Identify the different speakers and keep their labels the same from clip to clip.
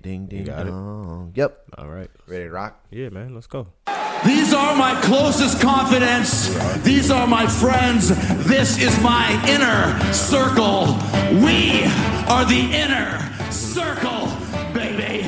Speaker 1: Ding ding
Speaker 2: got it.
Speaker 1: dong. Yep.
Speaker 2: All right.
Speaker 1: Ready to rock?
Speaker 2: Yeah, man. Let's go.
Speaker 3: These are my closest confidants. These are my friends. This is my inner circle. We are the inner circle, baby.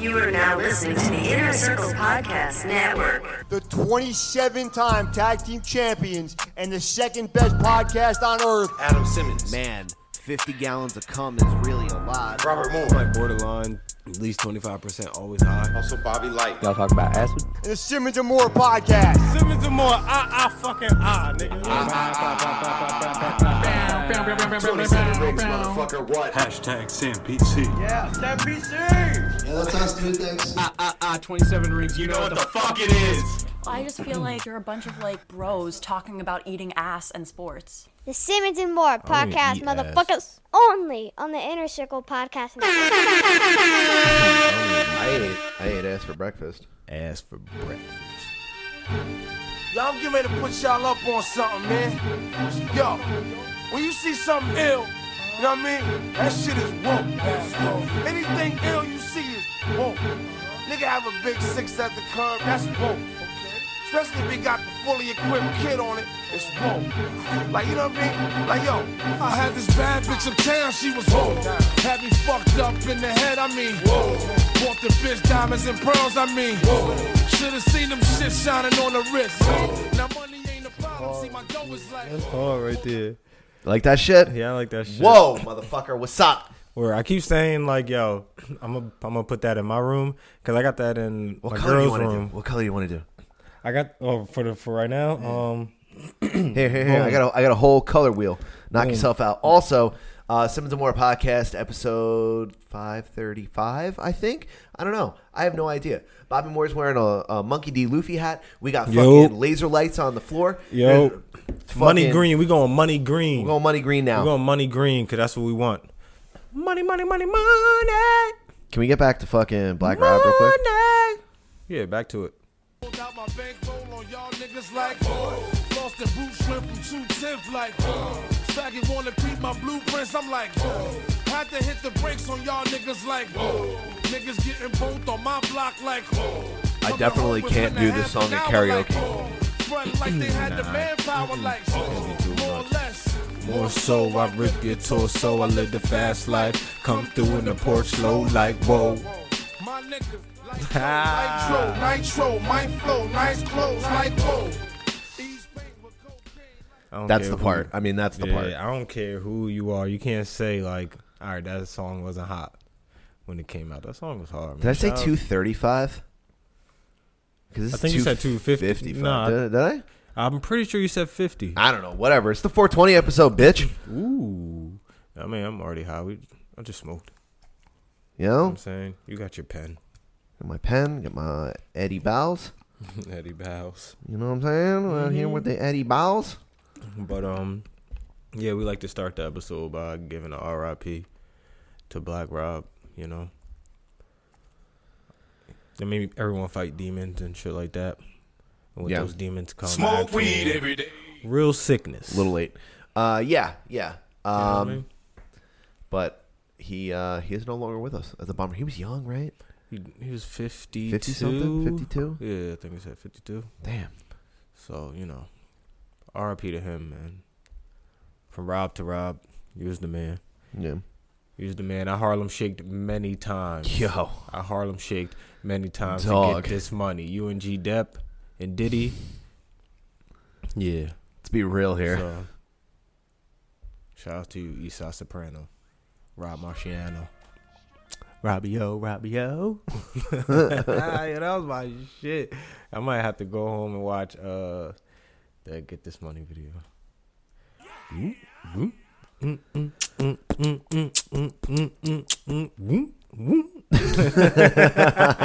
Speaker 4: You are now listening to the Inner Circle Podcast Network.
Speaker 5: the 27 time tag team champions and the second best podcast on earth.
Speaker 6: Adam Simmons,
Speaker 7: Man, 50 gallons of cum is really a lot.
Speaker 6: Robert Moore,
Speaker 8: like borderline, at least 25% always high.
Speaker 6: also Bobby Light.
Speaker 9: Y'all talk about acid?
Speaker 5: And the Simmons and Moore podcast.
Speaker 2: Simmons and more. Ah, ah, fucking ah, nigga.
Speaker 6: 27 rings, motherfucker. What?
Speaker 10: Hashtag Sam PC.
Speaker 8: Ah, 27 rings. You know what the fuck it is.
Speaker 11: I just feel like you're a bunch of like bros talking about eating ass and sports.
Speaker 12: The Simmons and More podcast,
Speaker 2: eat ass.
Speaker 12: motherfuckers. Only on the Inner Circle podcast. Network.
Speaker 1: I ate I ate ass for breakfast.
Speaker 2: Ass for breakfast.
Speaker 10: Y'all, I'm getting ready to put y'all up on something, man. Yo, when you see something ill, you know what I mean? That shit is woke. Anything ill you see is woke. Nigga have a big six at the curb, that's woke. Especially if he got the fully equipped kid on it, it's woke. Like, you know what I mean? Like, yo, I had this bad bitch uptown, she was woke. Had me fucked up in the head, I mean, woke. Bought the bitch diamonds and pearls, I mean, woke. Should've seen them shit shining on the wrist. Now money ain't a problem, see my dough is like.
Speaker 2: That's hard right there.
Speaker 1: Like that shit?
Speaker 2: Yeah, I like that shit.
Speaker 1: Whoa, motherfucker, what's up?
Speaker 2: Where I keep saying like, yo, I'm gonna I'm gonna put that in my room because I got that in
Speaker 1: What
Speaker 2: my
Speaker 1: color do you
Speaker 2: girl's
Speaker 1: want to do?
Speaker 2: room.
Speaker 1: What color do you want to do?
Speaker 2: I got oh for the for right now. Um,
Speaker 1: Here, here, here. I got a, I got a whole color wheel. Knock yourself out. Also, uh, Simmons and More podcast episode five thirty five. I think I don't know. I have no idea. Bobby Moore's wearing a, a Monkey D. Luffy hat. We got
Speaker 2: Yo.
Speaker 1: fucking laser lights on the floor.
Speaker 2: Yo.
Speaker 1: And fucking-
Speaker 2: money green. We going money green.
Speaker 1: We're going money green now.
Speaker 2: We're going money green because that's what we want. Money, money, money, money.
Speaker 1: Can we get back to fucking Black Rob real quick?
Speaker 2: Yeah, back to it.
Speaker 10: Pulled out my bankroll on y'all niggas like Lost the boots, went from 210 like Faggot wanna peep my blueprints, I'm like Had to hit the brakes on y'all niggas like Niggas getting both on my block like
Speaker 1: I definitely can't do this song in
Speaker 10: karaoke Front like they had the manpower like More or less
Speaker 8: More so, I rip your torso. I live the fast life. Come through in the porch slow like whoa.
Speaker 10: My nigga, like Nitro, nitro, my flow, nice clothes, like whoa East Bank with cocaine
Speaker 2: I don't
Speaker 1: That's
Speaker 2: care
Speaker 1: the
Speaker 2: who-
Speaker 1: part. I mean, that's the
Speaker 2: yeah,
Speaker 1: part.
Speaker 2: I don't care who you are. You can't say like, all right, that song wasn't hot when it came out. That song was hard. Man.
Speaker 1: Did I say
Speaker 2: Shout out-
Speaker 1: two thirty five? Because
Speaker 2: Um, I think you said 250. Nah.
Speaker 1: Did, did I?
Speaker 2: I'm pretty sure you said fifty.
Speaker 1: I don't know. Whatever. It's the 420 episode, bitch.
Speaker 2: Ooh. I mean, I'm already high. We, I just smoked.
Speaker 1: You
Speaker 2: I'm
Speaker 1: know,
Speaker 2: saying you got your pen,
Speaker 1: get my pen, get my Eddie Bowles.
Speaker 2: Eddie Bows.
Speaker 1: You know what I'm saying? We're out here
Speaker 2: Mm-hmm.
Speaker 1: with the Eddie Bowles.
Speaker 2: But um, yeah, we like to start the episode by giving a R.I.P. to Black Rob. You know, that made everyone fight demons and shit like that. And with
Speaker 1: Yeah.
Speaker 2: those demons come smoke weed every day. Real sickness.
Speaker 1: A little late. Uh, yeah, yeah.
Speaker 2: You know what I
Speaker 1: Um,
Speaker 2: mean?
Speaker 1: but he uh he is no longer with us. As a bummer, he was young, right?
Speaker 2: he, he was fifty.
Speaker 1: 50 something? 52?
Speaker 2: Yeah, I think he said fifty-two.
Speaker 1: Damn.
Speaker 2: So you know, R.I.P. to him, man. From Rob to Rob, you was the man.
Speaker 1: Yeah.
Speaker 2: You was the man. I Harlem shaked many times.
Speaker 1: Yo.
Speaker 2: I Harlem shaked many times
Speaker 1: Dog.
Speaker 2: to get this money. You and G Depp and Diddy. Yeah.
Speaker 1: Let's be real here.
Speaker 2: So, shout out to you, Esau Soprano, Rob Marciano, Robbio, Robbio. yeah, that was my shit. I might have to go home and watch uh the Get This Money video.
Speaker 1: Mm-hmm. Mm-hmm.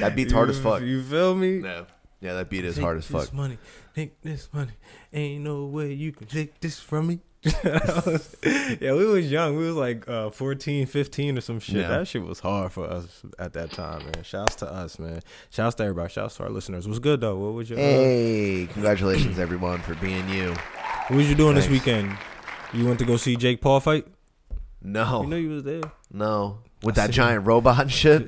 Speaker 1: that beat's hard as fuck.
Speaker 2: You feel me?
Speaker 1: Yeah. Yeah, that beat is
Speaker 2: Take
Speaker 1: hard as
Speaker 2: this
Speaker 1: fuck.
Speaker 2: money, take this money. Ain't no way you can take this from me. yeah, we was young. We was like uh, 14, 15 or some shit.
Speaker 1: Yeah.
Speaker 2: That shit was hard for us at that time, man. Shouts to us, man. Shouts to everybody. Shouts to our listeners. What's good though? What was your uh,
Speaker 1: Hey, congratulations everyone for being you.
Speaker 2: What was you doing
Speaker 1: thanks.
Speaker 2: this weekend? You went to go see Jake Paul fight?
Speaker 1: No.
Speaker 2: You know you was there.
Speaker 1: No. With that giant robot and shit.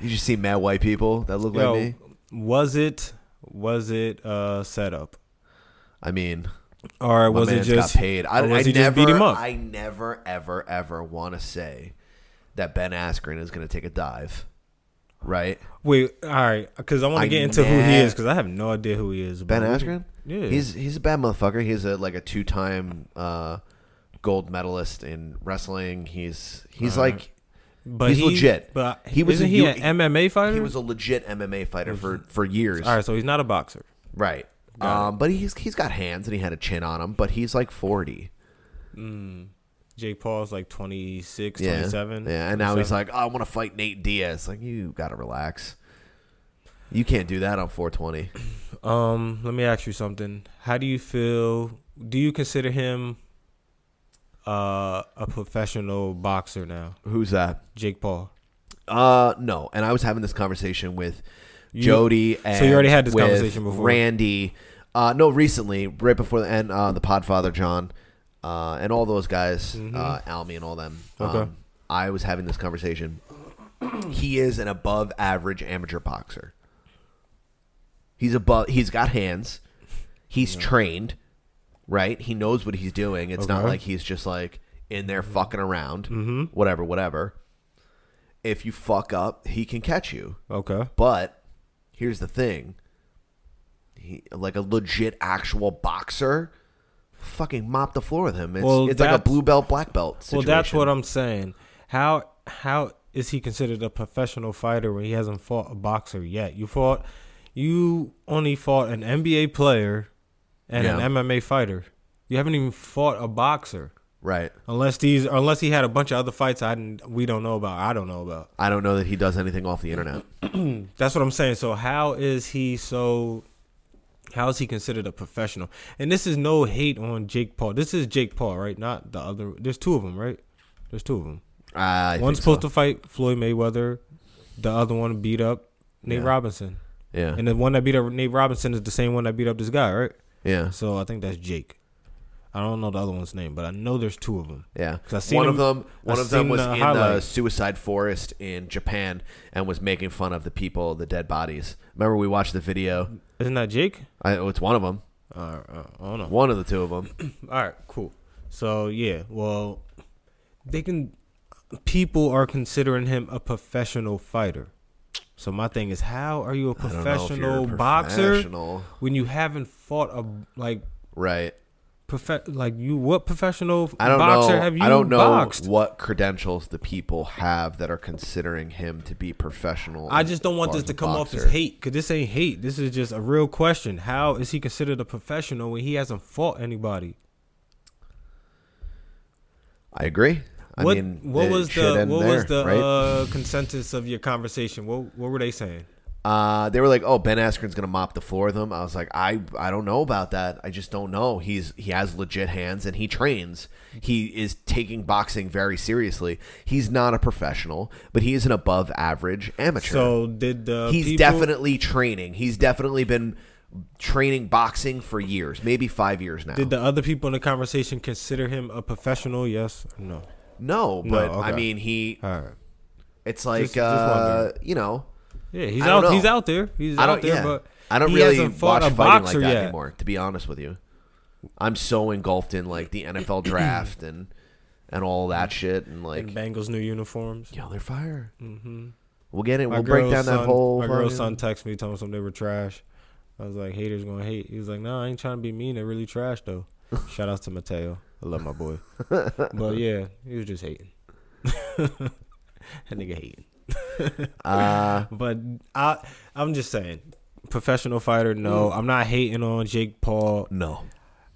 Speaker 1: you just see mad white people that look
Speaker 2: Yo,
Speaker 1: like me.
Speaker 2: was it was it uh set up?
Speaker 1: I mean,
Speaker 2: or
Speaker 1: My
Speaker 2: was it
Speaker 1: man's
Speaker 2: just
Speaker 1: got paid? I,
Speaker 2: or was
Speaker 1: I
Speaker 2: he
Speaker 1: never,
Speaker 2: just beat him up?
Speaker 1: I never, ever, ever want to say that Ben Askren is going to take a dive, right?
Speaker 2: Wait, all right, because I want
Speaker 1: I
Speaker 2: to get into who he
Speaker 1: ne-
Speaker 2: is because I have no idea who he is.
Speaker 1: Ben
Speaker 2: bro.
Speaker 1: Askren,
Speaker 2: yeah,
Speaker 1: he's he's a bad motherfucker. He's a like a two time uh, gold medalist in wrestling. He's he's
Speaker 2: All right.
Speaker 1: like.
Speaker 2: But
Speaker 1: he's
Speaker 2: he-
Speaker 1: legit.
Speaker 2: but isn't he an MMA fighter?
Speaker 1: He was a legit MMA fighter for, for years.
Speaker 2: all right. So he's not a boxer,
Speaker 1: Right.
Speaker 2: Got
Speaker 1: Um, but he's he's got hands and he had a chin on him, but he's like forty.
Speaker 2: Mm. Jake Paul's like 26,
Speaker 1: Yeah.
Speaker 2: 27.
Speaker 1: Yeah, and now he's
Speaker 2: 27.
Speaker 1: like, oh, I want to fight Nate Diaz. Like, you gotta relax. You can't do that on 420.
Speaker 2: Um, let me ask you something. How do you feel? Do you consider him uh, a professional boxer now?
Speaker 1: Who's that?
Speaker 2: Jake Paul.
Speaker 1: Uh, no. And I was having this conversation with
Speaker 2: You-
Speaker 1: Jody.
Speaker 2: So
Speaker 1: And
Speaker 2: you already had this
Speaker 1: with
Speaker 2: conversation before?
Speaker 1: Randy. Uh, no, recently, right before the end, uh, the Podfather John, uh, and all those guys, uh, Almy and all them.
Speaker 2: Mm-hmm. Okay.
Speaker 1: Um, I was having this conversation. He is an above average amateur boxer. He's above. He's got hands. He's trained, right? He knows what he's doing. It's not
Speaker 2: Okay. Mm-hmm.
Speaker 1: like he's just like in there fucking around. Whatever, whatever. If you fuck up, he can catch you.
Speaker 2: Okay.
Speaker 1: But here's the thing. He like a legit actual boxer fucking mop the floor with him. It's,
Speaker 2: Well,
Speaker 1: it's like a
Speaker 2: that's-
Speaker 1: blue belt black belt situation.
Speaker 2: Well, that's what I'm saying. How how is he considered a professional fighter when he hasn't fought a boxer yet? You fought, you only fought an NBA player and
Speaker 1: Yeah.
Speaker 2: an MMA fighter. You haven't even fought a boxer,
Speaker 1: right.
Speaker 2: Unless these, unless he had a bunch of other fights I didn't, we don't know about. I don't know about.
Speaker 1: I don't know that he does anything off the internet.
Speaker 2: That's what I'm saying. So how is he so? How is he considered a professional? And this is no hate on Jake Paul. This is Jake Paul, right? Not the other. There's two of them, right? There's two of them.
Speaker 1: I
Speaker 2: One's
Speaker 1: think
Speaker 2: supposed
Speaker 1: so.
Speaker 2: to fight Floyd Mayweather. The other one beat up Nate
Speaker 1: Yeah.
Speaker 2: Robinson.
Speaker 1: Yeah.
Speaker 2: And the one that beat up Nate Robinson is the same one that beat up this guy, right?
Speaker 1: Yeah.
Speaker 2: So I think that's Jake. I don't know the other one's name, but I know there's two of them.
Speaker 1: Yeah,
Speaker 2: 'Cause I seen
Speaker 1: one of
Speaker 2: him-
Speaker 1: them,
Speaker 2: I
Speaker 1: one of them
Speaker 2: seen
Speaker 1: was
Speaker 2: the
Speaker 1: in the
Speaker 2: highlight.
Speaker 1: suicide forest in Japan and was making fun of the people, the dead bodies. Remember, we watched the video.
Speaker 2: Isn't that Jake?
Speaker 1: I, oh, it's one of them.
Speaker 2: Uh, uh, I don't know.
Speaker 1: One of the two of them.
Speaker 2: All right, cool. So yeah, well, they can. People are considering him a professional fighter. So my thing is, how are you a
Speaker 1: don't know if you're a
Speaker 2: professional boxer
Speaker 1: professional.
Speaker 2: when you haven't fought a like
Speaker 1: right?
Speaker 2: Profe- like you, what professional
Speaker 1: I don't
Speaker 2: boxer
Speaker 1: know.
Speaker 2: have you
Speaker 1: I don't know
Speaker 2: boxed?
Speaker 1: what credentials the people have that are considering him to be professional.
Speaker 2: I just don't want this to come off
Speaker 1: boxer.
Speaker 2: as hate because this ain't hate. This is just a real question. How is he considered a professional when he hasn't fought anybody?
Speaker 1: I agree. I
Speaker 2: what
Speaker 1: mean,
Speaker 2: what
Speaker 1: it
Speaker 2: was
Speaker 1: should
Speaker 2: the
Speaker 1: end
Speaker 2: what
Speaker 1: there,
Speaker 2: was the
Speaker 1: right?
Speaker 2: uh, consensus of your conversation? What what were they saying?
Speaker 1: Uh, they were like, "Oh, Ben Askren's gonna mop the floor with him." I was like, "I I don't know about that. I just don't know. He's he has legit hands and he trains. He is taking boxing very seriously. He's not a professional, but he is an above average amateur.
Speaker 2: So did the
Speaker 1: he's
Speaker 2: people-
Speaker 1: definitely training. He's definitely been training boxing for years, maybe five years now.
Speaker 2: Did the other people in the conversation consider him a professional? Yes or no?
Speaker 1: No, but I
Speaker 2: okay.
Speaker 1: mean, he.
Speaker 2: All right.
Speaker 1: It's like
Speaker 2: Just- just
Speaker 1: uh,
Speaker 2: wondering.
Speaker 1: you know.
Speaker 2: Yeah, he's
Speaker 1: I don't
Speaker 2: out-
Speaker 1: know.
Speaker 2: he's out there. He's
Speaker 1: I don't,
Speaker 2: out there,
Speaker 1: yeah.
Speaker 2: but
Speaker 1: I don't
Speaker 2: he
Speaker 1: really
Speaker 2: hasn't fought
Speaker 1: watch
Speaker 2: a
Speaker 1: fighting like
Speaker 2: boxer
Speaker 1: that
Speaker 2: yet.
Speaker 1: anymore. To be honest with you, I'm so engulfed in like the NFL draft and and all that shit and like
Speaker 2: And Bengals new uniforms.
Speaker 1: Yo, they're fire.
Speaker 2: Mm-hmm.
Speaker 1: we'll get it.
Speaker 2: My
Speaker 1: We'll break
Speaker 2: girl's
Speaker 1: down that
Speaker 2: son-
Speaker 1: whole.
Speaker 2: My girl's son
Speaker 1: fucking-
Speaker 2: texted me, telling me something they were trash. I was like, haters gonna hate. He was like, no, I ain't trying to be mean. They're really trash though. Shout outs to Mateo. I love my boy. but yeah, he was just hating. that nigga hating.
Speaker 1: Uh,
Speaker 2: but I, I'm just saying, professional fighter. No,
Speaker 1: Mm.
Speaker 2: I'm not hating on Jake Paul.
Speaker 1: No.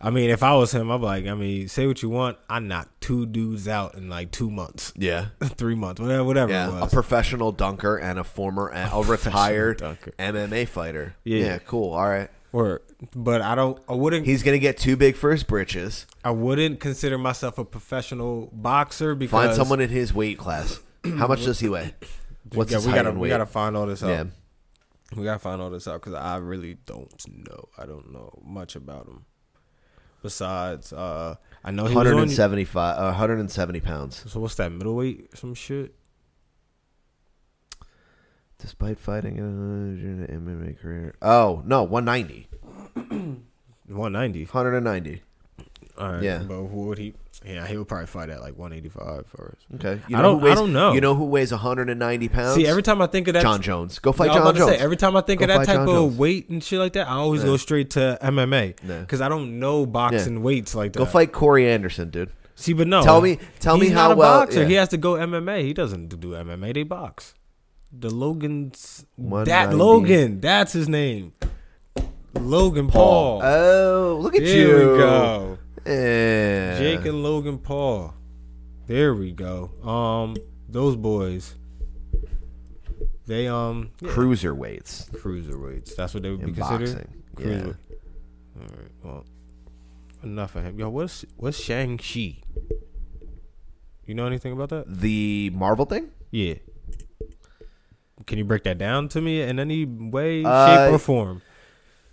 Speaker 2: I mean, if I was him, I'm like, I mean, say what you want. I knocked two dudes out in like two months.
Speaker 1: Yeah.
Speaker 2: three months, whatever, whatever it
Speaker 1: Yeah,
Speaker 2: was.
Speaker 1: a professional dunker and a former, a, retired MMA fighter.
Speaker 2: Yeah.
Speaker 1: yeah, cool. All right,
Speaker 2: Or, but I don't. I wouldn't.
Speaker 1: He's gonna get too big for his britches.
Speaker 2: I wouldn't consider myself a professional boxer because
Speaker 1: Find someone in his weight class. How much does he weigh? What's
Speaker 2: yeah,
Speaker 1: his
Speaker 2: we
Speaker 1: height
Speaker 2: gotta
Speaker 1: and
Speaker 2: we
Speaker 1: weight?
Speaker 2: gotta find all this out.
Speaker 1: Yeah.
Speaker 2: We gotta find all this out because I really don't know. I don't know much about him. Besides, uh, I know he was on-
Speaker 1: 175, uh, 170 pounds.
Speaker 2: So what's that middleweight? Some shit.
Speaker 1: Despite fighting an MMA career. Oh, no, 190.
Speaker 2: 190.
Speaker 1: 190.
Speaker 2: All right.
Speaker 1: Yeah.
Speaker 2: But who would he? Yeah, he would probably fight at like 185 first.
Speaker 1: Okay.
Speaker 2: I
Speaker 1: who
Speaker 2: don't.
Speaker 1: weighs-
Speaker 2: I don't know.
Speaker 1: You know who weighs 190 pounds?
Speaker 2: See, every time I think of that,
Speaker 1: John Jones. Go fight
Speaker 2: I was
Speaker 1: John
Speaker 2: about to
Speaker 1: Jones.
Speaker 2: say, every time I think
Speaker 1: Go
Speaker 2: of that
Speaker 1: fight
Speaker 2: type
Speaker 1: John
Speaker 2: of
Speaker 1: Jones.
Speaker 2: weight and shit like that, I always
Speaker 1: Yeah.
Speaker 2: go straight to MMA
Speaker 1: Yeah.
Speaker 2: because I don't know boxing
Speaker 1: Yeah.
Speaker 2: weights like that.
Speaker 1: Go fight Corey Anderson, dude.
Speaker 2: See, but no.
Speaker 1: Tell me, tell
Speaker 2: He's
Speaker 1: me
Speaker 2: not
Speaker 1: how
Speaker 2: a
Speaker 1: well.
Speaker 2: Boxer.
Speaker 1: yeah.
Speaker 2: He has to go MMA. He doesn't do MMA. They box. The Logan's that
Speaker 1: 190.
Speaker 2: Logan. That's his name. Logan Paul.
Speaker 1: Oh, look at
Speaker 2: Here
Speaker 1: you.
Speaker 2: we go.
Speaker 1: Yeah.
Speaker 2: Jake and Logan Paul. There we go. Um, those boys. They um
Speaker 1: Cruiserweights.
Speaker 2: cruiserweights. That's what they would be
Speaker 1: In
Speaker 2: considered.
Speaker 1: boxing,
Speaker 2: Cruiser. All right. Well, enough of him. Yo, what's what's Shang Chi? You know anything about that?
Speaker 1: The Marvel thing?
Speaker 2: Yeah. Can you break that down to me in any way,
Speaker 1: Uh,
Speaker 2: shape, or form?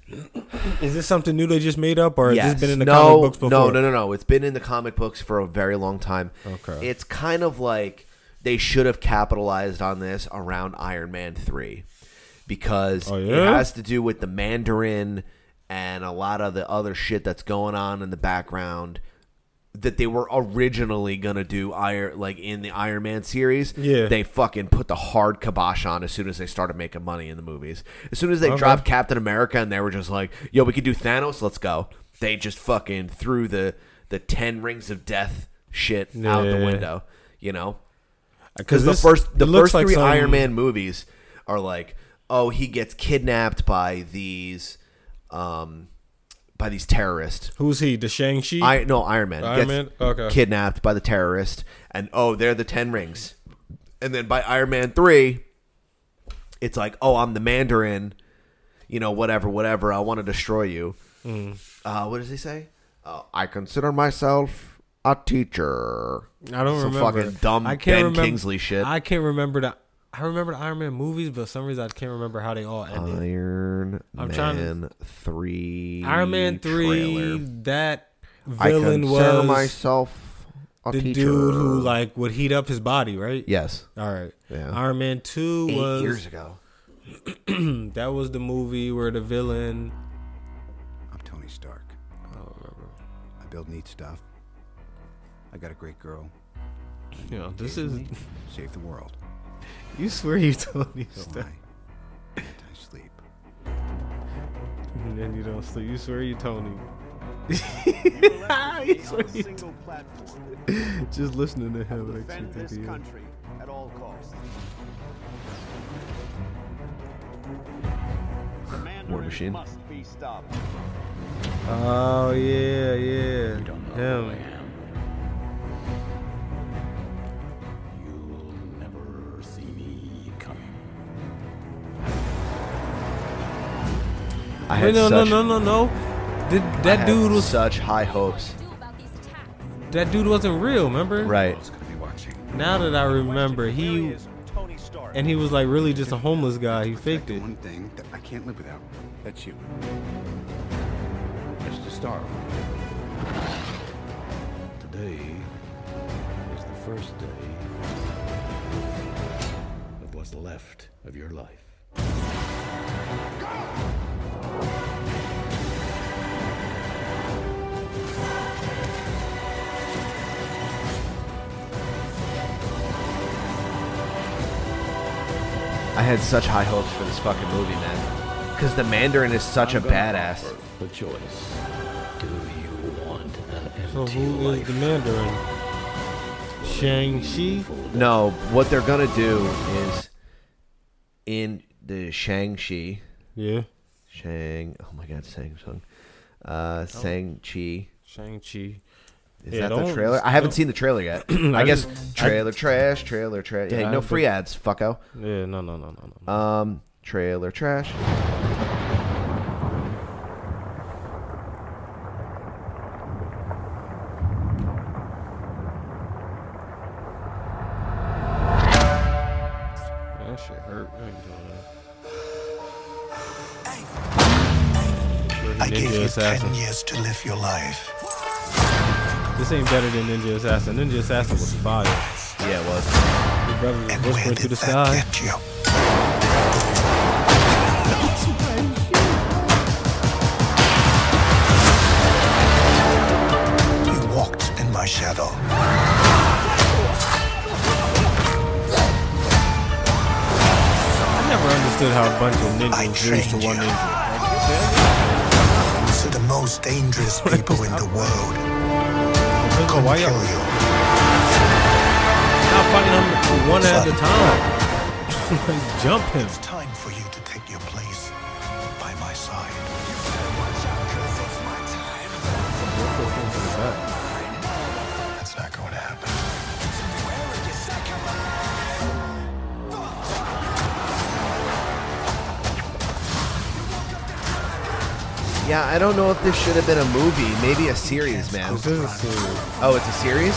Speaker 2: Is this something new they just made up, or has
Speaker 1: Yes.
Speaker 2: this been in the
Speaker 1: no,
Speaker 2: comic books before?
Speaker 1: No, no, no, no. It's been in the comic books for a very long time.
Speaker 2: Okay.
Speaker 1: It's kind of like they should have capitalized on this around Iron Man 3 because
Speaker 2: Oh,
Speaker 1: it
Speaker 2: yeah?
Speaker 1: has to do with the Mandarin and a lot of the other shit that's going on in the background that they were originally going to do Iron like in the Iron Man series.
Speaker 2: Yeah.
Speaker 1: They fucking put the hard kibosh on as soon as they started making money in the movies. As soon as they
Speaker 2: Okay.
Speaker 1: dropped Captain America and they were just like, yo, we could do Thanos, let's go. They just fucking threw the the 10 rings of death shit out the
Speaker 2: Yeah.
Speaker 1: window, you know?
Speaker 2: 'Cause
Speaker 1: Cuz the
Speaker 2: this-
Speaker 1: first the
Speaker 2: it looks
Speaker 1: first
Speaker 2: like
Speaker 1: three
Speaker 2: some-
Speaker 1: Iron Man movies are like, oh, he gets kidnapped by these um by these terrorists
Speaker 2: Who's he? The Shang Chi?
Speaker 1: I no Iron Man
Speaker 2: Iron
Speaker 1: gets
Speaker 2: Man? Okay.
Speaker 1: kidnapped by the terrorist, and oh, they're the Ten Rings, and then by Iron Man three, it's like oh, I'm the Mandarin, you know, whatever, whatever. I want to destroy you.
Speaker 2: Mm.
Speaker 1: Uh, what does he say? Uh, I consider myself a teacher.
Speaker 2: I don't
Speaker 1: Some
Speaker 2: remember.
Speaker 1: Fucking dumb
Speaker 2: I can't
Speaker 1: Ben
Speaker 2: remember-
Speaker 1: Kingsley shit.
Speaker 2: I can't remember the. I remember the Iron Man movies, but for some reason I can't remember how they all
Speaker 1: Uh,
Speaker 2: ended.
Speaker 1: Iron
Speaker 2: I'm trying to-
Speaker 1: Man three.
Speaker 2: Iron Man three.
Speaker 1: E trailer.
Speaker 2: That
Speaker 1: I
Speaker 2: villain
Speaker 1: consider
Speaker 2: was
Speaker 1: myself a
Speaker 2: the
Speaker 1: teacher.
Speaker 2: dude who like would heat up his body, right?
Speaker 1: Yes.
Speaker 2: All right.
Speaker 1: Yeah.
Speaker 2: Iron Man two
Speaker 1: Eight
Speaker 2: was
Speaker 1: years ago.
Speaker 2: that was the movie where the villain.
Speaker 9: I'm Tony Stark.
Speaker 3: Oh,
Speaker 9: I build neat stuff. I got a great girl.
Speaker 2: You know, this is.
Speaker 9: Save the world.
Speaker 2: You swear you told me
Speaker 9: So
Speaker 2: stuff,
Speaker 9: I, I sleep.
Speaker 2: and then you don't sleep. You swear you told me.
Speaker 13: Every single platform.
Speaker 2: Just listening to him
Speaker 13: Defend
Speaker 2: makes
Speaker 13: this
Speaker 2: me think.
Speaker 13: country at all costs. The Mandarin
Speaker 1: Machine.
Speaker 13: must be stopped.
Speaker 2: he is. Oh yeah, yeah.
Speaker 9: Oh,
Speaker 2: him.
Speaker 3: Never see me coming.
Speaker 1: I had
Speaker 2: no,
Speaker 1: such,
Speaker 2: no, no, no, no. Did,
Speaker 1: I
Speaker 2: that
Speaker 1: had
Speaker 2: dude was
Speaker 1: such high hopes.
Speaker 2: that dude wasn't real, remember?
Speaker 1: Right.
Speaker 2: Now that I remember, he and he was like really just a homeless guy. He faked it.
Speaker 9: One thing that I can't live without. That's you. That's the star.
Speaker 6: Today is the first day of what's left of your life.
Speaker 1: I had such high hopes for this fucking movie, man. Because the Mandarin is such a badass.
Speaker 6: The choice. Do you want an
Speaker 2: So who is the Mandarin? Shang Chi.
Speaker 1: No, what they're gonna do is in the Shang Chi.
Speaker 2: Yeah.
Speaker 1: Shang. Oh my God, Shang Tsung. Uh, Shang Chi.
Speaker 2: Shang Chi.
Speaker 1: Is that the trailer? I haven't seen the trailer yet. I,
Speaker 2: I
Speaker 1: guess
Speaker 2: just- I-
Speaker 1: trailer trash, trailer trash. Hey,
Speaker 2: I
Speaker 1: no
Speaker 2: don't
Speaker 1: free
Speaker 2: think-
Speaker 1: ads, fucko.
Speaker 2: Yeah, no, no, no, no, no.
Speaker 1: Um, trailer trash.
Speaker 2: That shit hurt. I ain't doing that.
Speaker 14: I
Speaker 2: Ninja
Speaker 14: gave you
Speaker 2: assassin.
Speaker 14: ten years to live your life.
Speaker 2: This ain't better than Ninja Assassin. Ninja Assassin was fire.
Speaker 1: Yeah, it was.
Speaker 2: The brothers was whispering to the sky.
Speaker 4: You walked in my shadow.
Speaker 2: I never understood how a bunch of ninjas used to one ninja.
Speaker 4: So the most dangerous people in the world couldn't kill you.
Speaker 2: Not fighting him one at a time. Jump him.
Speaker 4: It's time for you to take your place by my side. That's not going to happen.
Speaker 1: Yeah, I don't know if this should have been a movie, maybe a series, man. Oh, it's a series?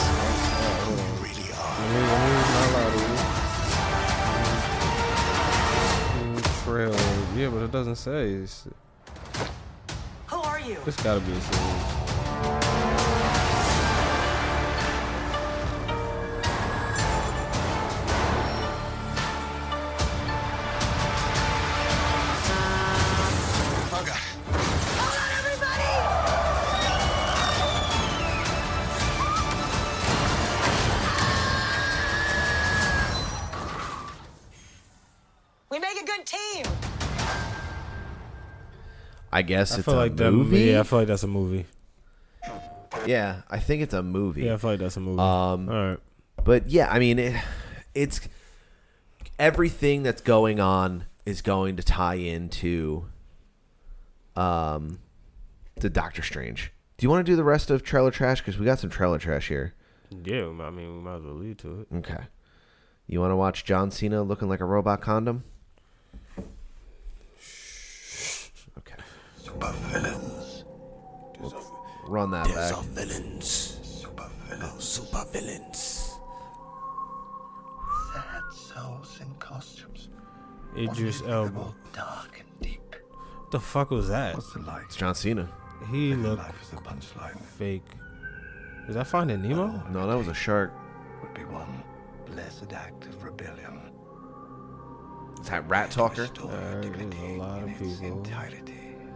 Speaker 2: Trail. Yeah, but it doesn't say. It's,
Speaker 5: Who are you?
Speaker 2: this gotta be a series.
Speaker 5: We make a good team.
Speaker 1: I guess
Speaker 2: I
Speaker 1: it's
Speaker 2: feel
Speaker 1: a
Speaker 2: like that-
Speaker 1: movie.
Speaker 2: yeah, I feel like that's a movie.
Speaker 1: Yeah, I think it's a movie.
Speaker 2: Yeah, I feel like that's a movie.
Speaker 1: Um,
Speaker 2: All right.
Speaker 1: But yeah, I mean, it, it's everything that's going on is going to tie into um the Doctor Strange. Do you want to do the rest of trailer trash? Because we got some trailer trash here.
Speaker 2: Yeah, I mean, we might as well lead to it.
Speaker 1: Okay. You want to watch John Cena looking like a robot condom? Okay. Super villains. Run that back.
Speaker 15: villains. Super villains. Super villains.
Speaker 4: Sad souls in costumes.
Speaker 2: Idris Elba.
Speaker 4: Dark and deep.
Speaker 2: The fuck was that?
Speaker 4: What's the light?
Speaker 1: It's John Cena.
Speaker 2: He looked
Speaker 4: Life is the punchline.
Speaker 2: fake. Is that Finding Nemo?
Speaker 1: No, that was a shark.
Speaker 4: Would be one blessed act of rebellion.
Speaker 1: Is that Rat Talker?
Speaker 2: There is a lot of people.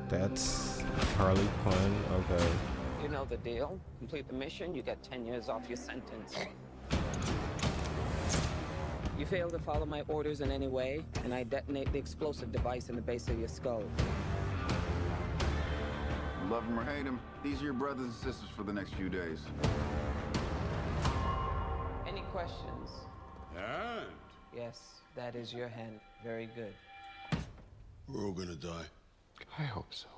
Speaker 2: That's Harley Quinn. Okay.
Speaker 16: You know the deal. Complete the mission, you get 10 years off your sentence. You fail to follow my orders in any way, and I detonate the explosive device in the base of your skull.
Speaker 17: Love him or hate him, these are your brothers and sisters for the next few days.
Speaker 16: Any questions? And? Yes, that is your hand. Very good.
Speaker 10: We're all gonna die. I hope so.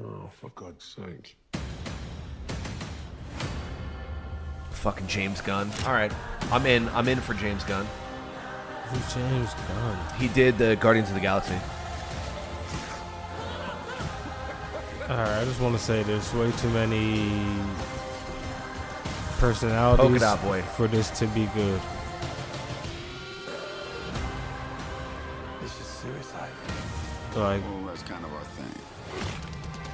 Speaker 10: Oh, for God's sake.
Speaker 1: Fucking James Gunn. All right, I'm in. I'm in for James Gunn.
Speaker 2: Who's James Gunn?
Speaker 1: He did the Guardians of the Galaxy.
Speaker 2: Alright, I just want to say there's way too many personalities
Speaker 1: Polka dot boy.
Speaker 2: for this to be good.
Speaker 17: This is suicide.
Speaker 2: Like,
Speaker 17: Well, that's kind of our thing.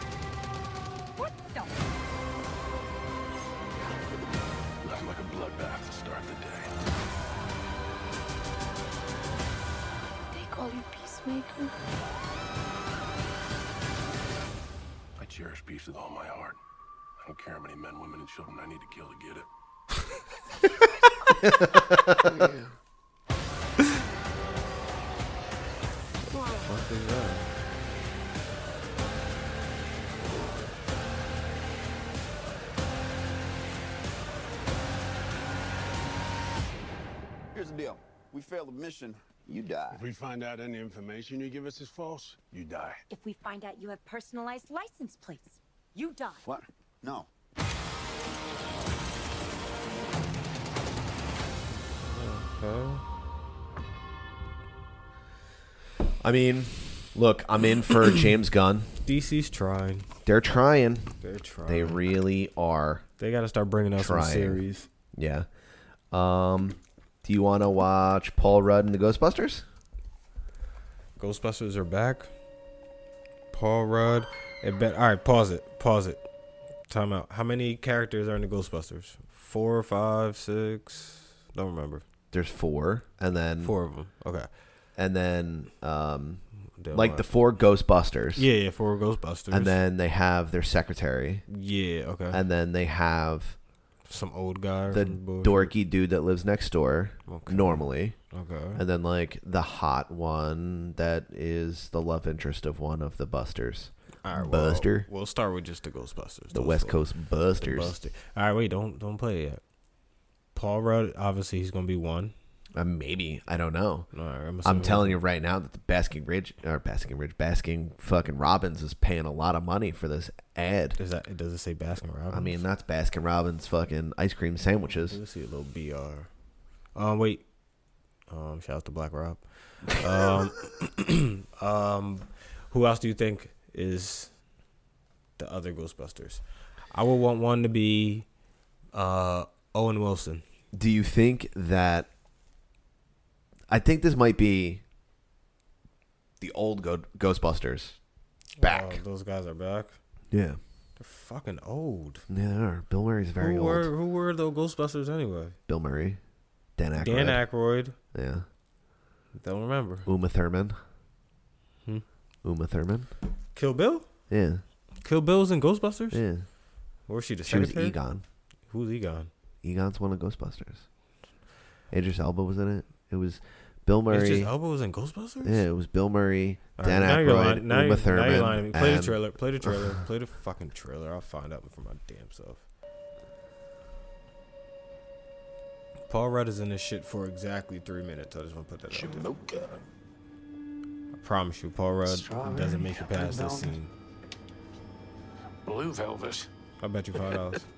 Speaker 10: Nothing like a bloodbath to start the day.
Speaker 18: They call you Peacemaker.
Speaker 10: I cherish peace with all my heart. I don't care how many men, women, and children I need to kill to get it.
Speaker 2: fuck is that?
Speaker 17: Here's the deal. We fail the mission, you die.
Speaker 10: If we find out any information you give us is false, you die.
Speaker 5: If we find out you have personalized license plates, you die.
Speaker 17: What? No.
Speaker 2: Okay.
Speaker 1: I mean, look, I'm in for James Gunn.
Speaker 2: DC's trying.
Speaker 1: They're trying.
Speaker 2: They're trying.
Speaker 1: They really are.
Speaker 2: They gotta start bringing out
Speaker 1: trying.
Speaker 2: some series.
Speaker 1: Yeah. Um, do you want to watch Paul Rudd and the Ghostbusters?
Speaker 2: Ghostbusters are back. Paul Rudd. It bet. All right, pause it. Pause it. Time out. How many characters are in the Ghostbusters? Four, five, six? Don't remember.
Speaker 1: There's four, and then
Speaker 2: four of them. Okay.
Speaker 1: And then, um,
Speaker 2: Don't
Speaker 1: like
Speaker 2: mind.
Speaker 1: the four Ghostbusters.
Speaker 2: Yeah, yeah, four Ghostbusters.
Speaker 1: And then they have their secretary.
Speaker 2: Yeah, okay.
Speaker 1: And then they have
Speaker 2: Some old guy. or
Speaker 1: the
Speaker 2: some bullshit.
Speaker 1: dorky dude that lives next door normally.
Speaker 2: Okay.
Speaker 1: And then like the hot one that is the love interest of one of the Busters.
Speaker 2: All right, well,
Speaker 1: Buster.
Speaker 2: We'll start with just the Ghostbusters.
Speaker 1: The
Speaker 2: Those
Speaker 1: West
Speaker 2: four.
Speaker 1: Coast
Speaker 2: The
Speaker 1: Busters.
Speaker 2: Buster. All right, wait, don't don't play it yet. Paul Rudd, obviously, he's gonna be one.
Speaker 1: Uh, maybe I don't know.
Speaker 2: I'm,
Speaker 1: I'm
Speaker 2: assuming-
Speaker 1: telling you right now that the Basking Ridge or Basking Ridge Basking fucking Robbins is paying a lot of money for this ad.
Speaker 2: Is that does it say Baskin Robbins?
Speaker 1: I mean, that's Baskin Robbins fucking ice cream sandwiches.
Speaker 2: Let's see a little BR. Um, wait. Um, shout out to Black Rob. Um, um, who else do you think is the other Ghostbusters? I would want one to be uh Owen Wilson.
Speaker 1: Do you think that? I think this might be the old Go- Ghostbusters. Back.
Speaker 2: Oh, those guys are back.
Speaker 1: Yeah.
Speaker 2: They're fucking old.
Speaker 1: Yeah, they are. Bill Murray's very
Speaker 2: who
Speaker 1: old.
Speaker 2: were who were the Ghostbusters anyway?
Speaker 1: Bill Murray, Dan Aykroyd.
Speaker 2: Dan Aykroyd.
Speaker 1: Yeah.
Speaker 2: Don't remember.
Speaker 1: Uma Thurman.
Speaker 2: Hmm.
Speaker 1: Uma Thurman.
Speaker 2: Kill Bill.
Speaker 1: Yeah.
Speaker 2: Kill Bill's in Ghostbusters.
Speaker 1: Yeah.
Speaker 2: Or was she the
Speaker 1: She was
Speaker 2: secretary?
Speaker 1: Egon.
Speaker 2: Who's Egon?
Speaker 1: Egon's one of Ghostbusters. Idris Elba was in it. It was Bill Murray.
Speaker 2: Idris Elba was in Ghostbusters?
Speaker 1: Yeah, it was Bill Murray,
Speaker 2: All
Speaker 1: Dan
Speaker 2: right, now you're
Speaker 1: Aykroyd,
Speaker 2: lying. Now,
Speaker 1: Uma
Speaker 2: you're,
Speaker 1: Thurman.
Speaker 2: now you're lying. to me. Play the
Speaker 1: and-
Speaker 2: trailer. Play the trailer. play the fucking trailer. I'll find out for my damn self. Paul Rudd is in this shit for exactly three minutes. I just want to put that out there. I promise you, Paul Rudd doesn't make it past this
Speaker 8: velvet.
Speaker 2: scene.
Speaker 8: Blue velvet.
Speaker 2: I bet you five dollars.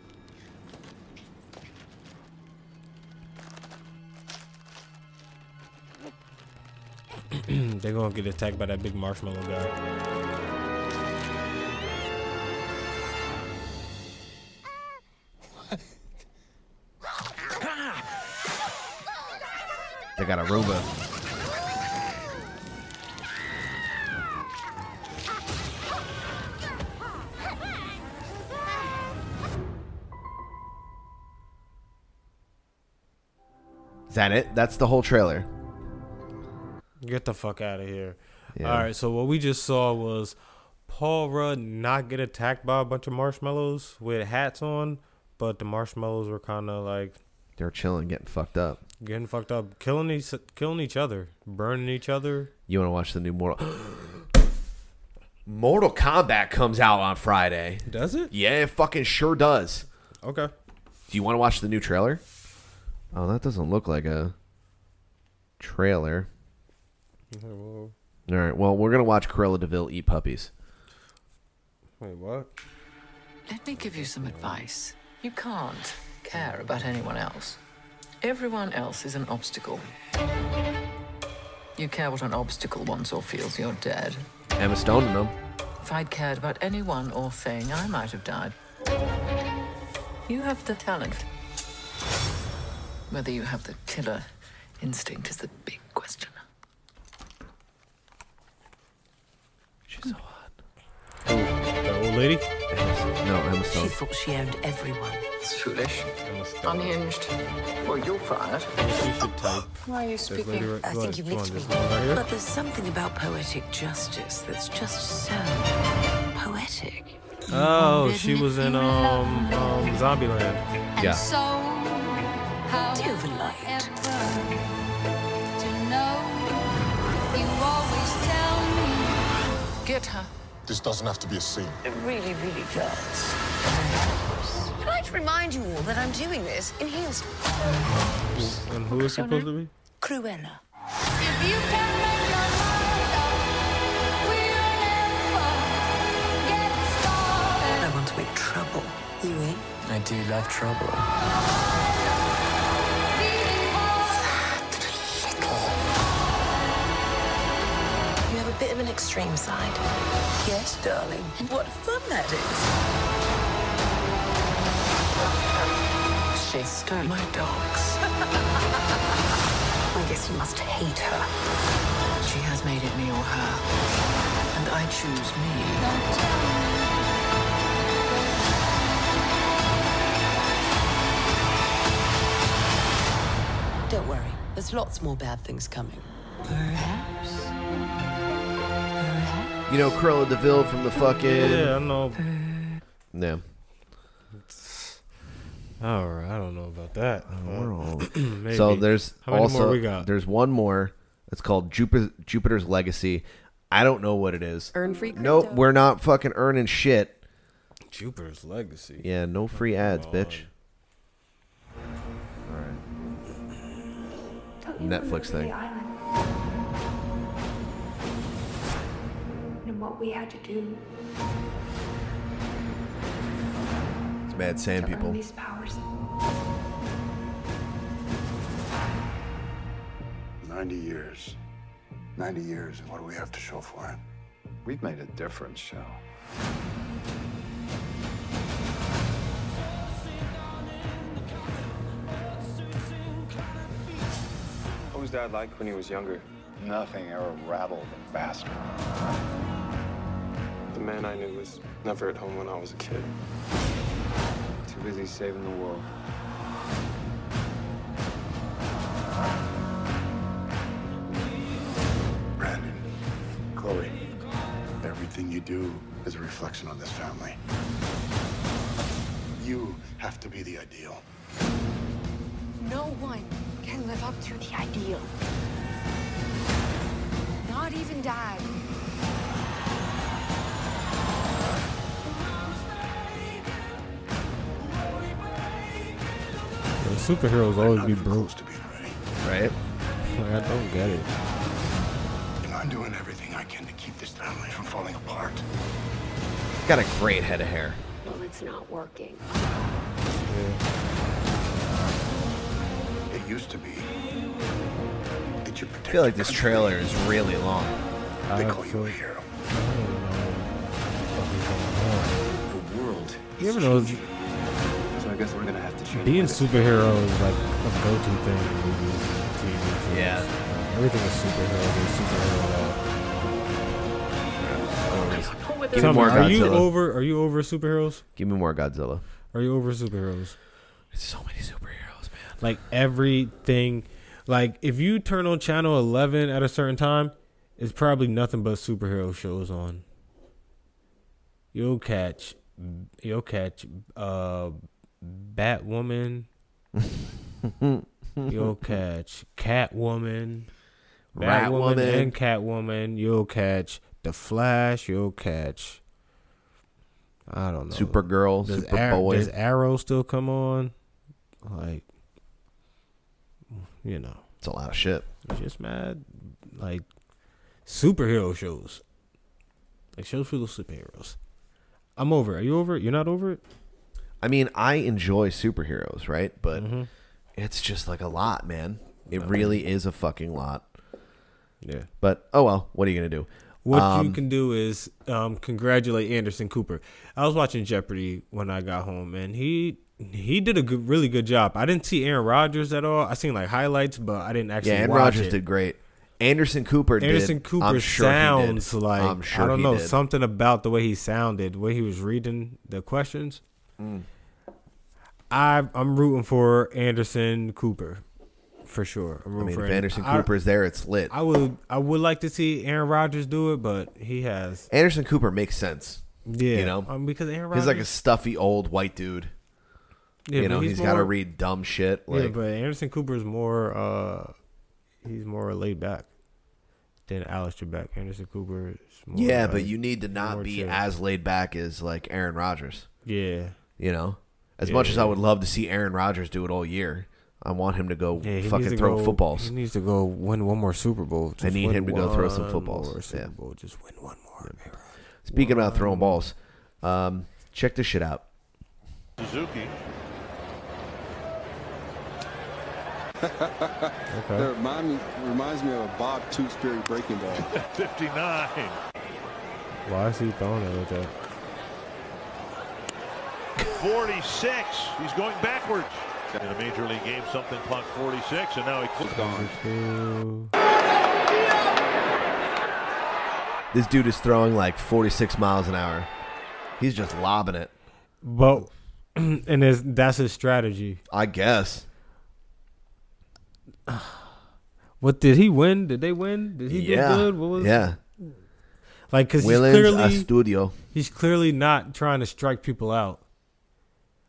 Speaker 2: They're gonna get attacked by that big marshmallow guy.
Speaker 1: They got a robot. Is that it? That's the whole trailer.
Speaker 2: Get the fuck out of here.
Speaker 1: Yeah.
Speaker 2: All right, so what we just saw was Paul Rudd not get attacked by a bunch of marshmallows with hats on, but the marshmallows were kind of like
Speaker 1: They're chilling, getting fucked up.
Speaker 2: getting fucked up, killing each, killing each other, burning each other.
Speaker 1: You want to watch the new Mortal? Mortal Kombat comes out on Friday.
Speaker 2: Does it?
Speaker 1: Yeah, it fucking sure does.
Speaker 2: Okay.
Speaker 1: Do you want to watch the new trailer? Oh, that doesn't look like a trailer.
Speaker 2: Wait,
Speaker 1: All right. Well, we're gonna watch Cruella Deville eat puppies.
Speaker 2: what?
Speaker 19: Let me give you some advice. You can't care about anyone else. Everyone else is an obstacle. You care what an obstacle wants or feels, you're dead.
Speaker 1: Emma Stone in them.
Speaker 19: If I'd cared about anyone or thing, I might have died. You have the talent. Whether you have the killer instinct is the big question.
Speaker 2: The old lady?
Speaker 1: No, Emma
Speaker 19: She
Speaker 1: Stone.
Speaker 19: thought she owned everyone. It's foolish. Unhinged. Well, you're fired. Why are you
Speaker 2: speaking? lady right- I go think ahead, you go mixed on, me. this one right here.
Speaker 19: But there's something about poetic justice that's just so poetic.
Speaker 2: Oh, she was in um, um Zombieland.
Speaker 1: Yeah.
Speaker 20: So, how do to know you always tell me.
Speaker 19: Get her.
Speaker 17: This doesn't have to be a scene.
Speaker 20: It really, really does. I'd like to remind you all that I'm doing this in heels.
Speaker 2: And who is supposed to be?
Speaker 20: Cruella.
Speaker 19: I want to make trouble. You in?
Speaker 6: I do love trouble.
Speaker 19: You have a bit of an extreme side. Yes, darling. And what fun that is. She stole my dogs. I guess you must hate her. She has made it me or her. And I choose me.
Speaker 21: There's lots more bad things coming.
Speaker 1: You know, Cruella Deville from the fucking.
Speaker 2: Yeah, I know.
Speaker 1: No.
Speaker 2: All right, I don't know about that. Maybe.
Speaker 1: So there's
Speaker 2: how many
Speaker 1: also
Speaker 2: more we got?
Speaker 1: there's one more. It's called Jupiter, Jupiter's Legacy. I don't know what it is.
Speaker 22: Earn free
Speaker 1: Nope, we're not fucking earning shit.
Speaker 2: Jupiter's Legacy.
Speaker 1: Yeah, no free ads, bitch. All right. Netflix thing.
Speaker 23: And what we had to do
Speaker 1: It's mad sand
Speaker 23: to earn
Speaker 1: people.
Speaker 23: these powers.
Speaker 17: 90 years. 90 years, and what do we have to show for it? We've made a difference, Shell.
Speaker 24: What was Dad like when he was younger?
Speaker 25: Nothing ever rattled the bastard.
Speaker 24: The man I knew was never at home when I was a kid. Too busy saving the world.
Speaker 17: Chloe, everything you do is a reflection on this family. You have to be the ideal.
Speaker 20: No one can live up to the ideal. Not even Dad.
Speaker 2: The superheroes always be broke.
Speaker 1: Right?
Speaker 2: Like, I don't get it.
Speaker 17: And I'm doing everything I can to keep this family from falling apart.
Speaker 1: Got a great head of hair.
Speaker 23: Well, it's not working.
Speaker 17: It used to be.
Speaker 1: I feel like this trailer is really long.
Speaker 17: They call you a hero.
Speaker 24: The world.
Speaker 2: You ever know
Speaker 24: So I guess we're gonna have to change. it.
Speaker 2: being superhero is like a go-to thing in movies, TV shows.
Speaker 24: Yeah.
Speaker 2: Like, everything is superhero. There's uh, superhero.
Speaker 1: Give me more
Speaker 2: are you
Speaker 1: Godzilla.
Speaker 2: over? Are you over superheroes?
Speaker 1: Give me more Godzilla.
Speaker 2: Are you over superheroes?
Speaker 1: So many
Speaker 2: superheroes, man. Like everything, like if you turn on channel eleven at a certain time, it's probably nothing but superhero shows on. You'll catch, you'll catch, uh, Batwoman. you'll catch Catwoman, Batwoman,
Speaker 1: Ratwoman.
Speaker 2: and Catwoman. You'll catch the Flash. You'll catch. I don't know.
Speaker 1: Supergirl,
Speaker 2: Does Ar-
Speaker 1: Superboy.
Speaker 2: does Arrow still come on? Like, you know,
Speaker 1: it's a lot of shit.
Speaker 2: It's just mad, like superhero shows, like shows for the superheroes. I'm over. it. Are you over? it? You're not over it.
Speaker 1: I mean, I enjoy superheroes, right? But
Speaker 2: Mm-hmm.
Speaker 1: it's just like a lot, man. It
Speaker 2: Uh-huh.
Speaker 1: really is a fucking lot.
Speaker 2: Yeah.
Speaker 1: But oh well, what are you gonna do?
Speaker 2: What you
Speaker 1: Um,
Speaker 2: can do is um, congratulate Anderson Cooper. I was watching Jeopardy when I got home, and he he did a good, really good job. I didn't see Aaron Rodgers at all. I seen like highlights, but I didn't actually.
Speaker 1: yeah, and
Speaker 2: watch
Speaker 1: Rogers
Speaker 2: it.
Speaker 1: did great. Anderson Cooper did.
Speaker 2: Anderson Cooper
Speaker 1: I'm sure he did.
Speaker 2: sounds like
Speaker 1: I'm sure
Speaker 2: I don't
Speaker 1: he
Speaker 2: know
Speaker 1: did.
Speaker 2: something about the way he sounded, the way he was reading the questions.
Speaker 1: Mm.
Speaker 2: I I'm rooting for Anderson Cooper for sure. I'm
Speaker 1: I
Speaker 2: rooting
Speaker 1: mean,
Speaker 2: for
Speaker 1: if
Speaker 2: him.
Speaker 1: Anderson
Speaker 2: I-
Speaker 1: Cooper's there, it's lit.
Speaker 2: I would I would like to see Aaron Rodgers do it, but he has
Speaker 1: Anderson Cooper makes sense.
Speaker 2: Yeah,
Speaker 1: you know,
Speaker 2: um, because Aaron
Speaker 1: he's like a
Speaker 2: Rodgers-
Speaker 1: stuffy old white dude.
Speaker 2: Yeah,
Speaker 1: you
Speaker 2: but
Speaker 1: know,
Speaker 2: he's
Speaker 1: he's got to
Speaker 2: more-
Speaker 1: read dumb shit.
Speaker 2: yeah,
Speaker 1: Like,
Speaker 2: but Anderson Cooper's more uh he's more laid back than Alex Trebek. Anderson Cooper is more
Speaker 1: yeah,
Speaker 2: like-
Speaker 1: but you need to not be as laid back as like Aaron Rodgers.
Speaker 2: Yeah.
Speaker 1: you know, as
Speaker 2: Yeah,
Speaker 1: much as
Speaker 2: yeah.
Speaker 1: I would love to see Aaron Rodgers do it all year, I want him to go
Speaker 2: Yeah, he needs
Speaker 1: fucking
Speaker 2: to
Speaker 1: throw
Speaker 2: go-
Speaker 1: footballs.
Speaker 2: He needs to go win one more Super Bowl.
Speaker 1: I need
Speaker 2: win
Speaker 1: him to go throw some
Speaker 2: one
Speaker 1: footballs.
Speaker 2: more Super
Speaker 1: Yeah.
Speaker 2: Bowl. Just win one more.
Speaker 1: Speaking about throwing balls, um, check this shit out.
Speaker 26: Suzuki. That remind, reminds me of a Bob Two Spearing breaking ball.
Speaker 24: 59.
Speaker 2: Why is he throwing it like that?
Speaker 26: 46. He's going backwards. In a major league game, something clock 46, and now he has gone.
Speaker 1: This dude is throwing like 46 miles an hour. He's just lobbing it.
Speaker 2: But and it's, that's his strategy.
Speaker 1: I guess.
Speaker 2: What did he win? Did they win? Did he
Speaker 1: Yeah.
Speaker 2: do good? What was
Speaker 1: Yeah.
Speaker 2: Like because he's
Speaker 1: Willens
Speaker 2: clearly
Speaker 1: Astudio.
Speaker 2: He's clearly not trying to strike people out.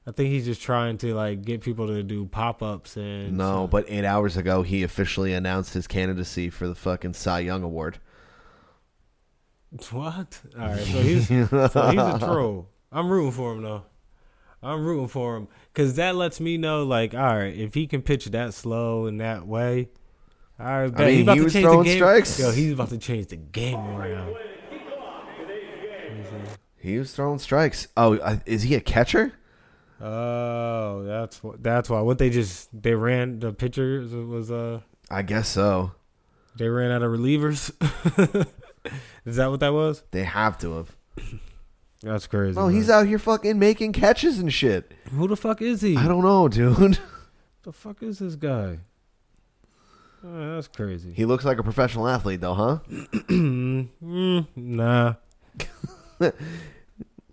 Speaker 2: I think he's just trying to like get people to do pop ups and
Speaker 1: No, but eight hours ago, he officially announced his candidacy for the fucking Cy Young Award.
Speaker 2: What? All right, so he's so he's a troll. I'm rooting for him though. I'm rooting for him because that lets me know, like, all right, if he can pitch that slow in that way, all right, bet.
Speaker 1: mean,
Speaker 2: he about
Speaker 1: he
Speaker 2: to
Speaker 1: was
Speaker 2: change the
Speaker 1: throwing
Speaker 2: game.
Speaker 1: strikes.
Speaker 2: Yo, he's about to change the game around.
Speaker 1: He was throwing strikes. Oh, I- is he a catcher?
Speaker 2: Oh, that's wh- that's why. What they just they ran the pitchers was uh
Speaker 1: I guess so.
Speaker 2: they ran out of relievers. Is that what that was?
Speaker 1: They have to have.
Speaker 2: That's crazy.
Speaker 1: No, he's
Speaker 2: bro.
Speaker 1: out here fucking making catches and shit.
Speaker 2: Who the fuck is he?
Speaker 1: I don't know, dude.
Speaker 2: the fuck is this guy? Oh, that's crazy.
Speaker 1: He looks like a professional athlete, though, huh?
Speaker 2: Mm, nah.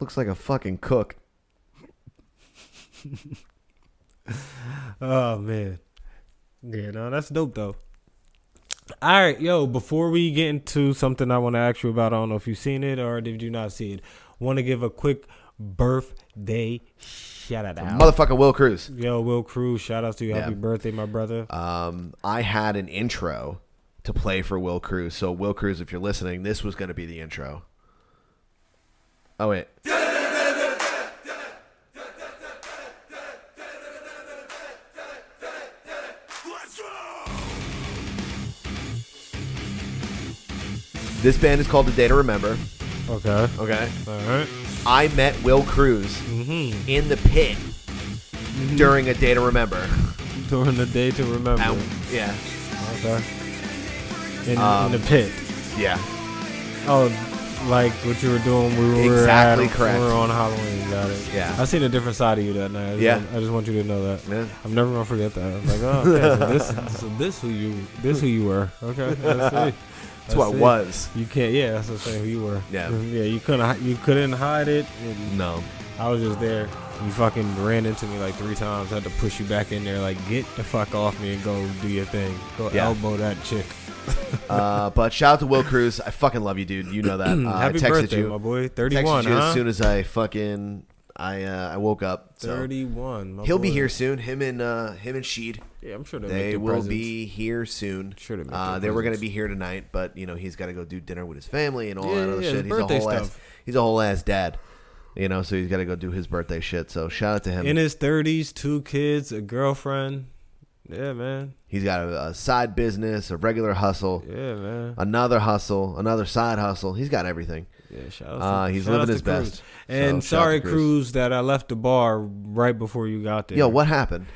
Speaker 1: looks like a fucking cook.
Speaker 2: Oh man. Yeah, no, that's dope though. All right, yo, before we get into something I want to ask you about, I don't know if you've seen it or did you not see it. Want to give a quick birthday shout out.
Speaker 1: Motherfucker, Will Cruz.
Speaker 2: Yo, Will Cruz, shout out to you. Happy
Speaker 1: Yeah.
Speaker 2: birthday, my brother.
Speaker 1: Um, I had an intro to play for Will Cruz. So, Will Cruz, if you're listening, this was going to be the intro. Oh, wait. This band is called The Day to Remember.
Speaker 2: Okay.
Speaker 1: Okay.
Speaker 2: All right.
Speaker 1: I met Will Cruz in the pit during a Day to Remember.
Speaker 2: During the day to remember.
Speaker 1: Ow. Yeah.
Speaker 2: Okay. In,
Speaker 1: Um,
Speaker 2: in the pit.
Speaker 1: Yeah.
Speaker 2: Oh, like what you were doing. We were
Speaker 1: Exactly
Speaker 2: at,
Speaker 1: correct.
Speaker 2: We were on Halloween. Got it.
Speaker 1: Yeah.
Speaker 2: I seen a different side of you that night. I just
Speaker 1: Yeah.
Speaker 2: want- I just want you to know that.
Speaker 1: Yeah.
Speaker 2: I'm never gonna forget that. I was like, oh, okay, so this, so this who you, this who you were. Okay. That's it.
Speaker 1: That's what I was.
Speaker 2: You can't. Yeah. That's the same who you were.
Speaker 1: Yeah.
Speaker 2: Yeah. You couldn't. hi- You couldn't hide it. and
Speaker 1: No.
Speaker 2: I was just there. You fucking ran into me like three times. I had to push you back in there. Like, get the fuck off me and go do your thing. Go
Speaker 1: Yeah.
Speaker 2: elbow that chick.
Speaker 1: Uh, but shout out to Will Cruz. I fucking love you, dude. You know that. Uh,
Speaker 2: Happy
Speaker 1: I texted
Speaker 2: birthday,
Speaker 1: you,
Speaker 2: my boy. 31,
Speaker 1: Texted you
Speaker 2: huh?
Speaker 1: as soon as I fucking I uh, I woke up. So.
Speaker 2: 31, my
Speaker 1: He'll be
Speaker 2: boy.
Speaker 1: here soon. Him and uh, him and Sheed.
Speaker 2: Yeah, I'm sure they'll make
Speaker 1: they
Speaker 2: you
Speaker 1: will
Speaker 2: presents.
Speaker 1: be here soon.
Speaker 2: Sure they'll make
Speaker 1: uh,
Speaker 2: you
Speaker 1: they were going to
Speaker 2: presents.
Speaker 1: be here tonight, but you know he's got to go do dinner with his family and all
Speaker 2: Yeah,
Speaker 1: that other
Speaker 2: yeah,
Speaker 1: shit.
Speaker 2: the
Speaker 1: He's a
Speaker 2: birthday
Speaker 1: whole ass.
Speaker 2: stuff.
Speaker 1: He's a whole ass dad. You know, so he's got to go do his birthday shit. So shout out to him.
Speaker 2: in his thirties, two kids, a girlfriend. Yeah, man.
Speaker 1: He's got a, a side business, a regular hustle.
Speaker 2: Yeah, man.
Speaker 1: Another hustle, another side hustle. He's got everything.
Speaker 2: Yeah, shout out.
Speaker 1: Uh,
Speaker 2: to-
Speaker 1: he's
Speaker 2: shout out
Speaker 1: living
Speaker 2: to
Speaker 1: his
Speaker 2: Cruz.
Speaker 1: best. So,
Speaker 2: And
Speaker 1: shout out
Speaker 2: sorry,
Speaker 1: to
Speaker 2: Cruz. that I left the bar right before you got there.
Speaker 1: Yo, what happened?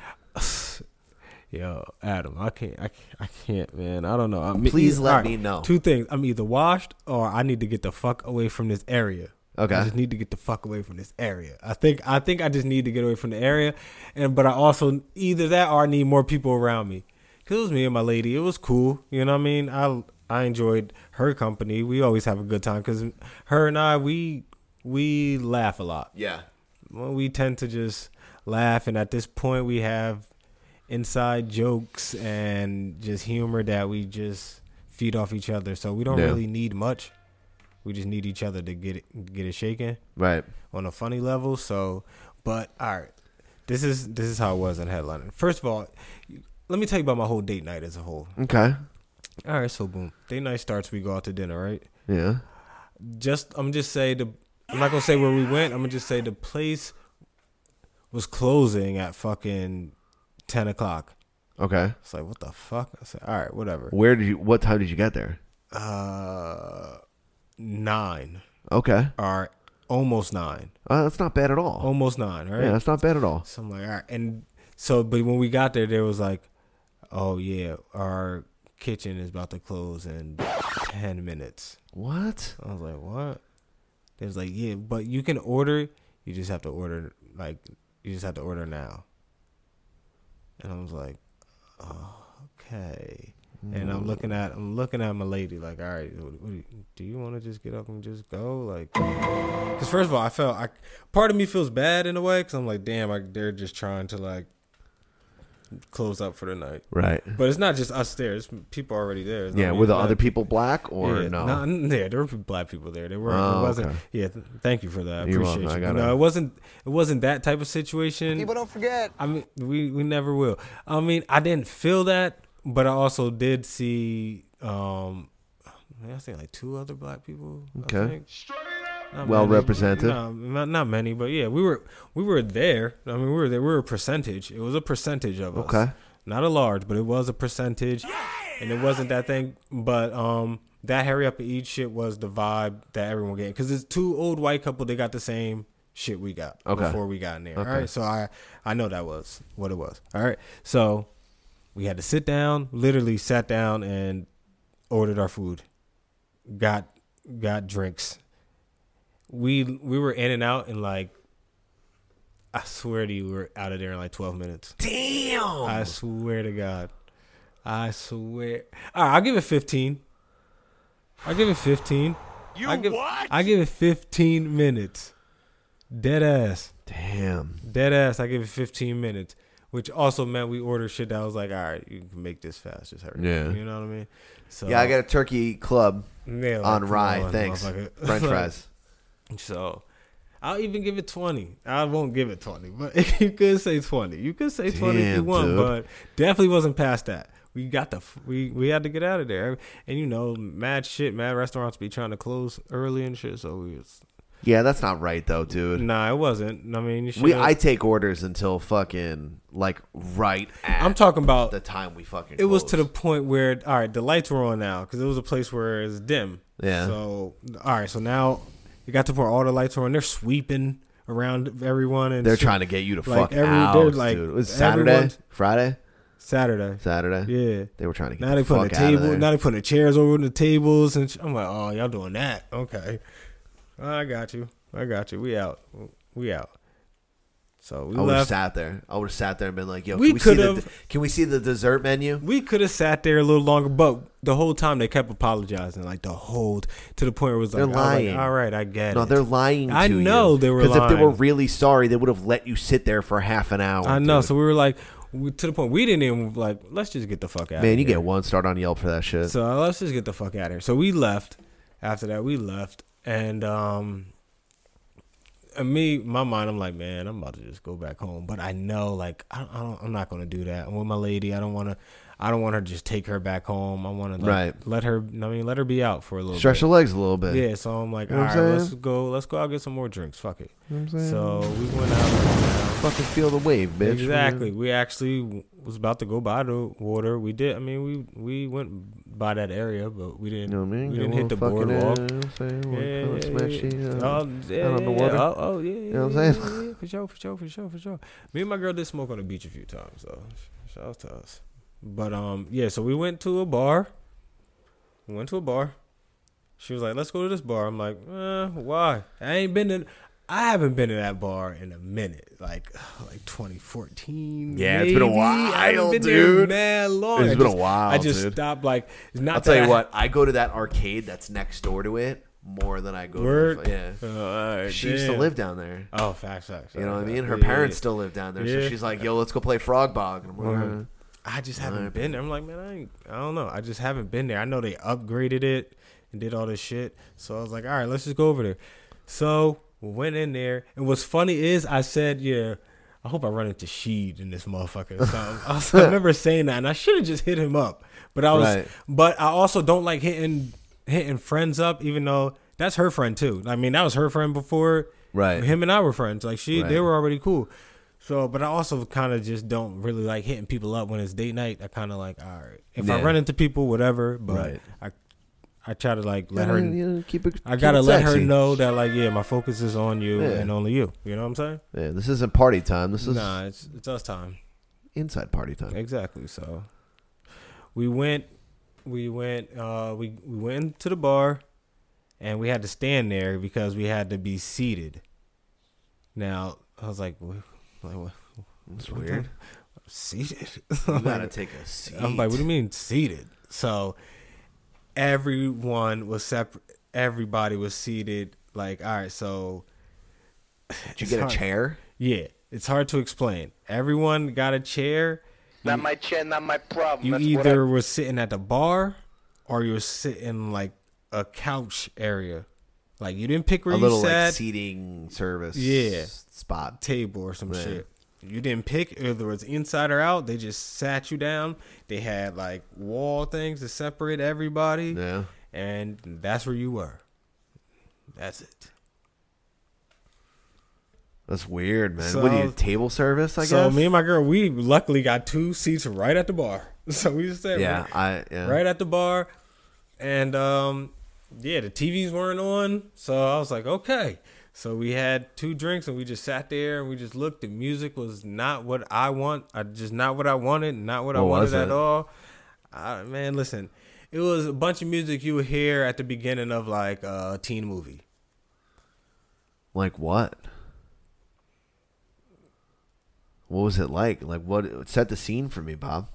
Speaker 2: Yo, Adam, I can't, I, can't- I can't, man. I don't know. I'm e-
Speaker 1: Please
Speaker 2: e-
Speaker 1: let
Speaker 2: all
Speaker 1: me know.
Speaker 2: Two things: I'm either washed or I need to get the fuck away from this area.
Speaker 1: Okay.
Speaker 2: I just need to get the fuck away from this area. I think, I think I just need to get away from the area, and but I also either that or I need more people around me. Cause it was me and my lady. It was cool. You know what I mean? I I enjoyed her company. We always have a good time because her and I we we laugh a lot
Speaker 1: Yeah.
Speaker 2: well, we tend to just laugh, and at this point, we have inside jokes and just humor that we just feed off each other. So we don't
Speaker 1: Yeah.
Speaker 2: really need much. We just need each other to get it, get it shaken
Speaker 1: Right.
Speaker 2: on a funny level. So, but all right, this is this is how it was in headlining. First of all, let me tell you about my whole date night as a whole.
Speaker 1: Okay.
Speaker 2: All right, so boom, date night starts. We go out to dinner, right?
Speaker 1: Yeah.
Speaker 2: just I'm just say the I'm not gonna say where we went. I'm gonna just say the place was closing at fucking ten o'clock.
Speaker 1: Okay.
Speaker 2: It's like what the fuck? I said, all right, whatever.
Speaker 1: Where did you? What time did you get there?
Speaker 2: Uh, nine
Speaker 1: Okay.
Speaker 2: or almost nine,
Speaker 1: Uh, that's not bad at all.
Speaker 2: almost nine. Oh, Right?
Speaker 1: Yeah, that's not bad at all.
Speaker 2: So I'm like, all right, and so but when we got there, there was like, oh yeah, our kitchen is about to close in ten minutes.
Speaker 1: What?
Speaker 2: I was like, what? They was like, yeah, but you can order. You just have to order like you just have to order now. And I was like, oh, okay. And I'm looking at I'm looking at my lady like, all right, what, what do you, do you want to just get up and just go? Like, because first of all, I felt I part of me feels bad in a way because I'm like, damn, like they're just trying to like close up for the night.
Speaker 1: Right.
Speaker 2: But it's not just us there. It's people already there. It's
Speaker 1: Yeah,
Speaker 2: not
Speaker 1: were the
Speaker 2: even
Speaker 1: other
Speaker 2: black-
Speaker 1: people black or
Speaker 2: Yeah,
Speaker 1: no?
Speaker 2: No, n- yeah, there were black people there. There were.
Speaker 1: Oh,
Speaker 2: it wasn't.
Speaker 1: okay.
Speaker 2: Yeah. th- Thank you for that. I
Speaker 1: You're
Speaker 2: appreciate
Speaker 1: welcome. I
Speaker 2: you.
Speaker 1: gotta-
Speaker 2: no, it wasn't. It wasn't that type of situation.
Speaker 4: People don't forget.
Speaker 2: I mean, we we never will. I mean, I didn't feel that, but I also did see. um I think like two other black people. I
Speaker 1: Okay.
Speaker 2: think. Not
Speaker 1: Well
Speaker 2: many.
Speaker 1: represented.
Speaker 2: No, not, not many, but yeah, we were we were there. I mean, we were there. We were a percentage. It was a percentage of us.
Speaker 1: Okay.
Speaker 2: Not a large, but it was a percentage, and it wasn't that thing. But um, that hurry up and eat shit was the vibe that everyone getting because it's two old white couple. They got the same shit we got
Speaker 1: Okay.
Speaker 2: before we got in there.
Speaker 1: Okay.
Speaker 2: All right, so I I know that was what it was. All right, so we had to sit down. Literally sat down and ordered our food. Got got drinks we we were in and out in like I swear to you, we were out of there in like twelve minutes.
Speaker 1: Damn.
Speaker 2: I swear to God. I swear. All right, I'll give it fifteen. I'll give it fifteen.
Speaker 4: You
Speaker 2: I give,
Speaker 4: what?
Speaker 2: I give it fifteen minutes. Dead ass.
Speaker 1: Damn.
Speaker 2: Dead ass. I give it fifteen minutes, which also meant we ordered shit that was like, all right, you can make this fast. Just hurry. up.
Speaker 1: Yeah.
Speaker 2: You know what I mean? So
Speaker 1: yeah, I got a turkey club
Speaker 2: Yeah, like,
Speaker 1: on
Speaker 2: come
Speaker 1: rye.
Speaker 2: on,
Speaker 1: thanks.
Speaker 2: motherfucker.
Speaker 1: French
Speaker 2: Like,
Speaker 1: fries.
Speaker 2: So I'll even give it 20. I won't give it 20, but you could say 20. You could say 20 if you
Speaker 1: Damn,
Speaker 2: want,
Speaker 1: dude.
Speaker 2: but definitely wasn't past that. We got the f- we we had to get out of there, and you know, mad shit, mad restaurants be trying to close early and shit. So we was
Speaker 1: Yeah, that's not right though, dude.
Speaker 2: nah, it wasn't. I mean, you
Speaker 1: We
Speaker 2: should've-
Speaker 1: I take orders until fucking like right at
Speaker 2: I'm talking about
Speaker 1: the time we fucking
Speaker 2: it was to the point where all right the lights were on now because it was a place where it's dim
Speaker 1: Yeah.
Speaker 2: so all right so now you got to point all the lights on they're sweeping around everyone and
Speaker 1: They're
Speaker 2: shit.
Speaker 1: trying to get you to
Speaker 2: Like,
Speaker 1: fuck
Speaker 2: every- they're,
Speaker 1: out,
Speaker 2: like,
Speaker 1: dude. It was Saturday,
Speaker 2: everyone's-
Speaker 1: Friday,
Speaker 2: Saturday,
Speaker 1: Saturday.
Speaker 2: Yeah,
Speaker 1: they were trying to get
Speaker 2: now
Speaker 1: the
Speaker 2: they putting
Speaker 1: fuck out
Speaker 2: a
Speaker 1: of
Speaker 2: table
Speaker 1: there.
Speaker 2: now they putting the chairs over the tables and sh- i'm like oh y'all doing that okay i got you i got you we out we out so we
Speaker 1: I would have
Speaker 2: left
Speaker 1: sat there. I would have sat there and been like, "Yo,
Speaker 2: We
Speaker 1: can we see the
Speaker 2: could've-
Speaker 1: can we see the dessert menu?"
Speaker 2: We could have sat there a little longer, but the whole time they kept apologizing, like the whole to the point where it was like,
Speaker 1: They're
Speaker 2: I was like,
Speaker 1: lying.
Speaker 2: All right, I get
Speaker 1: no,
Speaker 2: it.
Speaker 1: they're lying.
Speaker 2: I
Speaker 1: to
Speaker 2: know
Speaker 1: you.
Speaker 2: they were
Speaker 1: because if they were
Speaker 2: lying.
Speaker 1: really sorry, they would have let you sit there for half an hour.
Speaker 2: I know. So we were like, we, to the point we didn't even like. Let's just get the fuck out.
Speaker 1: Man, you get one start on Yelp for that shit.
Speaker 2: So uh, let's just get the fuck out of here. So we left. After that, we left, and um, and me, my mind, I'm like, man, I'm about to just go back home. But I know, like, I don't, I don't I'm not gonna do that. I'm with my lady. I don't want to. I don't want her to just take her back home. I want to like,
Speaker 1: Right.
Speaker 2: let her. I mean, let her be out for a little.
Speaker 1: Stretch
Speaker 2: bit.
Speaker 1: her legs a little bit.
Speaker 2: Yeah. So I'm like,
Speaker 1: You
Speaker 2: all
Speaker 1: know
Speaker 2: right,
Speaker 1: what I'm
Speaker 2: let's
Speaker 1: saying?
Speaker 2: go. Let's go out get some more drinks. Fuck it.
Speaker 1: You know what I'm saying?
Speaker 2: So we went out.
Speaker 1: Fucking feel the wave, bitch.
Speaker 2: Exactly. We actually w- was about to go by the water. We did. I mean, we we went by that area, but we didn't.
Speaker 1: You know what I mean?
Speaker 2: We
Speaker 1: Get
Speaker 2: didn't
Speaker 1: a
Speaker 2: hit the
Speaker 1: little fucking,
Speaker 2: boardwalk.
Speaker 1: uh, you know what I'm saying? Wanna come smash you, uh,
Speaker 2: Oh, yeah,
Speaker 1: out on the
Speaker 2: yeah, yeah.
Speaker 1: water.
Speaker 2: Oh, oh, yeah.
Speaker 1: You know what I'm
Speaker 2: yeah,
Speaker 1: saying?
Speaker 2: yeah, yeah, For sure. For sure. For sure. For sure. Me and my girl did smoke on the beach a few times, though. Sh- Shout out to us. But um, yeah. So we went to a bar. We went to a bar. She was like, "Let's go to this bar." I'm like, eh, "Why? I ain't been to, I haven't been to that bar in a minute, like like 2014.
Speaker 1: Yeah, it's been a
Speaker 2: maybe. I haven't
Speaker 1: while,
Speaker 2: been
Speaker 1: dude.
Speaker 2: There mad long.
Speaker 1: It's
Speaker 2: I
Speaker 1: been a
Speaker 2: just-
Speaker 1: while,
Speaker 2: I just
Speaker 1: dude.
Speaker 2: stopped. Like, it's not.
Speaker 1: I'll tell
Speaker 2: that
Speaker 1: you
Speaker 2: I-
Speaker 1: what, I go to that arcade that's next door to it more than I go
Speaker 2: Word?
Speaker 1: to the, yeah.
Speaker 2: Oh, all right,
Speaker 1: she used to
Speaker 2: damn.
Speaker 1: live down there.
Speaker 2: Oh, facts, facts,
Speaker 1: You know what I
Speaker 2: facts,
Speaker 1: mean?
Speaker 2: facts.
Speaker 1: Her
Speaker 2: Yeah, yeah,
Speaker 1: parents
Speaker 2: yeah.
Speaker 1: still live down there, so
Speaker 2: Yeah.
Speaker 1: she's like, "Yo, let's go play Frog Bog." And I'm like,
Speaker 2: Word.
Speaker 1: "Uh,
Speaker 2: I just
Speaker 1: all
Speaker 2: haven't
Speaker 1: right,
Speaker 2: been there. I'm like, man, I ain't, I don't know. I just haven't been there. I know they upgraded it and did all this shit. So I was like, all right, let's just go over there. So we went in there, and what's funny is I said, yeah. I hope I run into Sheed in this motherfucker. or something. I, was- I remember saying that, and I should have just hit him up. But I was,
Speaker 1: Right.
Speaker 2: but I also don't like hitting hitting friends up, even though that's her friend too. I mean, that was her friend before.
Speaker 1: Right.
Speaker 2: Him and I were friends. Like she, they
Speaker 1: Right.
Speaker 2: were already cool. So, but I also kind of just don't really like hitting people up when it's date night. I kind of like, all right, if I
Speaker 1: Yeah.
Speaker 2: run into people, whatever. But
Speaker 1: Right.
Speaker 2: I, I try to like let
Speaker 1: Gotta,
Speaker 2: her.
Speaker 1: you know, keep it-
Speaker 2: I
Speaker 1: keep
Speaker 2: gotta
Speaker 1: it
Speaker 2: let her
Speaker 1: sexy.
Speaker 2: know that like, yeah, my focus is on you
Speaker 1: Yeah.
Speaker 2: and only you. You know what I'm saying?
Speaker 1: "Yeah, this isn't party time. This is
Speaker 2: nah, it's it's us time.
Speaker 1: inside party time."
Speaker 2: Exactly. So we went we went uh we, we went to the bar and we had to stand there because we had to be seated. Now I was like, wh- like what?
Speaker 1: That's
Speaker 2: what the-
Speaker 1: weird.
Speaker 2: Seated.
Speaker 1: You gotta take a
Speaker 2: I'm like, what do
Speaker 1: seat.
Speaker 2: you mean seated? So everyone was separate. Everybody was seated. Like, all right, so
Speaker 1: Did you get a chair?
Speaker 2: Yeah, it's hard to explain. Everyone got a chair.
Speaker 4: Not my chin, not my problem.
Speaker 2: You
Speaker 4: That's what
Speaker 2: either were sitting at the bar or you were sitting like a couch area. Like you didn't pick where
Speaker 1: a
Speaker 2: you
Speaker 1: little
Speaker 2: sat.
Speaker 1: like seating service.
Speaker 2: yeah,
Speaker 1: spot
Speaker 2: table or some
Speaker 1: Right.
Speaker 2: shit. You didn't pick whether it's inside or out. They just sat you down. They had like wall things to separate everybody.
Speaker 1: Yeah,
Speaker 2: and that's where you were. That's it.
Speaker 1: That's weird, man. what do you table service? I
Speaker 2: so
Speaker 1: guess.
Speaker 2: me and my girl, we luckily got two seats right at the bar. So we just sat
Speaker 1: Yeah,
Speaker 2: right,
Speaker 1: I- yeah.
Speaker 2: right at the bar, and um, yeah, the TVs weren't on. So I was like, okay. So we had two drinks and we just sat there and we just looked. The music was not what I want. I just not what I wanted. Not what, I
Speaker 1: What
Speaker 2: wanted
Speaker 1: was
Speaker 2: at
Speaker 1: it?
Speaker 2: all. I, man, listen, it was a bunch of music you would hear at the beginning of like a teen movie.
Speaker 1: like what? What was it like? Like what? Set the scene for me, Bob.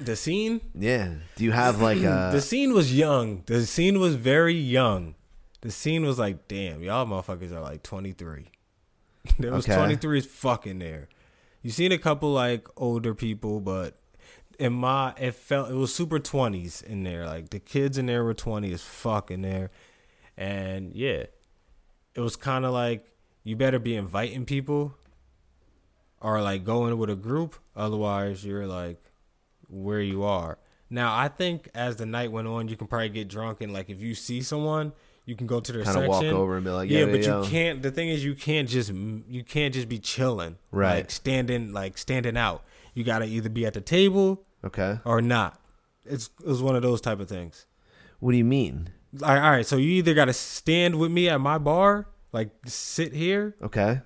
Speaker 2: The scene
Speaker 1: Yeah. Do you have like a?
Speaker 2: the scene was young. The scene was very young. The scene was like, damn, y'all motherfuckers are like twenty three. there was
Speaker 1: Okay.
Speaker 2: twenty three is fucking there. You seen a couple like older people, but in my it felt it was super twenties in there. Like the kids in there were twenty as fuck in there, and yeah, it was kind of like you better be inviting people or like going with a group. Otherwise, you're like where you are. Now, I think as the night went on, you can probably get drunk and like if you see someone, you can go to their
Speaker 1: Kinda
Speaker 2: section.
Speaker 1: walk over and be like,
Speaker 2: yeah,
Speaker 1: "Yo,
Speaker 2: but
Speaker 1: yo, yo."
Speaker 2: you can't. The thing is, you can't just you can't just be chilling,
Speaker 1: Right.
Speaker 2: Like standing, like standing out. You gotta either be at the table,
Speaker 1: Okay.
Speaker 2: or not. It's it was one of those type of things.
Speaker 1: What do you mean?
Speaker 2: Like, all right, so you either gotta stand with me at my bar, like sit here,
Speaker 1: Okay.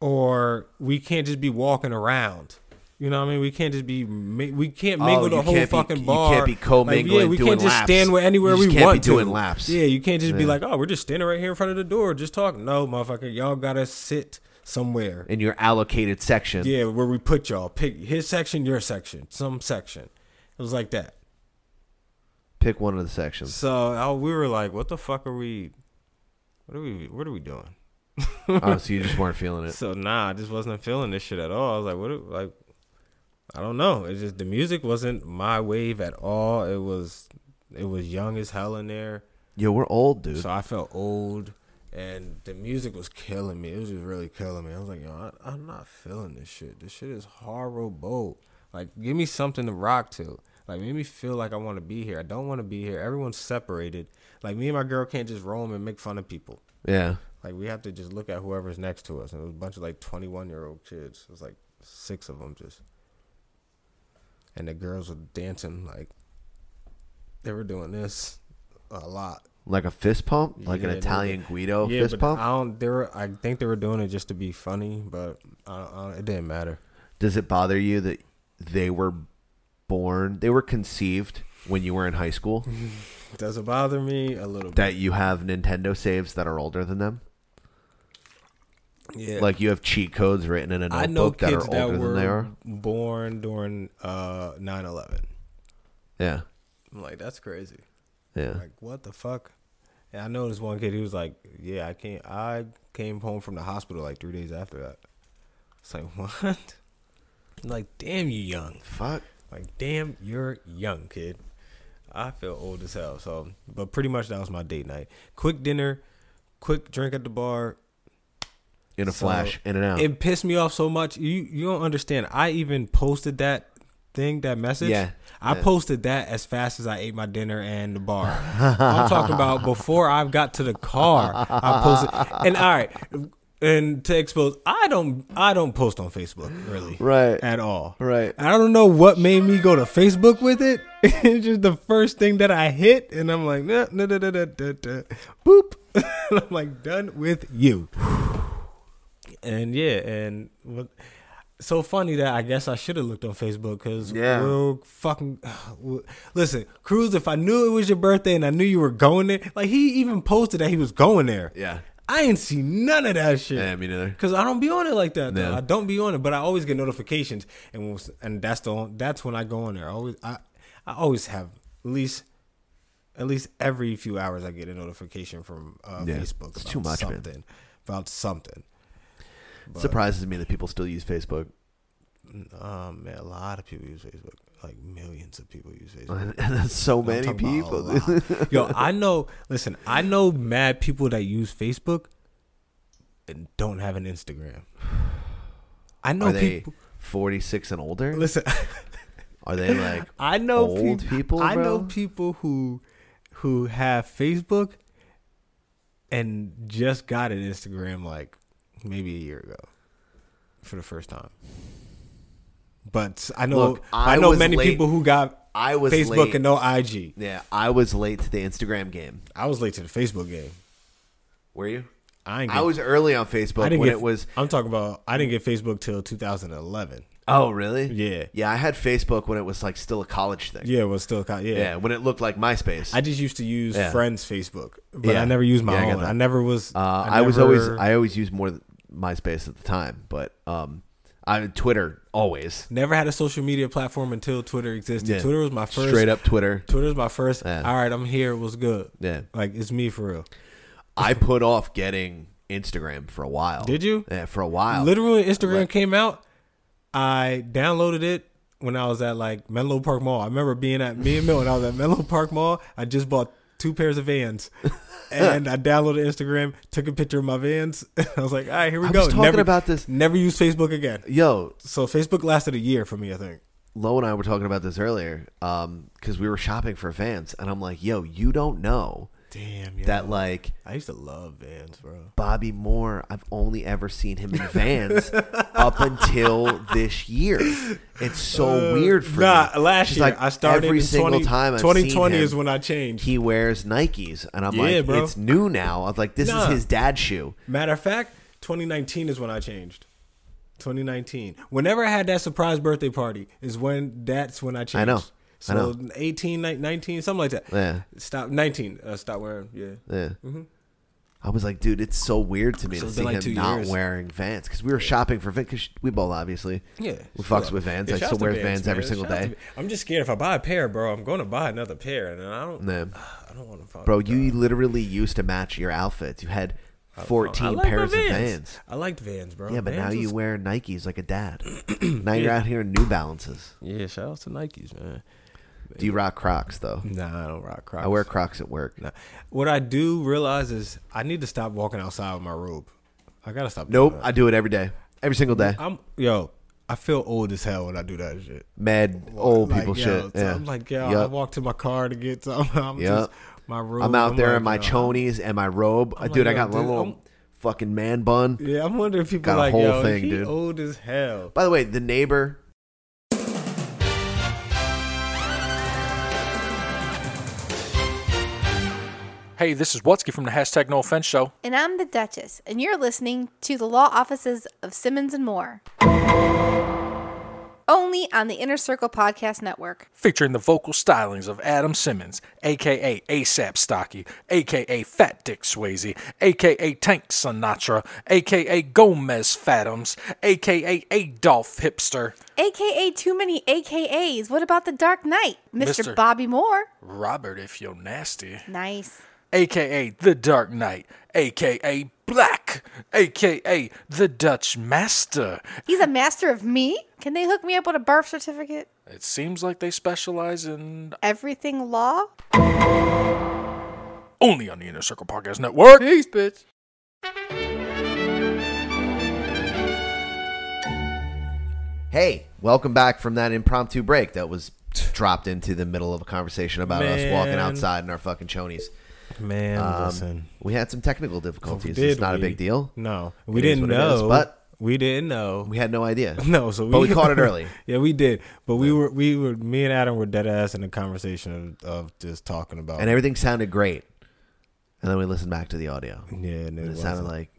Speaker 2: or we can't just be walking around. You know what I mean? We can't just be ma- we can't mingle
Speaker 1: Oh,
Speaker 2: the
Speaker 1: you
Speaker 2: whole
Speaker 1: can't be-
Speaker 2: fucking
Speaker 1: you
Speaker 2: bar.
Speaker 1: can't be co-mingling,
Speaker 2: Like, yeah, we
Speaker 1: doing
Speaker 2: can't just
Speaker 1: laps.
Speaker 2: stand where anywhere
Speaker 1: You just
Speaker 2: we
Speaker 1: can't be
Speaker 2: want
Speaker 1: doing
Speaker 2: to.
Speaker 1: laps.
Speaker 2: Yeah, you can't just be
Speaker 1: Yeah.
Speaker 2: like, oh, we're just standing right here in front of the door, just talking. No, motherfucker, y'all gotta sit somewhere.
Speaker 1: In your allocated section.
Speaker 2: Yeah, where we put y'all. Pick his section, your section, some section. It was like that.
Speaker 1: Pick one of the sections.
Speaker 2: So I, we were like, what the fuck are we? What are we? What are we doing?
Speaker 1: oh, so you just weren't feeling it.
Speaker 2: So nah, I just wasn't feeling this shit at all. I was like, what? do- Like, I don't know. It just the music wasn't my wave at all. It was, it was young as hell in there.
Speaker 1: Yo, we're old, dude.
Speaker 2: So I felt old, and the music was killing me. It was just really killing me. I was like, yo, I, I'm not feeling this shit. This shit is horrible. Like, give me something to rock to. Like, make me feel like I want to be here. I don't want to be here. Everyone's separated. Like, me and my girl can't just roam and make fun of people.
Speaker 1: Yeah.
Speaker 2: Like we have to just look at whoever's next to us, and it was a bunch of like twenty-one year old kids. It was like six of them just, and the girls were dancing like they were doing this a lot.
Speaker 1: Like a fist pump, like
Speaker 2: Yeah,
Speaker 1: an
Speaker 2: they
Speaker 1: Italian
Speaker 2: were-
Speaker 1: Guido
Speaker 2: Yeah,
Speaker 1: fist
Speaker 2: but
Speaker 1: pump.
Speaker 2: I don't. They were. I think they were doing it just to be funny, but I, don't- I don't, it didn't matter.
Speaker 1: Does it bother you that they were born, they were conceived when you were in high school?
Speaker 2: Mm-hmm. Does it bother me a little bit?
Speaker 1: that you have Nintendo saves that are older than them?
Speaker 2: Yeah.
Speaker 1: Like you have cheat codes written in a
Speaker 2: I know
Speaker 1: notebook that are
Speaker 2: kids that,
Speaker 1: older
Speaker 2: were
Speaker 1: than they are?
Speaker 2: born during uh 9-11.
Speaker 1: Yeah.
Speaker 2: I'm like, that's crazy.
Speaker 1: Yeah.
Speaker 2: Like, what the fuck? And I know this one kid. He was like, "Yeah, I can't. I came home from the hospital like three days after that." It's like what? I'm like, damn, you young.
Speaker 1: Fuck.
Speaker 2: Like, damn, you're young, kid. I feel old as hell. So, but pretty much that was my date night. Quick dinner, quick drink at the bar.
Speaker 1: In a
Speaker 2: So,
Speaker 1: flash, in and out.
Speaker 2: It pissed me off so much. You you don't understand. I even posted that thing, that message.
Speaker 1: Yeah.
Speaker 2: I
Speaker 1: Yeah.
Speaker 2: posted that as fast as I ate my dinner and the bar. I'm talking about before I got to the car. I posted and all right. And to expose, I don't, I don't post on Facebook really,
Speaker 1: Right.
Speaker 2: At all,
Speaker 1: Right.
Speaker 2: I don't know what made me go to Facebook with it. it's just the first thing that I hit, and I'm like, nah, nah, nah, nah, nah, nah, nah, boop. And I'm like, done with you. And yeah, and what, so funny that I guess I should have looked on Facebook because
Speaker 1: Yeah.
Speaker 2: we'll fucking we'll- listen, Cruz. If I knew it was your birthday and I knew you were going there, like he even posted that he was going there.
Speaker 1: Yeah.
Speaker 2: I ain't seen none of that shit.
Speaker 1: Yeah, me neither.
Speaker 2: Cause I don't be on it like that. Though.
Speaker 1: No.
Speaker 2: I don't be on it, but I always get notifications, and when- and that's the on- that's when I go on there. I always I, I always have at least at least every few hours I get a notification from uh,
Speaker 1: Yeah.
Speaker 2: Facebook.
Speaker 1: It's
Speaker 2: about
Speaker 1: too much, man.
Speaker 2: something about something. But-
Speaker 1: Surprises me that people still use Facebook.
Speaker 2: um, man, a lot of people use Facebook. Like millions of people use Facebook.
Speaker 1: That's so
Speaker 2: I'm
Speaker 1: many
Speaker 2: talking about a
Speaker 1: people, dude.
Speaker 2: lot. Yo, I know. Listen, I know mad people that use Facebook and don't have an Instagram. I know
Speaker 1: Are they
Speaker 2: people.
Speaker 1: 46 and older?
Speaker 2: Listen.
Speaker 1: Are they like
Speaker 2: I know
Speaker 1: old
Speaker 2: peop-
Speaker 1: people?
Speaker 2: I
Speaker 1: bro?
Speaker 2: know people who who have Facebook and just got an Instagram like maybe a year ago for the first time. But I know
Speaker 1: Look,
Speaker 2: I, know
Speaker 1: was
Speaker 2: many
Speaker 1: late-
Speaker 2: people who got
Speaker 1: I was
Speaker 2: Facebook
Speaker 1: late.
Speaker 2: and no IG.
Speaker 1: Yeah, I was late to the Instagram game.
Speaker 2: I was late to the Facebook game.
Speaker 1: Were you?
Speaker 2: I ain't
Speaker 1: I
Speaker 2: get-
Speaker 1: was early on Facebook
Speaker 2: I didn't
Speaker 1: when
Speaker 2: get,
Speaker 1: it was.
Speaker 2: I'm talking about I didn't get Facebook till 2011.
Speaker 1: Oh, really?
Speaker 2: Yeah.
Speaker 1: Yeah, I had Facebook when it was like still a college thing.
Speaker 2: Yeah, it was still kind yeah.
Speaker 1: Yeah, when it looked like MySpace.
Speaker 2: I just used to use
Speaker 1: Yeah.
Speaker 2: friends Facebook, but
Speaker 1: Yeah.
Speaker 2: I never used my
Speaker 1: Yeah, I got
Speaker 2: own.
Speaker 1: that.
Speaker 2: I, never was.
Speaker 1: Uh, I, was always.
Speaker 2: never-
Speaker 1: I always used more th- MySpace at the time, but um, I Twitter always.
Speaker 2: Never had a social media platform until Twitter existed.
Speaker 1: Yeah.
Speaker 2: Twitter was my first.
Speaker 1: Straight up Twitter.
Speaker 2: Twitter was my first.
Speaker 1: Yeah.
Speaker 2: All right, I'm here. What's good?
Speaker 1: Yeah.
Speaker 2: Like it's me for real.
Speaker 1: I put off getting Instagram for a while.
Speaker 2: Did you?
Speaker 1: Yeah, for a while.
Speaker 2: Literally, Instagram came out. I downloaded it when I was at like Menlo Park Mall. I remember being at me and Mill, and I was at Menlo Park Mall. I just bought two pairs of Vans, and I downloaded Instagram, took a picture of my Vans. And I was like, all right, here we
Speaker 1: I
Speaker 2: go.
Speaker 1: was talking
Speaker 2: never
Speaker 1: about this.
Speaker 2: Never use Facebook again.
Speaker 1: Yo,
Speaker 2: So Facebook lasted a year for me, I think.
Speaker 1: Lo and I were talking about this earlier because we were shopping for Vans, and I'm like, "Yo, you don't know
Speaker 2: Damn, yo.
Speaker 1: that like
Speaker 2: I used to love Vans, bro.
Speaker 1: Bobby Moore. I've only ever seen him in Vans up until this year. It's so
Speaker 2: Uh,
Speaker 1: weird for
Speaker 2: nah,
Speaker 1: me.
Speaker 2: last
Speaker 1: She's
Speaker 2: year, I started
Speaker 1: every
Speaker 2: in
Speaker 1: single
Speaker 2: 20
Speaker 1: time. I've
Speaker 2: 2020
Speaker 1: seen him,
Speaker 2: is when I changed.
Speaker 1: He wears Nikes, and I'm
Speaker 2: Yeah,
Speaker 1: like,
Speaker 2: bro.
Speaker 1: it's new now. I was like, this
Speaker 2: Nah.
Speaker 1: is his dad's shoe.
Speaker 2: Matter of fact, 2019 is when I changed. 2019. Whenever I had that surprise birthday party is when that's when I changed.
Speaker 1: I know.
Speaker 2: So
Speaker 1: I know.
Speaker 2: 18, ni- 19, something like that.
Speaker 1: Yeah.
Speaker 2: Stop 19. Uh, stop wearing. Yeah.
Speaker 1: Yeah.
Speaker 2: Mhm.
Speaker 1: I was like, dude, it's so weird to me
Speaker 2: So
Speaker 1: to
Speaker 2: it's
Speaker 1: see
Speaker 2: been like
Speaker 1: him
Speaker 2: two
Speaker 1: not
Speaker 2: years.
Speaker 1: wearing Vans because we were shopping for Vans because we both obviously
Speaker 2: Yeah.
Speaker 1: we fucks
Speaker 2: Shout
Speaker 1: with
Speaker 2: out-
Speaker 1: Vans.
Speaker 2: Yeah,
Speaker 1: I
Speaker 2: shout
Speaker 1: still
Speaker 2: out to
Speaker 1: wear
Speaker 2: Vans,
Speaker 1: Vans
Speaker 2: man.
Speaker 1: every single
Speaker 2: Shout out
Speaker 1: day.
Speaker 2: to- I'm just scared if I buy a pair, bro, I'm going to buy another pair, and I don't.
Speaker 1: Yeah.
Speaker 2: I don't want to. fuck
Speaker 1: Bro,
Speaker 2: with
Speaker 1: you literally used to match your outfits. You had
Speaker 2: that. I- I
Speaker 1: 14
Speaker 2: like my
Speaker 1: pairs of Vans.
Speaker 2: I liked Vans, bro.
Speaker 1: Yeah, but now
Speaker 2: Vans
Speaker 1: you
Speaker 2: was-
Speaker 1: wear Nikes like a dad. now you're
Speaker 2: Yeah.
Speaker 1: out here in New Balances.
Speaker 2: Yeah, shout out to Nikes, man.
Speaker 1: Do you rock Crocs though?
Speaker 2: Nah, I don't rock Crocs.
Speaker 1: I wear Crocs at work.
Speaker 2: Nah. What I do realize is I need to stop walking outside with my robe. I gotta stop.
Speaker 1: Nope,
Speaker 2: Doing that.
Speaker 1: I do it every day, every single day.
Speaker 2: I'm yo. I feel old as hell when I do that shit.
Speaker 1: Mad old
Speaker 2: Like,
Speaker 1: people
Speaker 2: yo,
Speaker 1: shit.
Speaker 2: so
Speaker 1: yeah.
Speaker 2: I'm like, yo, I
Speaker 1: Yup.
Speaker 2: walk to my car to get something. I'm
Speaker 1: Yep.
Speaker 2: just my robe.
Speaker 1: I'm out there
Speaker 2: like,
Speaker 1: in my
Speaker 2: yo,
Speaker 1: chonies and my robe.
Speaker 2: I'm
Speaker 1: dude,
Speaker 2: like,
Speaker 1: I
Speaker 2: yo,
Speaker 1: got a
Speaker 2: dude,
Speaker 1: little
Speaker 2: I'm-
Speaker 1: fucking man bun.
Speaker 2: Yeah, I'm wondering if people
Speaker 1: Got a
Speaker 2: like,
Speaker 1: whole
Speaker 2: yo,
Speaker 1: thing,
Speaker 2: he
Speaker 1: dude.
Speaker 2: old as hell.
Speaker 1: By the way, the neighbor.
Speaker 4: Hey, this is Watsky from the hashtag No Offense Show.
Speaker 5: And I'm the Duchess, and you're listening to the Law Offices of Simmons and Moore. Only on the Inner Circle Podcast Network.
Speaker 4: featuring the vocal stylings of Adam Simmons, aka ASAP Stocky, aka Fat Dick Swayze, aka Tank Sinatra, aka Gomez Fathoms, aka Adolf Hipster,
Speaker 5: AKA too many AKAs. What about the Dark Knight? Mr.
Speaker 4: Mr.
Speaker 5: Bobby Moore.
Speaker 4: Robert if you're nasty,
Speaker 5: Nice.
Speaker 4: aka The Dark Knight, aka Black, aka The Dutch Master.
Speaker 5: He's a master of me. Can they hook me up with a birth certificate?
Speaker 4: It seems like they specialize in
Speaker 5: Everything law?
Speaker 4: only on the Inner Circle Podcast Network. Peace, bitch.
Speaker 1: Hey, welcome back from that impromptu break that was dropped into the middle of a conversation about us walking
Speaker 2: Man.
Speaker 1: outside in our fucking chonies.
Speaker 2: Man,
Speaker 1: Um,
Speaker 2: listen.
Speaker 1: we had some technical difficulties. it's
Speaker 2: did
Speaker 1: not a
Speaker 2: we?
Speaker 1: big deal.
Speaker 2: No, we
Speaker 1: It is
Speaker 2: didn't
Speaker 1: what it is,
Speaker 2: know.
Speaker 1: but
Speaker 2: we didn't know.
Speaker 1: We had no idea.
Speaker 2: No, so we,
Speaker 1: but we caught it early.
Speaker 2: yeah, we did. But we were we were me and Adam were dead ass in a conversation of, of just talking about
Speaker 1: and everything sounded great. And then we listened back to the audio.
Speaker 2: Yeah, and it
Speaker 1: it sounded
Speaker 2: wasn't.
Speaker 1: like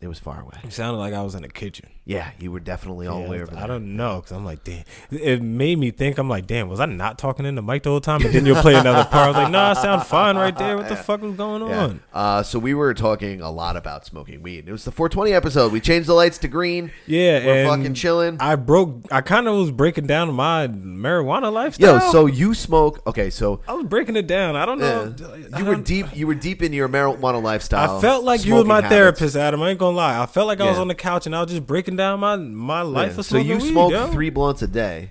Speaker 1: it was far away.
Speaker 2: It sounded like I was in the kitchen.
Speaker 1: Yeah, you were definitely all the way
Speaker 2: Yeah,
Speaker 1: over
Speaker 2: I
Speaker 1: there.
Speaker 2: don't know because I'm like, damn. It made me think. I'm like, damn. Was I not talking in the mic the whole time? And then you'll play another part. I was like, nah, I sound fine right there. What the fuck was going
Speaker 1: Yeah.
Speaker 2: on?
Speaker 1: Uh, so we were talking a lot about smoking weed. It was the 420 episode. We changed the lights to green.
Speaker 2: Yeah,
Speaker 1: we're
Speaker 2: and
Speaker 1: fucking chilling.
Speaker 2: I broke. I kind of was breaking down my marijuana
Speaker 1: Yo,
Speaker 2: lifestyle.
Speaker 1: so you smoke? Okay, so
Speaker 2: I was breaking it down. I don't know.
Speaker 1: Yeah. you were deep. You were deep in your marijuana lifestyle.
Speaker 2: I felt like you were my
Speaker 1: smoking habits.
Speaker 2: therapist, Adam. I ain't gonna lie. I felt like I was
Speaker 1: Yeah.
Speaker 2: on the couch and I was just breaking down my my life.
Speaker 1: Yeah,
Speaker 2: or
Speaker 1: So you
Speaker 2: smoking weed,
Speaker 1: smoke
Speaker 2: yo.
Speaker 1: three blunts a day.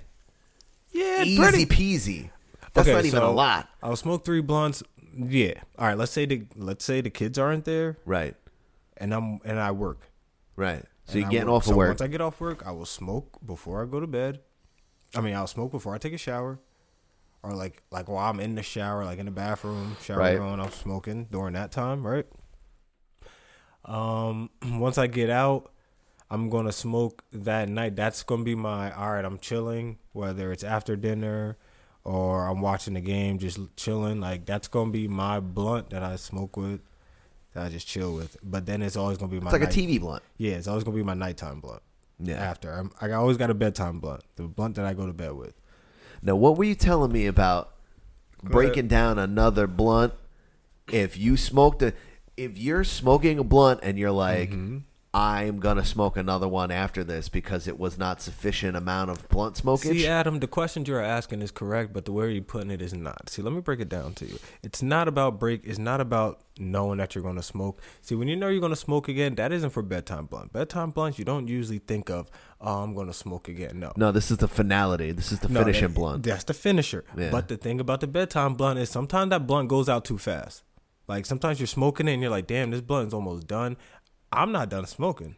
Speaker 2: Yeah,
Speaker 1: easy
Speaker 2: pretty.
Speaker 1: peasy. That's
Speaker 2: Okay,
Speaker 1: not even a
Speaker 2: so
Speaker 1: lot.
Speaker 2: I'll smoke three blunts. Yeah. All right. Let's say the let's say the kids aren't there.
Speaker 1: Right.
Speaker 2: And I'm and I work.
Speaker 1: Right. So
Speaker 2: And
Speaker 1: you're
Speaker 2: I
Speaker 1: getting
Speaker 2: work.
Speaker 1: off of
Speaker 2: So
Speaker 1: work.
Speaker 2: Once I get off work, I will smoke before I go to bed. I mean, I'll smoke before I take a shower, or like like while I'm in the shower, like in the bathroom, shower
Speaker 1: Right.
Speaker 2: going, I'm smoking during that time, right? Um, once I get out, I'm gonna smoke that night. That's gonna be my all right. I'm chilling, whether it's after dinner or I'm watching the game, just chilling. Like that's gonna be my blunt that I smoke with, that I just chill with. But then it's always gonna be my
Speaker 1: It's like a
Speaker 2: night-
Speaker 1: TV blunt.
Speaker 2: Yeah, it's always gonna be my nighttime blunt.
Speaker 1: Yeah.
Speaker 2: After I'm, I always got a bedtime blunt, the blunt that I go to bed with.
Speaker 1: Now, what were you telling me about
Speaker 2: ahead.
Speaker 1: breaking down another blunt? If you smoked a, if you're smoking a blunt and you're like,
Speaker 2: Mm-hmm.
Speaker 1: I'm gonna smoke another one after this because it was not sufficient amount of blunt smokage.
Speaker 2: See, Adam, the questions you are asking is correct, but the way you're putting it is not. See, let me break it down to you. It's not about break. It's not about knowing that you're going to smoke. See, when you know you're going to smoke again, that isn't for bedtime blunt. Bedtime blunts, you don't usually think of, oh, I'm going to smoke again. No.
Speaker 1: No, this is the finality. This is the
Speaker 2: No,
Speaker 1: finishing
Speaker 2: that-
Speaker 1: blunt.
Speaker 2: That's the finisher.
Speaker 1: Yeah.
Speaker 2: But the thing about the bedtime blunt is sometimes that blunt goes out too fast. Like sometimes you're smoking it and you're like, damn, this blunt is almost done. I'm not done smoking.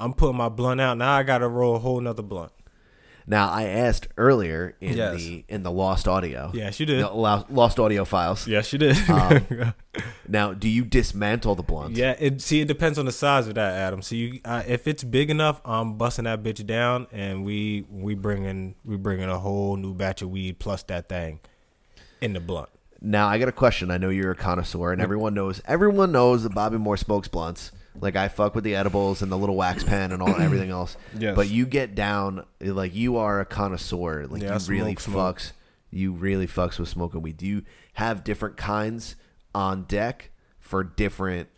Speaker 2: I'm putting my blunt out. Now I got to roll a whole nother blunt.
Speaker 1: Now, I asked earlier in
Speaker 2: Yes.
Speaker 1: the in the lost audio.
Speaker 2: Yes, you did.
Speaker 1: The lo- lost audio files.
Speaker 2: Yes, you did.
Speaker 1: Um, now, do you dismantle the blunt?
Speaker 2: Yeah, it see it depends on the size of that, Adam. So you, uh, if it's big enough, I'm busting that bitch down, and we we bringing we bringing a whole new batch of weed plus that thing in the blunt.
Speaker 1: Now I got a question. I know you're a connoisseur, and everyone knows everyone knows that Bobby Moore smokes blunts. Like I fuck with the edibles and the little wax pen and all everything else.
Speaker 2: Yes.
Speaker 1: But you get down like you are a connoisseur. Like
Speaker 2: Yeah, I
Speaker 1: you really
Speaker 2: smoke, smoke.
Speaker 1: fucks. You really fucks with smoking weed. Do you have different kinds on deck for different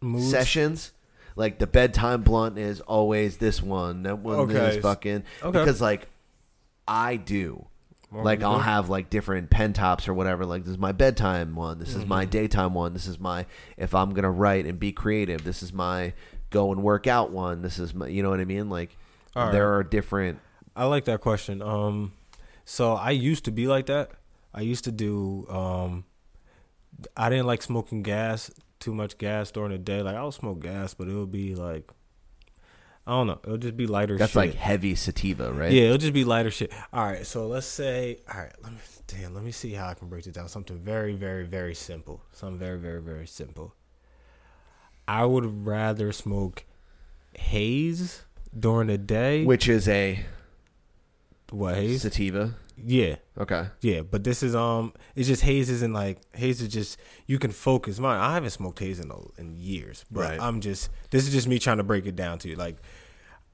Speaker 2: Moods?
Speaker 1: sessions? Like the bedtime blunt is always this one. That one
Speaker 2: Okay.
Speaker 1: is fucking
Speaker 2: Okay.
Speaker 1: because like I do.
Speaker 2: Well,
Speaker 1: Like I'll
Speaker 2: okay.
Speaker 1: have like different pen tops or whatever. Like this is my bedtime one. This is my
Speaker 2: Mm-hmm.
Speaker 1: daytime one. This is my if I'm gonna write and be creative. This is my go and work out one. This is my you know what I mean. Like
Speaker 2: All
Speaker 1: there
Speaker 2: right.
Speaker 1: are different.
Speaker 2: I like that question. Um, so I used to be like that. I used to do. Um, I didn't like smoking gas too much gas during the day. Like I'll smoke gas, but it would be like, I don't know. It'll just be lighter.
Speaker 1: That's
Speaker 2: shit.
Speaker 1: like heavy sativa, right?
Speaker 2: Yeah, it'll just be lighter shit. All right, so let's say, all right, let me damn, let me see how I can break this down. Something very, very, very simple. Something very, very, very simple. I would rather smoke haze during the day,
Speaker 1: Which is a
Speaker 2: what haze?
Speaker 1: sativa.
Speaker 2: Yeah.
Speaker 1: Okay.
Speaker 2: Yeah, but this is um, it's just haze isn't like haze is just you can focus. Mine, I haven't smoked haze in a- in years, but
Speaker 1: Right.
Speaker 2: I'm just this is just me trying to break it down to you. Like,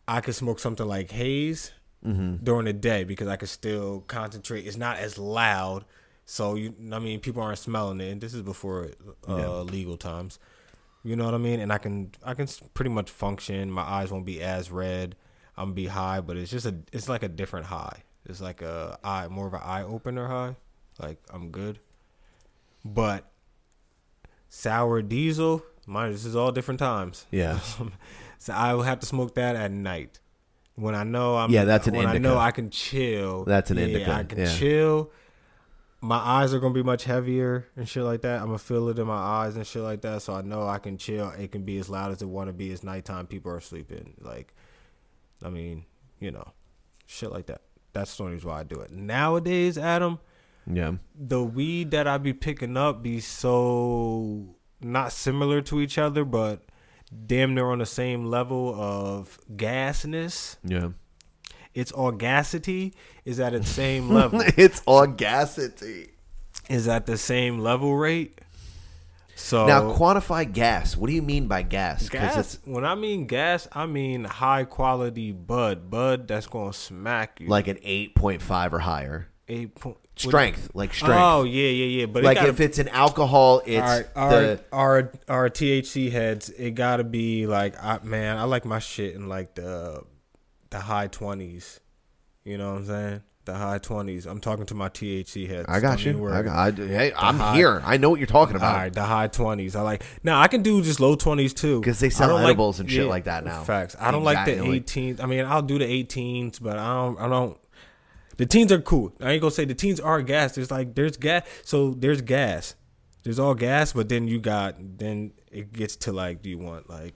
Speaker 2: I could smoke something like haze
Speaker 1: Mhm.
Speaker 2: during the day because I could still concentrate. It's not as loud, so you I mean people aren't smelling it. And this is before uh,
Speaker 1: Yeah.
Speaker 2: legal times. You know what I mean? And I can I can s- pretty much function. My eyes won't be as red. I'm gonna be high, but it's just a it's like a different high. It's like a eye more of an eye opener high. Like I'm good. But sour diesel, mind this is all different times.
Speaker 1: Yeah.
Speaker 2: Um, so I will have to smoke that at night. When I know I'm
Speaker 1: Yeah, that's an
Speaker 2: when
Speaker 1: indica.
Speaker 2: I know I can chill.
Speaker 1: That's an
Speaker 2: yeah,
Speaker 1: indica,
Speaker 2: I can
Speaker 1: yeah.
Speaker 2: chill. My eyes are gonna be much heavier and shit like that. I'm gonna feel it in my eyes and shit like that. So I know I can chill. It can be as loud as it wanna be. It's nighttime, people are sleeping. Like I mean, you know, shit like that. That's the only reason why I do it. Nowadays, Adam,
Speaker 1: Yeah.
Speaker 2: the weed that I be picking up be so not similar to each other, but damn near on the same level of gasness.
Speaker 1: Yeah.
Speaker 2: Its audacity is at its same level.
Speaker 1: it's audacity.
Speaker 2: is at the same level rate. So
Speaker 1: now quantify gas. What do you mean by gas? 'Cause
Speaker 2: Oh. gas. When I mean gas, I mean high quality bud, bud that's gonna smack you.
Speaker 1: like an eight point five or higher.
Speaker 2: Eight point what-
Speaker 1: Strength, like strength.
Speaker 2: Oh yeah, yeah, yeah. But
Speaker 1: like
Speaker 2: it gotta,
Speaker 1: if it's an alcohol, it's
Speaker 2: our,
Speaker 1: the
Speaker 2: our, our our THC heads. It gotta be like, I, man, I like my shit in like the the high twenties. You know what I'm saying? The the high 20s. I'm talking to my THC heads.
Speaker 1: I got
Speaker 2: Don't
Speaker 1: you.
Speaker 2: even worry.
Speaker 1: I got, I, hey,
Speaker 2: The
Speaker 1: I'm
Speaker 2: high-
Speaker 1: here. I know what you're talking about.
Speaker 2: All right, the high 20s. I like. Now, I can do just low 20s too. Because
Speaker 1: they sell edibles and shit like that now.
Speaker 2: Facts. I don't like the
Speaker 1: Exactly.
Speaker 2: 18s. I mean, I'll do the 18s, but I don't. I don't. The teens are cool. I ain't gonna say the teens are gas. There's like there's gas. So there's gas. There's all gas, but then you got then it gets to like, do you want like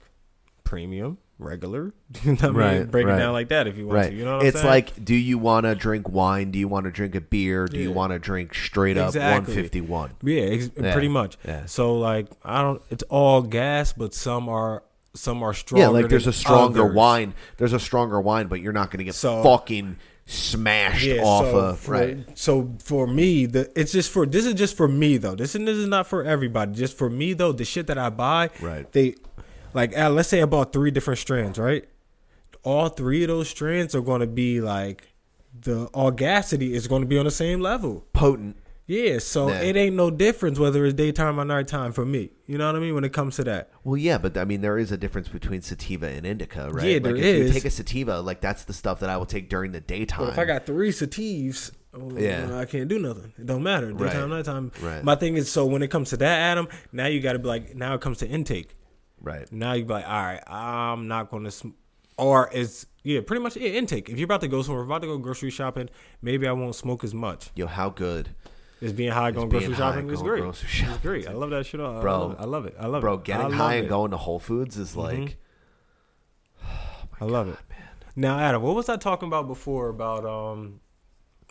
Speaker 2: premium, regular? you know what I mean? Break it down like that if you want
Speaker 1: Right.
Speaker 2: to. You know what I'm
Speaker 1: it's
Speaker 2: saying?
Speaker 1: like, do you want to drink wine? Do you want to drink a beer? Do you
Speaker 2: Yeah.
Speaker 1: want to drink straight up 151?
Speaker 2: Yeah, ex-
Speaker 1: Yeah.
Speaker 2: pretty much. So like I don't. It's all gas, but some are some are stronger.
Speaker 1: yeah, like there's
Speaker 2: than
Speaker 1: a stronger
Speaker 2: others.
Speaker 1: wine. There's a stronger wine, but you're not going to get fucking smashed
Speaker 2: Yeah,
Speaker 1: off
Speaker 2: so
Speaker 1: of
Speaker 2: for,
Speaker 1: right.
Speaker 2: So for me, the it's just for this is just for me though. This and this is not for everybody. Just for me though, the shit that I buy,
Speaker 1: right?
Speaker 2: They like uh, let's say I bought three different strands, right? All three of those strands are going to be like the audacity is going to be on the same level,
Speaker 1: potent.
Speaker 2: Yeah, so
Speaker 1: Yeah.
Speaker 2: it ain't no difference whether it's daytime or nighttime for me. You know what I mean when it comes to that.
Speaker 1: Well, yeah, but I mean, there is a difference between sativa and indica, right?
Speaker 2: Yeah,
Speaker 1: like
Speaker 2: there
Speaker 1: if you
Speaker 2: is.
Speaker 1: take a sativa, like that's the stuff that I will take during the daytime.
Speaker 2: But if I got three satives, oh,
Speaker 1: Yeah.
Speaker 2: I can't do nothing. It don't matter.
Speaker 1: Right.
Speaker 2: Daytime, nighttime.
Speaker 1: Right.
Speaker 2: My thing is, so when it comes to that, Adam, now you got to be like, now it comes to intake.
Speaker 1: Right.
Speaker 2: Now you be like, all right, I'm not going to, sm-. or it's, yeah, pretty much yeah, intake. If you're about to go somewhere, about to go grocery shopping, maybe I won't smoke as much.
Speaker 1: Yo, how good.
Speaker 2: Is being high going
Speaker 1: being
Speaker 2: grocery
Speaker 1: high
Speaker 2: shopping is
Speaker 1: going
Speaker 2: great.
Speaker 1: grocery
Speaker 2: It's great. I love that shit. all- I
Speaker 1: Bro,
Speaker 2: love it. I love it. I love it.
Speaker 1: Bro,
Speaker 2: I
Speaker 1: getting
Speaker 2: love
Speaker 1: high and
Speaker 2: it.
Speaker 1: going to Whole Foods is like.
Speaker 2: Mhm. I love it. Now, Adam, what was I talking about before about um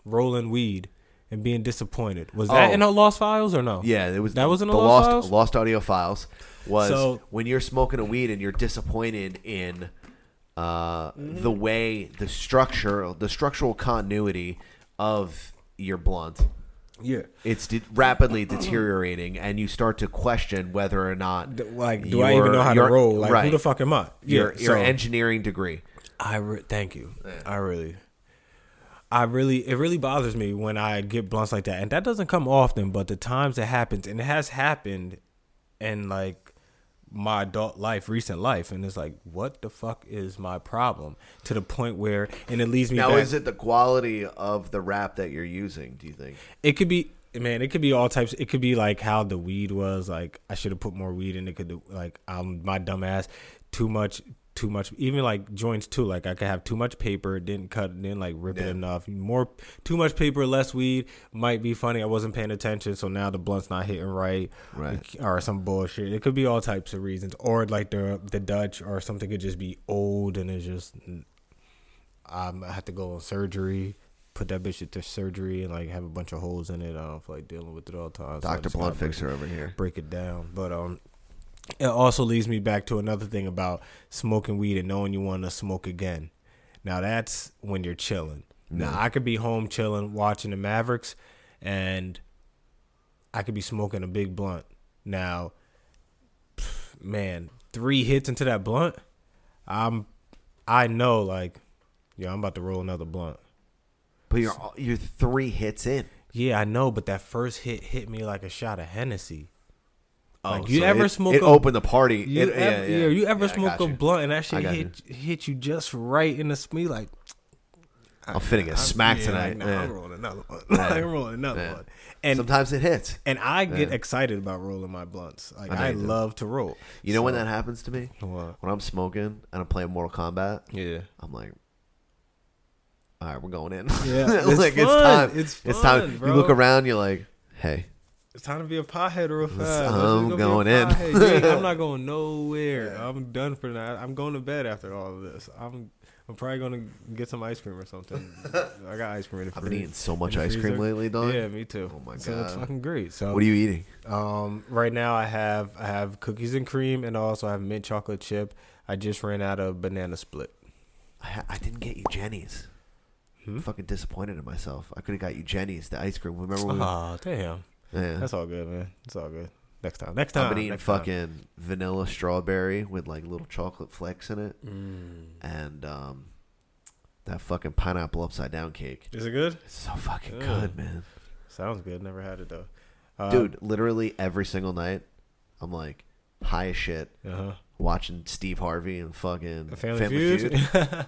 Speaker 2: rolling weed and being disappointed? Was that
Speaker 1: Oh.
Speaker 2: in the lost files or no?
Speaker 1: Yeah, it was
Speaker 2: That was in the,
Speaker 1: the
Speaker 2: lost,
Speaker 1: lost
Speaker 2: files.
Speaker 1: lost audio files. Was
Speaker 2: So-
Speaker 1: when you're smoking a weed and you're disappointed in uh,
Speaker 2: Mm-hmm.
Speaker 1: the way the structure, the structural continuity of your blunt.
Speaker 2: Yeah.
Speaker 1: it's de- rapidly deteriorating, and you start to question whether or not,
Speaker 2: like, do I even
Speaker 1: your-
Speaker 2: know how to
Speaker 1: your-
Speaker 2: roll? Like, who
Speaker 1: right.
Speaker 2: the fuck am I? Yeah,
Speaker 1: Your, your
Speaker 2: so-
Speaker 1: engineering degree.
Speaker 2: I re- thank you. I really, I really, it really bothers me when I get blunts like that, and that doesn't come often. But the times it happens, and it has happened, in like my adult life, recent life, and it's like, what the fuck is my problem? To the point where, and it leaves me.
Speaker 1: Now,
Speaker 2: back-
Speaker 1: is it the quality of the wrap that you're using? Do you think?
Speaker 2: It could be, man. It could be all types. It could be like how the weed was. Like I should have put more weed in. It could do, like I'm my dumb ass. Too much. Too much. Even like joints too. Like I could have too much paper. Didn't cut. Didn't like rip it enough. More. Too much paper. Less weed. Might be funny. I wasn't paying attention. So now the blunt's not hitting right.
Speaker 1: Right.
Speaker 2: Or some bullshit. It could be all types of reasons. Or like the the Dutch or something could just be old and it's just um, I had to go on surgery, put that bitch into surgery, and like have a bunch of holes in it. I don't feel like dealing with it all the time. I
Speaker 1: Dr.
Speaker 2: just
Speaker 1: Blunt
Speaker 2: gotta break
Speaker 1: Fixer
Speaker 2: it-
Speaker 1: over here.
Speaker 2: Break it down, but um, it also leads me back to another thing about smoking weed and knowing you want to smoke again. Now that's when you're chilling. Now I could be home chilling, watching the Mavericks, and I could be smoking a big blunt. Now, pff, man, three hits into that blunt, I'm, I know like, yo, I'm about to roll another blunt.
Speaker 1: But you're you're three hits in.
Speaker 2: Yeah, I know, but that first hit hit me like a shot of Hennessy.
Speaker 1: Oh,
Speaker 2: like you
Speaker 1: so
Speaker 2: ever
Speaker 1: it-
Speaker 2: smoke?
Speaker 1: it
Speaker 2: a-
Speaker 1: opened the party.
Speaker 2: You
Speaker 1: It-
Speaker 2: ever,
Speaker 1: e-, yeah, yeah.
Speaker 2: you ever
Speaker 1: Yeah, I
Speaker 2: smoke
Speaker 1: got
Speaker 2: a
Speaker 1: you.
Speaker 2: blunt and that
Speaker 1: I
Speaker 2: shit
Speaker 1: got
Speaker 2: hit hit you just right in the smeat like.
Speaker 1: I'm finna get smacked tonight.
Speaker 2: Like, nah, I'm
Speaker 1: Yeah.
Speaker 2: rolling another one.
Speaker 1: Yeah.
Speaker 2: I'm rolling another
Speaker 1: Yeah.
Speaker 2: one. And
Speaker 1: sometimes it hits.
Speaker 2: And I get
Speaker 1: Yeah.
Speaker 2: excited about rolling my blunts. Like
Speaker 1: know
Speaker 2: I,
Speaker 1: you do.
Speaker 2: love to roll.
Speaker 1: You know when
Speaker 2: So-
Speaker 1: that happens to me?
Speaker 2: What?
Speaker 1: When I'm smoking and I'm playing Mortal Kombat.
Speaker 2: Yeah.
Speaker 1: I'm like, all right, we're going in.
Speaker 2: Yeah, it's
Speaker 1: like it's
Speaker 2: fun.
Speaker 1: time.
Speaker 2: It's
Speaker 1: time.
Speaker 2: fun,
Speaker 1: You look
Speaker 2: bro.
Speaker 1: around. You're like, hey,
Speaker 2: It's time to be a pothead real fast.
Speaker 1: I'm
Speaker 2: It's gonna be a
Speaker 1: going in.
Speaker 2: pothead. Yeah, I'm not going nowhere. I'm done for tonight. I'm going to bed after all of this. I'm I'm probably gonna get some ice cream or something. I got ice cream. In the
Speaker 1: I've
Speaker 2: fridge-
Speaker 1: been eating so
Speaker 2: in
Speaker 1: much
Speaker 2: the
Speaker 1: ice cream
Speaker 2: freezer.
Speaker 1: lately, dog.
Speaker 2: Yeah, me too.
Speaker 1: Oh my
Speaker 2: So it's
Speaker 1: God.
Speaker 2: fucking great. So
Speaker 1: What are you eating?
Speaker 2: Um, right now I have I have cookies and cream, and also I have mint chocolate chip. I just ran out of banana split.
Speaker 1: I, ha- I didn't get you Jenny's.
Speaker 2: Hmm?
Speaker 1: I'm fucking disappointed in myself. I could have got you Jenny's, the ice cream. Remember when? we-
Speaker 2: Oh damn.
Speaker 1: Yeah.
Speaker 2: That's uh, all good, man. It's all good. Next time. Next time.
Speaker 1: I've been eating
Speaker 2: next time.
Speaker 1: fucking vanilla strawberry with like little chocolate flakes in it, and um, that fucking pineapple upside down cake.
Speaker 2: Is it good?
Speaker 1: It's so fucking
Speaker 2: Yeah.
Speaker 1: good, man.
Speaker 2: Sounds good. Never had it though. Uh,
Speaker 1: Dude, literally every single night, I'm like high as shit,
Speaker 2: Uh-huh.
Speaker 1: watching Steve Harvey and fucking
Speaker 2: Family
Speaker 1: Family,
Speaker 2: Feud?
Speaker 1: Feud.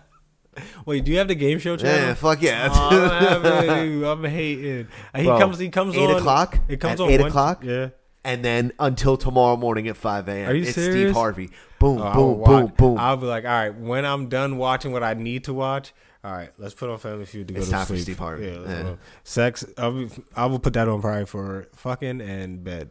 Speaker 2: Wait, do you have the game show channel?
Speaker 1: Yeah, fuck yeah.
Speaker 2: Aw, I don't have it, dude. I'm hating. He
Speaker 1: Bro,
Speaker 2: comes. He comes
Speaker 1: eight
Speaker 2: on
Speaker 1: o'clock.
Speaker 2: It
Speaker 1: at
Speaker 2: comes on
Speaker 1: eight
Speaker 2: Wednesday.
Speaker 1: o'clock.
Speaker 2: Yeah.
Speaker 1: And then until tomorrow morning at five a.m.
Speaker 2: Are you
Speaker 1: it's Steve
Speaker 2: serious?
Speaker 1: Harvey. Boom,
Speaker 2: Oh, I will
Speaker 1: boom,
Speaker 2: watch-
Speaker 1: boom, boom.
Speaker 2: I'll be like, all right, when I'm done watching what I need to watch, all right, let's put on Family Feud to go
Speaker 1: It's
Speaker 2: to
Speaker 1: time for
Speaker 2: sleep.
Speaker 1: Steve Harvey.
Speaker 2: Yeah, let's
Speaker 1: Yeah.
Speaker 2: go. sex. I'll be, I will put that on probably for fucking and bed.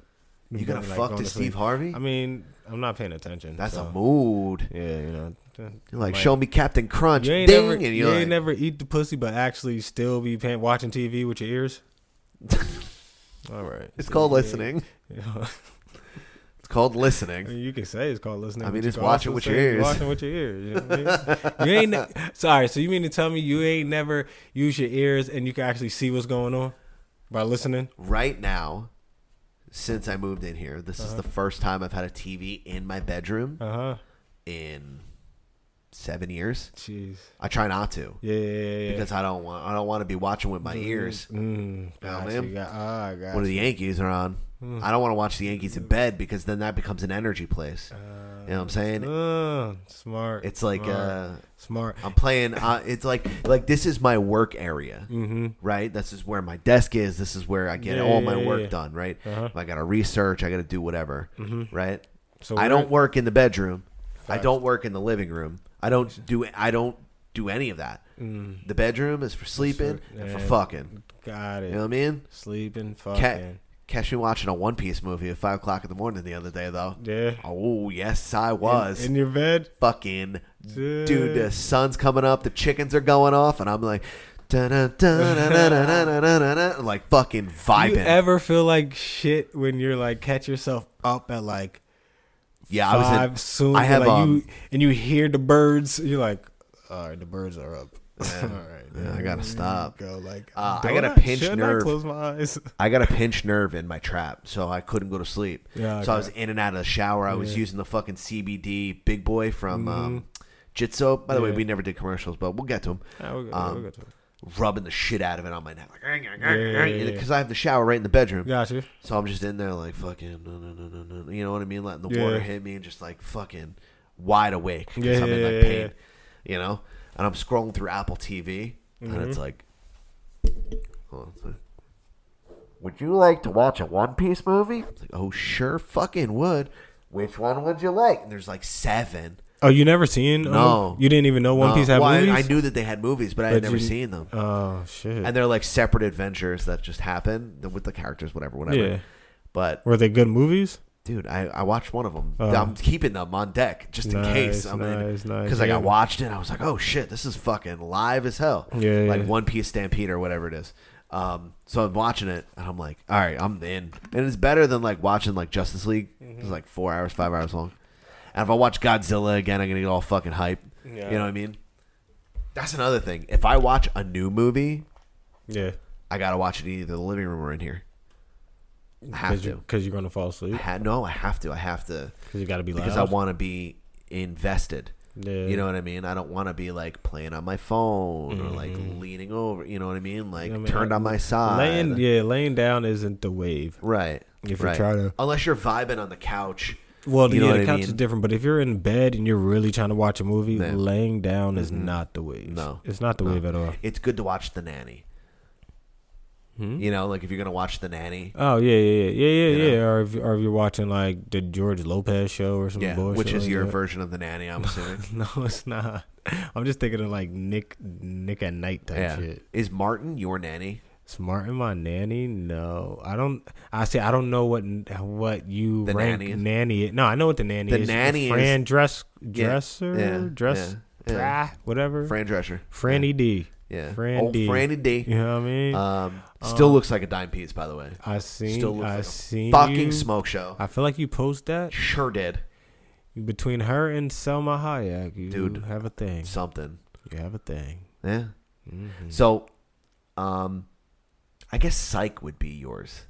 Speaker 1: You gonna
Speaker 2: Like,
Speaker 1: fuck
Speaker 2: going
Speaker 1: to
Speaker 2: sleep.
Speaker 1: Steve Harvey?
Speaker 2: I mean, I'm not paying attention.
Speaker 1: That's
Speaker 2: so.
Speaker 1: a mood.
Speaker 2: Oh. Yeah, you know.
Speaker 1: You're like, show me Captain Crunch.
Speaker 2: You ain't
Speaker 1: Ding,
Speaker 2: never,
Speaker 1: and
Speaker 2: you
Speaker 1: you're
Speaker 2: ain't
Speaker 1: like-
Speaker 2: never eat the pussy, but actually still be paying, watching TV with your ears. All right,
Speaker 1: It's called listening. It's called listening.
Speaker 2: You can say it's called listening.
Speaker 1: I mean,
Speaker 2: but you
Speaker 1: it's
Speaker 2: can
Speaker 1: watching
Speaker 2: also
Speaker 1: with
Speaker 2: say
Speaker 1: your
Speaker 2: it's
Speaker 1: ears.
Speaker 2: Watching with your ears. You, know what I mean? You ain't ne- sorry. So you mean to tell me you ain't never use your ears and you can actually see what's going on by listening?
Speaker 1: Right now, since I moved in here, this is
Speaker 2: Uh-huh.
Speaker 1: the first time I've had a TV in my bedroom
Speaker 2: Uh-huh.
Speaker 1: in seven years.
Speaker 2: Jeez.
Speaker 1: I try not to.
Speaker 2: Yeah, yeah, yeah, yeah.
Speaker 1: Because I don't want I don't want to be watching with my
Speaker 2: Mm,
Speaker 1: ears.
Speaker 2: mm,
Speaker 1: You know what I
Speaker 2: gotcha,
Speaker 1: mean?
Speaker 2: got- ah, gotcha.
Speaker 1: When the Yankees are on,
Speaker 2: Mm.
Speaker 1: I don't want to watch the Yankees in bed because then that becomes an energy place. you know what I'm saying?
Speaker 2: Uh, smart.
Speaker 1: It's like
Speaker 2: smart,
Speaker 1: uh,
Speaker 2: smart.
Speaker 1: I'm playing. Uh, it's like like this is my work area,
Speaker 2: Mhm.
Speaker 1: right? This is where my desk is. This is where I get
Speaker 2: Yeah,
Speaker 1: all
Speaker 2: yeah,
Speaker 1: my
Speaker 2: yeah,
Speaker 1: work
Speaker 2: yeah.
Speaker 1: done, right?
Speaker 2: Uh-huh.
Speaker 1: I got to research. I got to do whatever,
Speaker 2: Mhm.
Speaker 1: right? So
Speaker 2: So
Speaker 1: I
Speaker 2: where-
Speaker 1: don't work in the bedroom. I
Speaker 2: Facts.
Speaker 1: don't work in the living room. I don't do. I don't do any of that.
Speaker 2: Mm.
Speaker 1: The bedroom is for sleeping and for
Speaker 2: Yeah.
Speaker 1: fucking.
Speaker 2: Got it.
Speaker 1: You know what I mean?
Speaker 2: Sleeping, fucking.
Speaker 1: Cat, catch me watching a One Piece movie at five o'clock in the morning the other day, though.
Speaker 2: Yeah.
Speaker 1: Oh yes, I was
Speaker 2: in your bed.
Speaker 1: Fucking
Speaker 2: Dude.
Speaker 1: dude, the sun's coming up, the chickens are going off, and I'm like, dun, dun, dun, dun, dun, dun, dun, dun, dun, dun, like fucking
Speaker 2: Do you
Speaker 1: vibing.
Speaker 2: ever feel like shit when you're like catch yourself up at like
Speaker 1: Yeah, I was in-
Speaker 2: five soon
Speaker 1: I have,
Speaker 2: like you
Speaker 1: um,
Speaker 2: and you hear the birds you're like all right the birds are up all right
Speaker 1: Yeah, I gotta
Speaker 2: there
Speaker 1: stop.
Speaker 2: you go like
Speaker 1: Uh,
Speaker 2: do
Speaker 1: I got
Speaker 2: I-
Speaker 1: a pinch
Speaker 2: should I
Speaker 1: nerve.
Speaker 2: close my eyes?
Speaker 1: I got a pinch nerve in my trap, so I couldn't go to sleep.
Speaker 2: Yeah,
Speaker 1: so I was
Speaker 2: okay.
Speaker 1: in and out of the shower. I was
Speaker 2: Yeah.
Speaker 1: using the fucking CBD Big Boy from um, Jitso. By the way,
Speaker 2: Yeah.
Speaker 1: we never did commercials, but we'll get to them.
Speaker 2: Yeah, we'll get-
Speaker 1: um,
Speaker 2: we'll get to 'em.
Speaker 1: Rubbing the shit out of it on my neck, like because
Speaker 2: Yeah, yeah, yeah, yeah.
Speaker 1: I have the shower right in the bedroom.
Speaker 2: Gotcha.
Speaker 1: So I'm just in there like fucking, no, no, no, no, no. You know what I mean? Letting the
Speaker 2: Yeah.
Speaker 1: water hit me and just like fucking wide awake because
Speaker 2: Yeah,
Speaker 1: I'm in
Speaker 2: yeah,
Speaker 1: like
Speaker 2: yeah,
Speaker 1: pain. You know, and I'm scrolling through Apple TV and
Speaker 2: Mhm.
Speaker 1: it's like, hold on, it's like, would you like to watch a One Piece movie? It's like, oh, sure fucking would. Which one would you like? And there's like seven.
Speaker 2: oh you never seen um,
Speaker 1: No.
Speaker 2: you didn't even know One
Speaker 1: No.
Speaker 2: Piece had
Speaker 1: Well, I-
Speaker 2: movies
Speaker 1: I knew that they had movies, but I had never
Speaker 2: you-
Speaker 1: seen them.
Speaker 2: oh shit
Speaker 1: And they're like separate adventures that just happen with the characters, whatever, whatever.
Speaker 2: Yeah.
Speaker 1: But
Speaker 2: were they good movies
Speaker 1: dude, I, I watched one of them.
Speaker 2: Oh.
Speaker 1: I'm keeping them on deck just in
Speaker 2: Nice,
Speaker 1: case. I mean,
Speaker 2: nice, nice,
Speaker 1: like
Speaker 2: yeah.
Speaker 1: I watched it, and I was like, oh shit, this is fucking live as hell.
Speaker 2: Yeah,
Speaker 1: like
Speaker 2: yeah.
Speaker 1: One Piece Stampede or whatever it is. Um, so I'm watching it, and I'm like, all right, I'm in. And it's better than like watching like Justice League.
Speaker 2: Mm-hmm.
Speaker 1: It's like four hours, five hours long. And if I watch Godzilla again, I'm gonna get all fucking hype.
Speaker 2: Yeah.
Speaker 1: You know what I mean? That's another thing. If I watch a new movie,
Speaker 2: yeah
Speaker 1: I gotta watch it in either the living room or in here. I have
Speaker 2: because
Speaker 1: to.
Speaker 2: you, 'cause you're gonna fall asleep
Speaker 1: I ha- no, I have to. I have to.
Speaker 2: 'Cause you gotta be
Speaker 1: Because
Speaker 2: loud?
Speaker 1: I want to be invested.
Speaker 2: Yeah.
Speaker 1: You know what I mean? I don't want to be like playing on my phone or like
Speaker 2: Mm-hmm.
Speaker 1: leaning over. You know what I mean? Like
Speaker 2: I mean,
Speaker 1: turned on my side.
Speaker 2: laying yeah laying down isn't the wave
Speaker 1: right.
Speaker 2: if
Speaker 1: right.
Speaker 2: you try to
Speaker 1: Unless you're vibing on the couch.
Speaker 2: Well,
Speaker 1: you know
Speaker 2: yeah,
Speaker 1: what
Speaker 2: the
Speaker 1: I
Speaker 2: couch
Speaker 1: mean?
Speaker 2: is different, but if you're in bed and you're really trying to watch a movie, laying down is not the wave.
Speaker 1: Mm-hmm. No.
Speaker 2: it's not the
Speaker 1: No.
Speaker 2: wave at all.
Speaker 1: It's good to watch The Nanny. You know, like if you're gonna watch The Nanny.
Speaker 2: Hmm? Oh yeah, yeah, yeah, yeah, yeah.
Speaker 1: You know?
Speaker 2: yeah. Or if or if you're watching like the George Lopez show or some
Speaker 1: Yeah,
Speaker 2: bullshit,
Speaker 1: which is
Speaker 2: like
Speaker 1: your
Speaker 2: that.
Speaker 1: version of The Nanny, I'm assuming.
Speaker 2: no, it's not. I'm just thinking of like Nick Nick at night type
Speaker 1: yeah.
Speaker 2: shit.
Speaker 1: Is Martin your nanny?
Speaker 2: Is Martin my nanny? No, I don't. I say I don't know what what you
Speaker 1: The
Speaker 2: rank
Speaker 1: nanny is-
Speaker 2: nanny. is. No, I know what the nanny
Speaker 1: The
Speaker 2: is.
Speaker 1: nanny
Speaker 2: Fran
Speaker 1: is-
Speaker 2: dress
Speaker 1: Yeah,
Speaker 2: dresser
Speaker 1: yeah,
Speaker 2: dress
Speaker 1: yeah, yeah.
Speaker 2: Fra- whatever
Speaker 1: Fran Drescher.
Speaker 2: Franny D.
Speaker 1: Yeah.
Speaker 2: Fran
Speaker 1: Old
Speaker 2: D.
Speaker 1: Franny D.
Speaker 2: You know what I mean?
Speaker 1: Um, still
Speaker 2: Um,
Speaker 1: looks like a dime piece, by the way.
Speaker 2: I seen.
Speaker 1: Still looks
Speaker 2: I
Speaker 1: like a
Speaker 2: seen.
Speaker 1: fucking
Speaker 2: you.
Speaker 1: smoke show.
Speaker 2: I feel like you post that.
Speaker 1: Sure did.
Speaker 2: Between her and Selma Hayek, you
Speaker 1: Dude.
Speaker 2: have a thing.
Speaker 1: Something.
Speaker 2: You have a thing.
Speaker 1: Yeah.
Speaker 2: Mm-hmm.
Speaker 1: So, um, I guess Psych would be yours,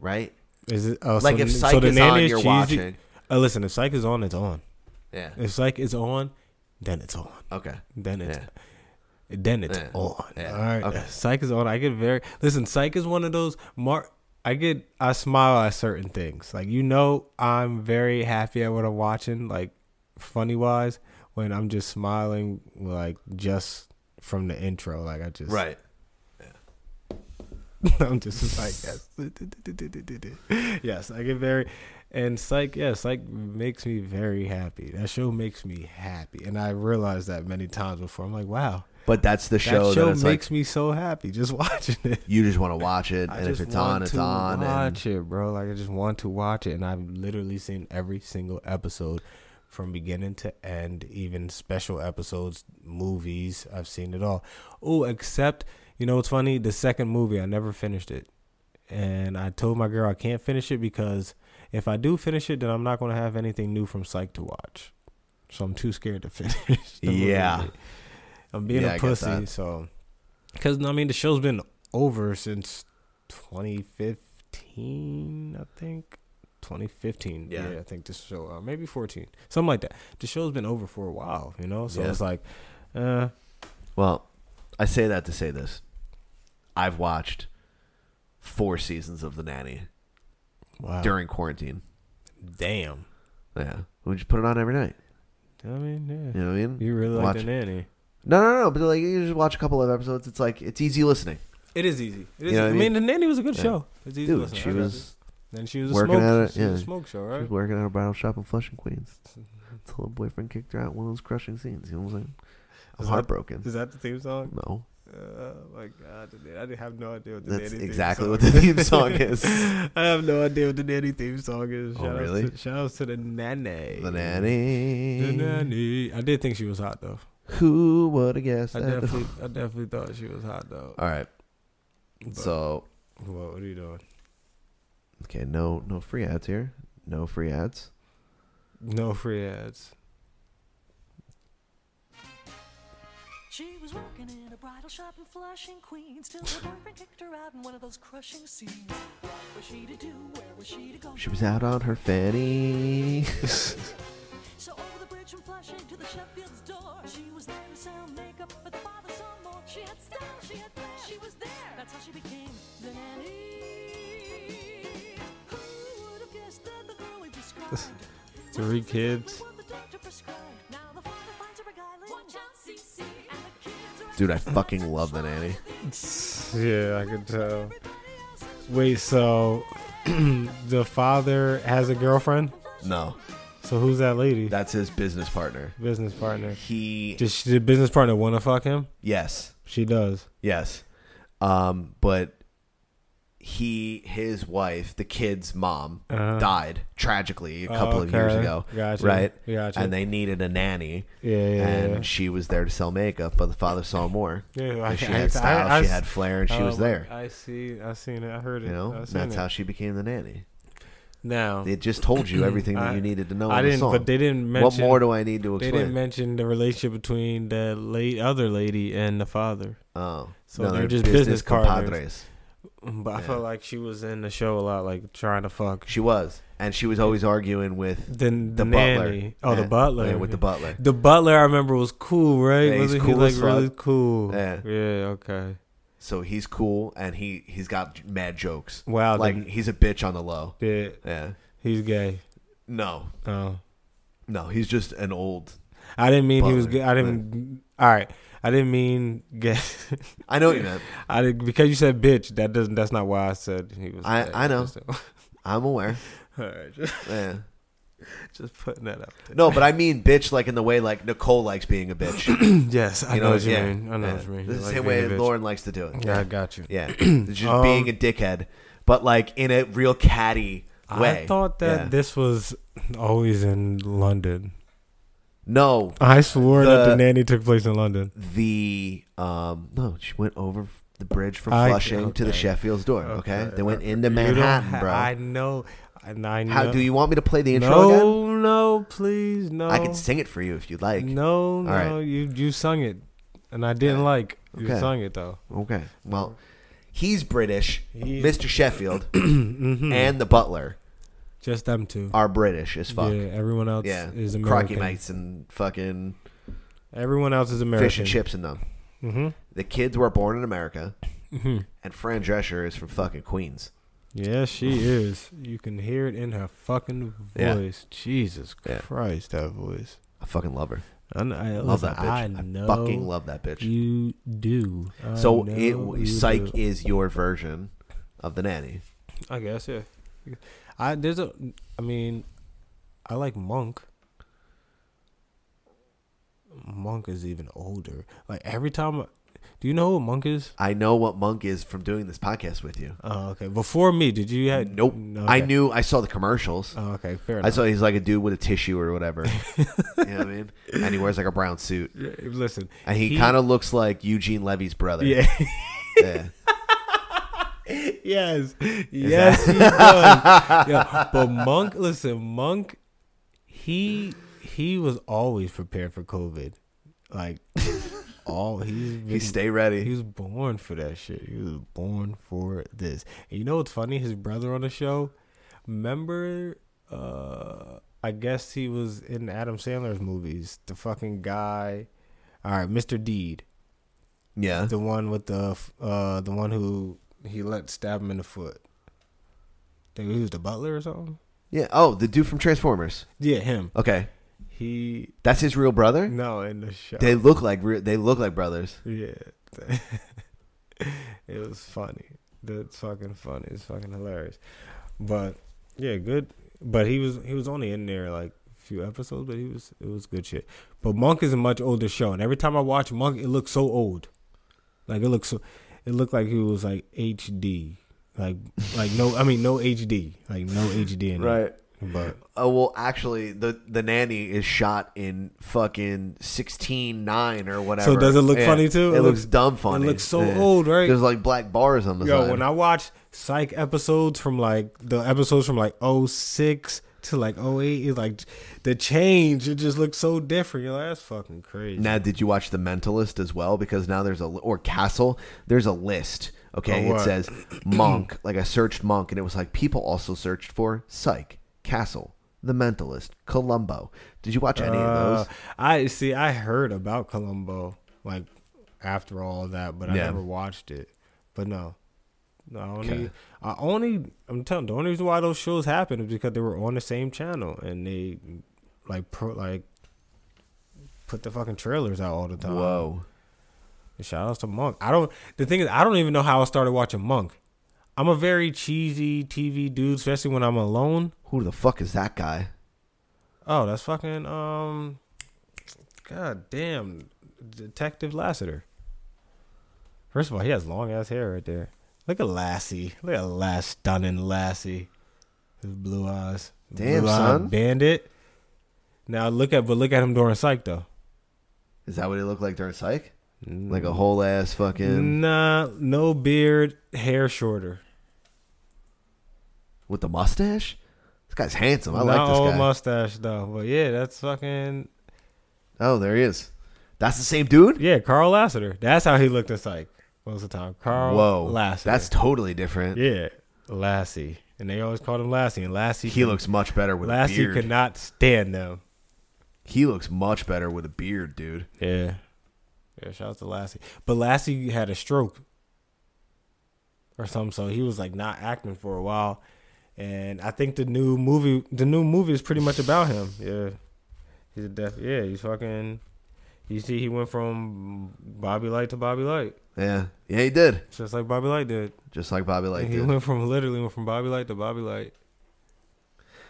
Speaker 1: right?
Speaker 2: Is it oh,
Speaker 1: like
Speaker 2: so,
Speaker 1: if
Speaker 2: n- so
Speaker 1: Psych
Speaker 2: the
Speaker 1: is
Speaker 2: nanny
Speaker 1: on,
Speaker 2: is
Speaker 1: you're
Speaker 2: cheesy-
Speaker 1: watching?
Speaker 2: Uh, listen, if psych is on, it's on.
Speaker 1: Yeah.
Speaker 2: If psych is on, then it's on.
Speaker 1: Okay.
Speaker 2: Then it's.
Speaker 1: Yeah.
Speaker 2: Then it's
Speaker 1: Yeah.
Speaker 2: on.
Speaker 1: Yeah.
Speaker 2: All right.
Speaker 1: Okay.
Speaker 2: Psych is on. I get very listen. Psych is one of those mark. I get. I smile at certain things. Like you know, I'm very happy at what I'm watching. Like funny wise, when I'm just smiling, like just from the intro. Like I just
Speaker 1: Right.
Speaker 2: I'm just like yes, yes. I get very, and psych yes, psych makes me very happy. That show makes me happy, and I realized that many times before. I'm like, wow.
Speaker 1: But that's the show that
Speaker 2: That show
Speaker 1: it's like-
Speaker 2: makes me so happy just watching it.
Speaker 1: You just want to watch it, and if
Speaker 2: just
Speaker 1: it's on,
Speaker 2: want
Speaker 1: it's
Speaker 2: to
Speaker 1: on. And
Speaker 2: Watch it, bro. Like I just want to watch it, and I've literally seen every single episode from beginning to end, even special episodes, movies. I've seen it all. Oh, except you know what's funny? The second movie, I never finished it, and I told my girl I can't finish it because if I do finish it, then I'm not gonna have anything new from Psych to watch. So I'm too scared to finish. the
Speaker 1: Yeah.
Speaker 2: movie. I'm being
Speaker 1: Yeah, I
Speaker 2: a
Speaker 1: get
Speaker 2: pussy,
Speaker 1: that.
Speaker 2: so because I mean the show's been over since 2015, I think. 2015, yeah.
Speaker 1: Yeah.
Speaker 2: I think this show, uh, maybe 14, something like that. The show's been over for a while, you know. So
Speaker 1: Yeah.
Speaker 2: it's like, uh,
Speaker 1: Well, I say that to say this: I've watched four seasons of The Nanny
Speaker 2: Wow.
Speaker 1: during quarantine.
Speaker 2: Damn.
Speaker 1: Yeah, we just put it on every night.
Speaker 2: I mean, yeah.
Speaker 1: You know what I mean?
Speaker 2: You really like
Speaker 1: Watch-
Speaker 2: the nanny.
Speaker 1: No, no, no. But like, you just watch a couple of episodes. It's like it's easy listening.
Speaker 2: It is easy. It
Speaker 1: You
Speaker 2: is.
Speaker 1: know
Speaker 2: I,
Speaker 1: what
Speaker 2: mean? the nanny was a good
Speaker 1: Yeah.
Speaker 2: show. It's easy.
Speaker 1: Dude,
Speaker 2: listening.
Speaker 1: she
Speaker 2: I got
Speaker 1: was
Speaker 2: you. and she was a
Speaker 1: working
Speaker 2: smoke.
Speaker 1: at it.
Speaker 2: she was
Speaker 1: yeah.
Speaker 2: a smoke show,
Speaker 1: She
Speaker 2: right?
Speaker 1: was working at a bridal shop in Flushing, Queens. Until her boyfriend kicked her out. One of those crushing scenes. You know what I'm saying? I'm
Speaker 2: Is that-
Speaker 1: heartbroken.
Speaker 2: Is that the theme song?
Speaker 1: No.
Speaker 2: Oh my god, the Nanny- I didn't have no idea what the
Speaker 1: That's
Speaker 2: nanny theme
Speaker 1: exactly
Speaker 2: song
Speaker 1: what the theme song is.
Speaker 2: I have no idea what the nanny theme song is.
Speaker 1: Oh,
Speaker 2: Shout outs
Speaker 1: really?
Speaker 2: To, shout outs to the nanny.
Speaker 1: The
Speaker 2: The
Speaker 1: nanny.
Speaker 2: nanny. I did think she was hot though.
Speaker 1: Who would have guessed
Speaker 2: I
Speaker 1: that?
Speaker 2: definitely, I definitely thought she was hot though.
Speaker 1: All right.
Speaker 2: But-
Speaker 1: So
Speaker 2: what, what are you doing?
Speaker 1: okay, no, no free ads here. No free ads.
Speaker 2: No free ads.
Speaker 7: She was working in a bridal shop in Flushing, Queens, till her boyfriend kicked her out in one of those crushing scenes. What was she to do? Where was she to go?
Speaker 1: She was out on her fanny.
Speaker 7: So over the bridge from Flushing to the Sheffield's door, she was there to sell makeup, but the father saw more. She had style, she had flair, she was there. That's how she became the nanny. Who would have guessed that the girl we described?
Speaker 2: Three kids.
Speaker 1: Dude, I fucking love the nanny.
Speaker 2: Yeah, I could tell. Wait, so the father has a girlfriend?
Speaker 1: No.
Speaker 2: So who's that lady?
Speaker 1: That's his business partner.
Speaker 2: Business partner.
Speaker 1: He
Speaker 2: Does she, the business partner want to fuck him?
Speaker 1: Yes.
Speaker 2: She does.
Speaker 1: Yes. Um, but he, his wife, the kid's mom,
Speaker 2: Uh-huh.
Speaker 1: died tragically a couple of years
Speaker 2: Okay.
Speaker 1: ago.
Speaker 2: Gotcha.
Speaker 1: Right?
Speaker 2: Gotcha.
Speaker 1: And they needed a nanny.
Speaker 2: Yeah, yeah,
Speaker 1: And
Speaker 2: yeah.
Speaker 1: she was there to sell makeup, but the father saw more.
Speaker 2: Yeah,
Speaker 1: And
Speaker 2: I-
Speaker 1: she
Speaker 2: I-
Speaker 1: had style,
Speaker 2: I- I
Speaker 1: she
Speaker 2: s-
Speaker 1: had flair, and she was
Speaker 2: um,
Speaker 1: there.
Speaker 2: I see. I seen it. I heard it.
Speaker 1: You know?
Speaker 2: I
Speaker 1: And
Speaker 2: seen
Speaker 1: that's
Speaker 2: it.
Speaker 1: how she became the nanny.
Speaker 2: Now
Speaker 1: It just told you everything that
Speaker 2: I-
Speaker 1: you needed to know
Speaker 2: I
Speaker 1: in the
Speaker 2: didn't,
Speaker 1: song.
Speaker 2: but they didn't
Speaker 1: What
Speaker 2: mention.
Speaker 1: more do I need to
Speaker 2: They
Speaker 1: explain?
Speaker 2: didn't mention the relationship between the late other lady and the father.
Speaker 1: Oh,
Speaker 2: so
Speaker 1: No,
Speaker 2: they're,
Speaker 1: they're
Speaker 2: just
Speaker 1: business
Speaker 2: business partners.
Speaker 1: compadres.
Speaker 2: Mm, But I felt like she was in the show a lot, like trying to fuck.
Speaker 1: She was. And she was always arguing with
Speaker 2: Then the,
Speaker 1: the
Speaker 2: nanny.
Speaker 1: butler.
Speaker 2: Oh,
Speaker 1: Yeah,
Speaker 2: the butler.
Speaker 1: yeah, with the butler.
Speaker 2: The butler, I remember, was cool, right?
Speaker 1: Yeah,
Speaker 2: Wasn't
Speaker 1: he's
Speaker 2: he
Speaker 1: cool
Speaker 2: like
Speaker 1: as
Speaker 2: really
Speaker 1: fuck.
Speaker 2: cool?
Speaker 1: Yeah.
Speaker 2: Okay.
Speaker 1: So he's cool, and he he's got j- mad jokes.
Speaker 2: Wow,
Speaker 1: like
Speaker 2: then-
Speaker 1: he's a bitch on the low.
Speaker 2: Yeah.
Speaker 1: yeah.
Speaker 2: He's gay.
Speaker 1: No,
Speaker 2: Oh.
Speaker 1: no, he's just an old.
Speaker 2: I didn't mean he was.
Speaker 1: butler.
Speaker 2: Gay. I didn't. All right. I didn't mean gay.
Speaker 1: I know what you meant.
Speaker 2: I did because you said bitch. That doesn't. That's not why I said he was. gay.
Speaker 1: I I know.
Speaker 2: Just-
Speaker 1: I'm aware.
Speaker 2: All right. Just,
Speaker 1: Yeah.
Speaker 2: just putting that out there.
Speaker 1: No, but I mean bitch like in the way like Nicole likes being a bitch.
Speaker 2: Yes, I know what you mean. I know what you mean.
Speaker 1: This is the
Speaker 2: You like
Speaker 1: same
Speaker 2: being
Speaker 1: way
Speaker 2: a bitch.
Speaker 1: Lauren likes to do it.
Speaker 2: Yeah, I got you.
Speaker 1: Yeah, It's just being a dickhead, but like in a real catty way.
Speaker 2: I thought that
Speaker 1: Yeah.
Speaker 2: this was always in London.
Speaker 1: No,
Speaker 2: I swore that
Speaker 1: The-
Speaker 2: the nanny took place in London.
Speaker 1: the um no she went over the bridge from
Speaker 2: I-
Speaker 1: Flushing to the
Speaker 2: okay.
Speaker 1: Sheffield's door. Okay, they went into
Speaker 2: You don't
Speaker 1: Manhattan,
Speaker 2: ha-
Speaker 1: bro.
Speaker 2: I know. And I know.
Speaker 1: How do you want me to play the intro again?
Speaker 2: No, no, please, no.
Speaker 1: I can sing it for you if you'd like.
Speaker 2: No, no,
Speaker 1: All right.
Speaker 2: you you sung it, and I didn't like you
Speaker 1: Okay.
Speaker 2: sung it though.
Speaker 1: Okay. Well, he's British.
Speaker 2: He's-
Speaker 1: Mr. Sheffield
Speaker 2: Mhm.
Speaker 1: and the butler
Speaker 2: Just them two.
Speaker 1: are British as fuck.
Speaker 2: Yeah, everyone else is
Speaker 1: Crocky
Speaker 2: American.
Speaker 1: Mates and fucking
Speaker 2: Everyone else is American.
Speaker 1: fish and chips in them.
Speaker 2: Mhm.
Speaker 1: The kids were born in America,
Speaker 2: Mhm.
Speaker 1: and Fran Drescher is from fucking Queens.
Speaker 2: Yeah, she is. You can hear it in her fucking
Speaker 1: Yeah.
Speaker 2: voice. Jesus
Speaker 1: Yeah.
Speaker 2: Christ, that voice.
Speaker 1: I fucking love her.
Speaker 2: I, know, I
Speaker 1: Love that bitch.
Speaker 2: I,
Speaker 1: I
Speaker 2: know
Speaker 1: fucking love that bitch.
Speaker 2: You do. I
Speaker 1: so
Speaker 2: know
Speaker 1: it
Speaker 2: you
Speaker 1: Psych
Speaker 2: do.
Speaker 1: is your version of the nanny.
Speaker 2: I guess yeah. I there's a. I mean, I like Monk. Monk is even older. Like every time, do you know what Monk is?
Speaker 1: I know what Monk is from doing this podcast with you.
Speaker 2: Oh, okay. Before me, did you have?
Speaker 1: Nope.
Speaker 2: No,
Speaker 1: I
Speaker 2: okay.
Speaker 1: knew. I saw the commercials.
Speaker 2: Oh, okay, fair
Speaker 1: I
Speaker 2: enough.
Speaker 1: saw he's like a dude with a tissue or whatever. you know what I mean? And he wears like a brown suit.
Speaker 2: Listen,
Speaker 1: And he,
Speaker 2: he-
Speaker 1: kind of looks like Eugene Levy's brother.
Speaker 2: Yeah.
Speaker 1: yeah.
Speaker 2: yes, yes,
Speaker 1: that-
Speaker 2: he does. Yeah, But Monk, listen, Monk, he he was always prepared for COVID. Like, all he's been,
Speaker 1: stay ready.
Speaker 2: He was born for that shit. He was born for this. And you know what's funny? His brother on the show. Remember, uh, I guess he was in Adam Sandler's movies. The fucking guy. All right, Mr. Deed.
Speaker 1: Yeah.
Speaker 2: The one with the uh the one who he let stab him in the foot. Think he was the butler or something.
Speaker 1: Yeah. Oh, the dude from Transformers.
Speaker 2: Yeah, him.
Speaker 1: Okay.
Speaker 2: He
Speaker 1: That's his real brother.
Speaker 2: no in the show.
Speaker 1: They look like re- they look like brothers.
Speaker 2: yeah. it was funny. That's fucking funny. It's fucking hilarious. But yeah, good. But he was he was only in there like a few episodes, but he was it was good shit. But Monk is a much older show, and every time I watch Monk, it looks so old. Like it looks so, it looked like he was like HD, like like no, I mean no HD, like no HD in
Speaker 1: Right.
Speaker 2: it. But
Speaker 1: Oh well, actually, the the nanny is shot in fucking sixteen nine or whatever.
Speaker 2: So does it look
Speaker 1: Yeah.
Speaker 2: funny too?
Speaker 1: It, looks, dumb funny.
Speaker 2: It looks so
Speaker 1: Yeah.
Speaker 2: old, right?
Speaker 1: There's like black bars on the
Speaker 2: Yo,
Speaker 1: side.
Speaker 2: when I watch psych episodes from like the episodes from like 06 to like 08, it's like the change, it just looks so different. You're like, that's fucking crazy.
Speaker 1: Now, did you watch The Mentalist as well? Because now there's a or Castle. There's a list. Okay,
Speaker 2: Of
Speaker 1: it
Speaker 2: what?
Speaker 1: says monk. Like I searched monk, and it was like people also searched for psych, Castle, The Mentalist, Columbo. Did you watch any of
Speaker 2: Uh,
Speaker 1: those?
Speaker 2: I see, I heard about Columbo like after all that, but I
Speaker 1: Yeah.
Speaker 2: never watched it. But no. No, I only,
Speaker 1: Okay.
Speaker 2: I only, I'm telling. The only reason why those shows happened is because they were on the same channel and they, like, pro, like, put the fucking trailers out all the time.
Speaker 1: Whoa.
Speaker 2: Shout outs to Monk. I don't. The thing is, I don't even know how I started watching Monk. I'm a very cheesy TV dude, especially when I'm alone.
Speaker 1: Who the fuck is that guy?
Speaker 2: Oh, that's fucking um. God damn, Detective Lassiter. First of all, he has long ass hair right there. Look at Lassie. Look at last stunning Lassie. His blue eyes.
Speaker 1: Damn,
Speaker 2: Blue-eyed
Speaker 1: son.
Speaker 2: bandit. Now look at, but look at him during Psych though.
Speaker 1: Is that what it looked like during Psych?
Speaker 2: mm.
Speaker 1: Like a whole ass fucking
Speaker 2: Nah, no beard, hair shorter.
Speaker 1: with the mustache. This guy's handsome. I like
Speaker 2: Not
Speaker 1: this
Speaker 2: all
Speaker 1: guy.
Speaker 2: mustache though, but yeah, that's fucking
Speaker 1: oh, there he is. That's the same dude.
Speaker 2: yeah, Carl Lassiter. That's how he looked in Psych most of the time. Carl
Speaker 1: Whoa,
Speaker 2: Lassiter.
Speaker 1: that's totally different.
Speaker 2: yeah, Lassie, and they always called him Lassie, and Lassie.
Speaker 1: He looks much better with a
Speaker 2: Lassie
Speaker 1: beard.
Speaker 2: could not stand them.
Speaker 1: He looks much better with a beard, dude.
Speaker 2: Yeah, yeah. Shout out to Lassie, but Lassie had a stroke or something, so he was like not acting for a while. And I think the new movie, the new movie is pretty much about him. Yeah, he's a deaf. Yeah, he's fucking. You see, he went from Bobby Light to Bobby Light,
Speaker 1: Yeah, yeah, he did.
Speaker 2: just like Bobby Light did.
Speaker 1: Just like Bobby Light
Speaker 2: he
Speaker 1: did.
Speaker 2: went from literally went from Bobby Light to Bobby Light.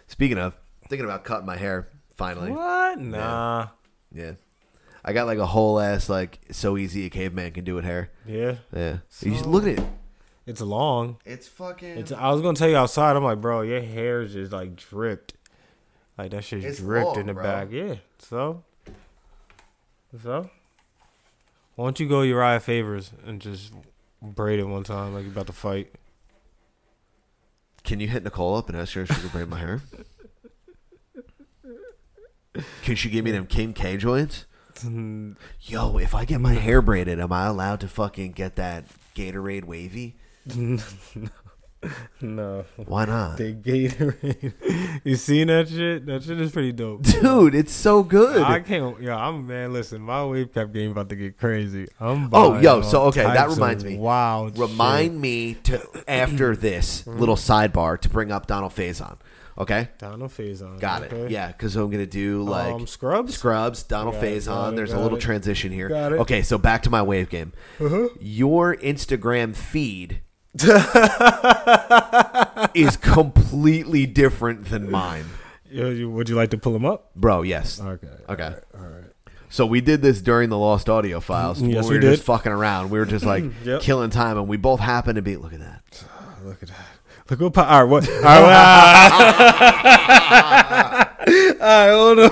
Speaker 1: Speaking of, thinking about cutting my hair finally.
Speaker 2: What?
Speaker 1: Yeah.
Speaker 2: Nah.
Speaker 1: Yeah. I got like a whole ass like so easy a caveman can do it hair.
Speaker 2: Yeah.
Speaker 1: Yeah. you just look at it.
Speaker 2: It's long.
Speaker 1: It's fucking.
Speaker 2: It's. I was gonna tell you outside. I'm like, bro, your hair is just like dripped. Like that shit's
Speaker 1: It's
Speaker 2: dripped
Speaker 1: long,
Speaker 2: in the
Speaker 1: bro.
Speaker 2: back. Yeah. So. So. Why don't you go Uriah Favors and just braid it one time like you about to fight?
Speaker 1: Can you hit Nicole up and ask her if she can braid my hair? Can she give me them Kim K joints? Yo, if I get my hair braided, am I allowed to fucking get that Gatorade wavy?
Speaker 2: No.
Speaker 1: Why not?
Speaker 2: The Gatorade. you seen that shit? That shit is pretty dope.
Speaker 1: Dude, it's so good.
Speaker 2: I can't. Yo, I'm man. Listen, my wave cap game about to get crazy. I'm.
Speaker 1: Oh,
Speaker 2: buying
Speaker 1: yo,
Speaker 2: all
Speaker 1: so okay, that
Speaker 2: types of
Speaker 1: reminds me.
Speaker 2: Wild. shit. Mm-hmm.
Speaker 1: Remind me to after this little sidebar to bring up Donald Faison. Okay.
Speaker 2: Donald Faison.
Speaker 1: Got it. Yeah, because I'm gonna do like
Speaker 2: Um, Scrubs?
Speaker 1: Scrubs, Donald
Speaker 2: Got it, got
Speaker 1: Faison.
Speaker 2: it,
Speaker 1: There's a
Speaker 2: got
Speaker 1: little
Speaker 2: it.
Speaker 1: transition here.
Speaker 2: Got it.
Speaker 1: Okay, so back to my wave game.
Speaker 2: Uh-huh.
Speaker 1: Your Instagram feed is completely different than mine,
Speaker 2: Yo, you- Would you like to pull him up?
Speaker 1: bro. Yes.
Speaker 2: Okay.
Speaker 1: Okay. So we did this during the lost audio files.
Speaker 2: Mm, yes,
Speaker 1: we
Speaker 2: we
Speaker 1: were
Speaker 2: did.
Speaker 1: just fucking around. We were just like
Speaker 2: Yep.
Speaker 1: killing time, and we both happened to be. Look at that.
Speaker 2: Look at that. Look what. Pa- all right. What? All right. All right, hold on.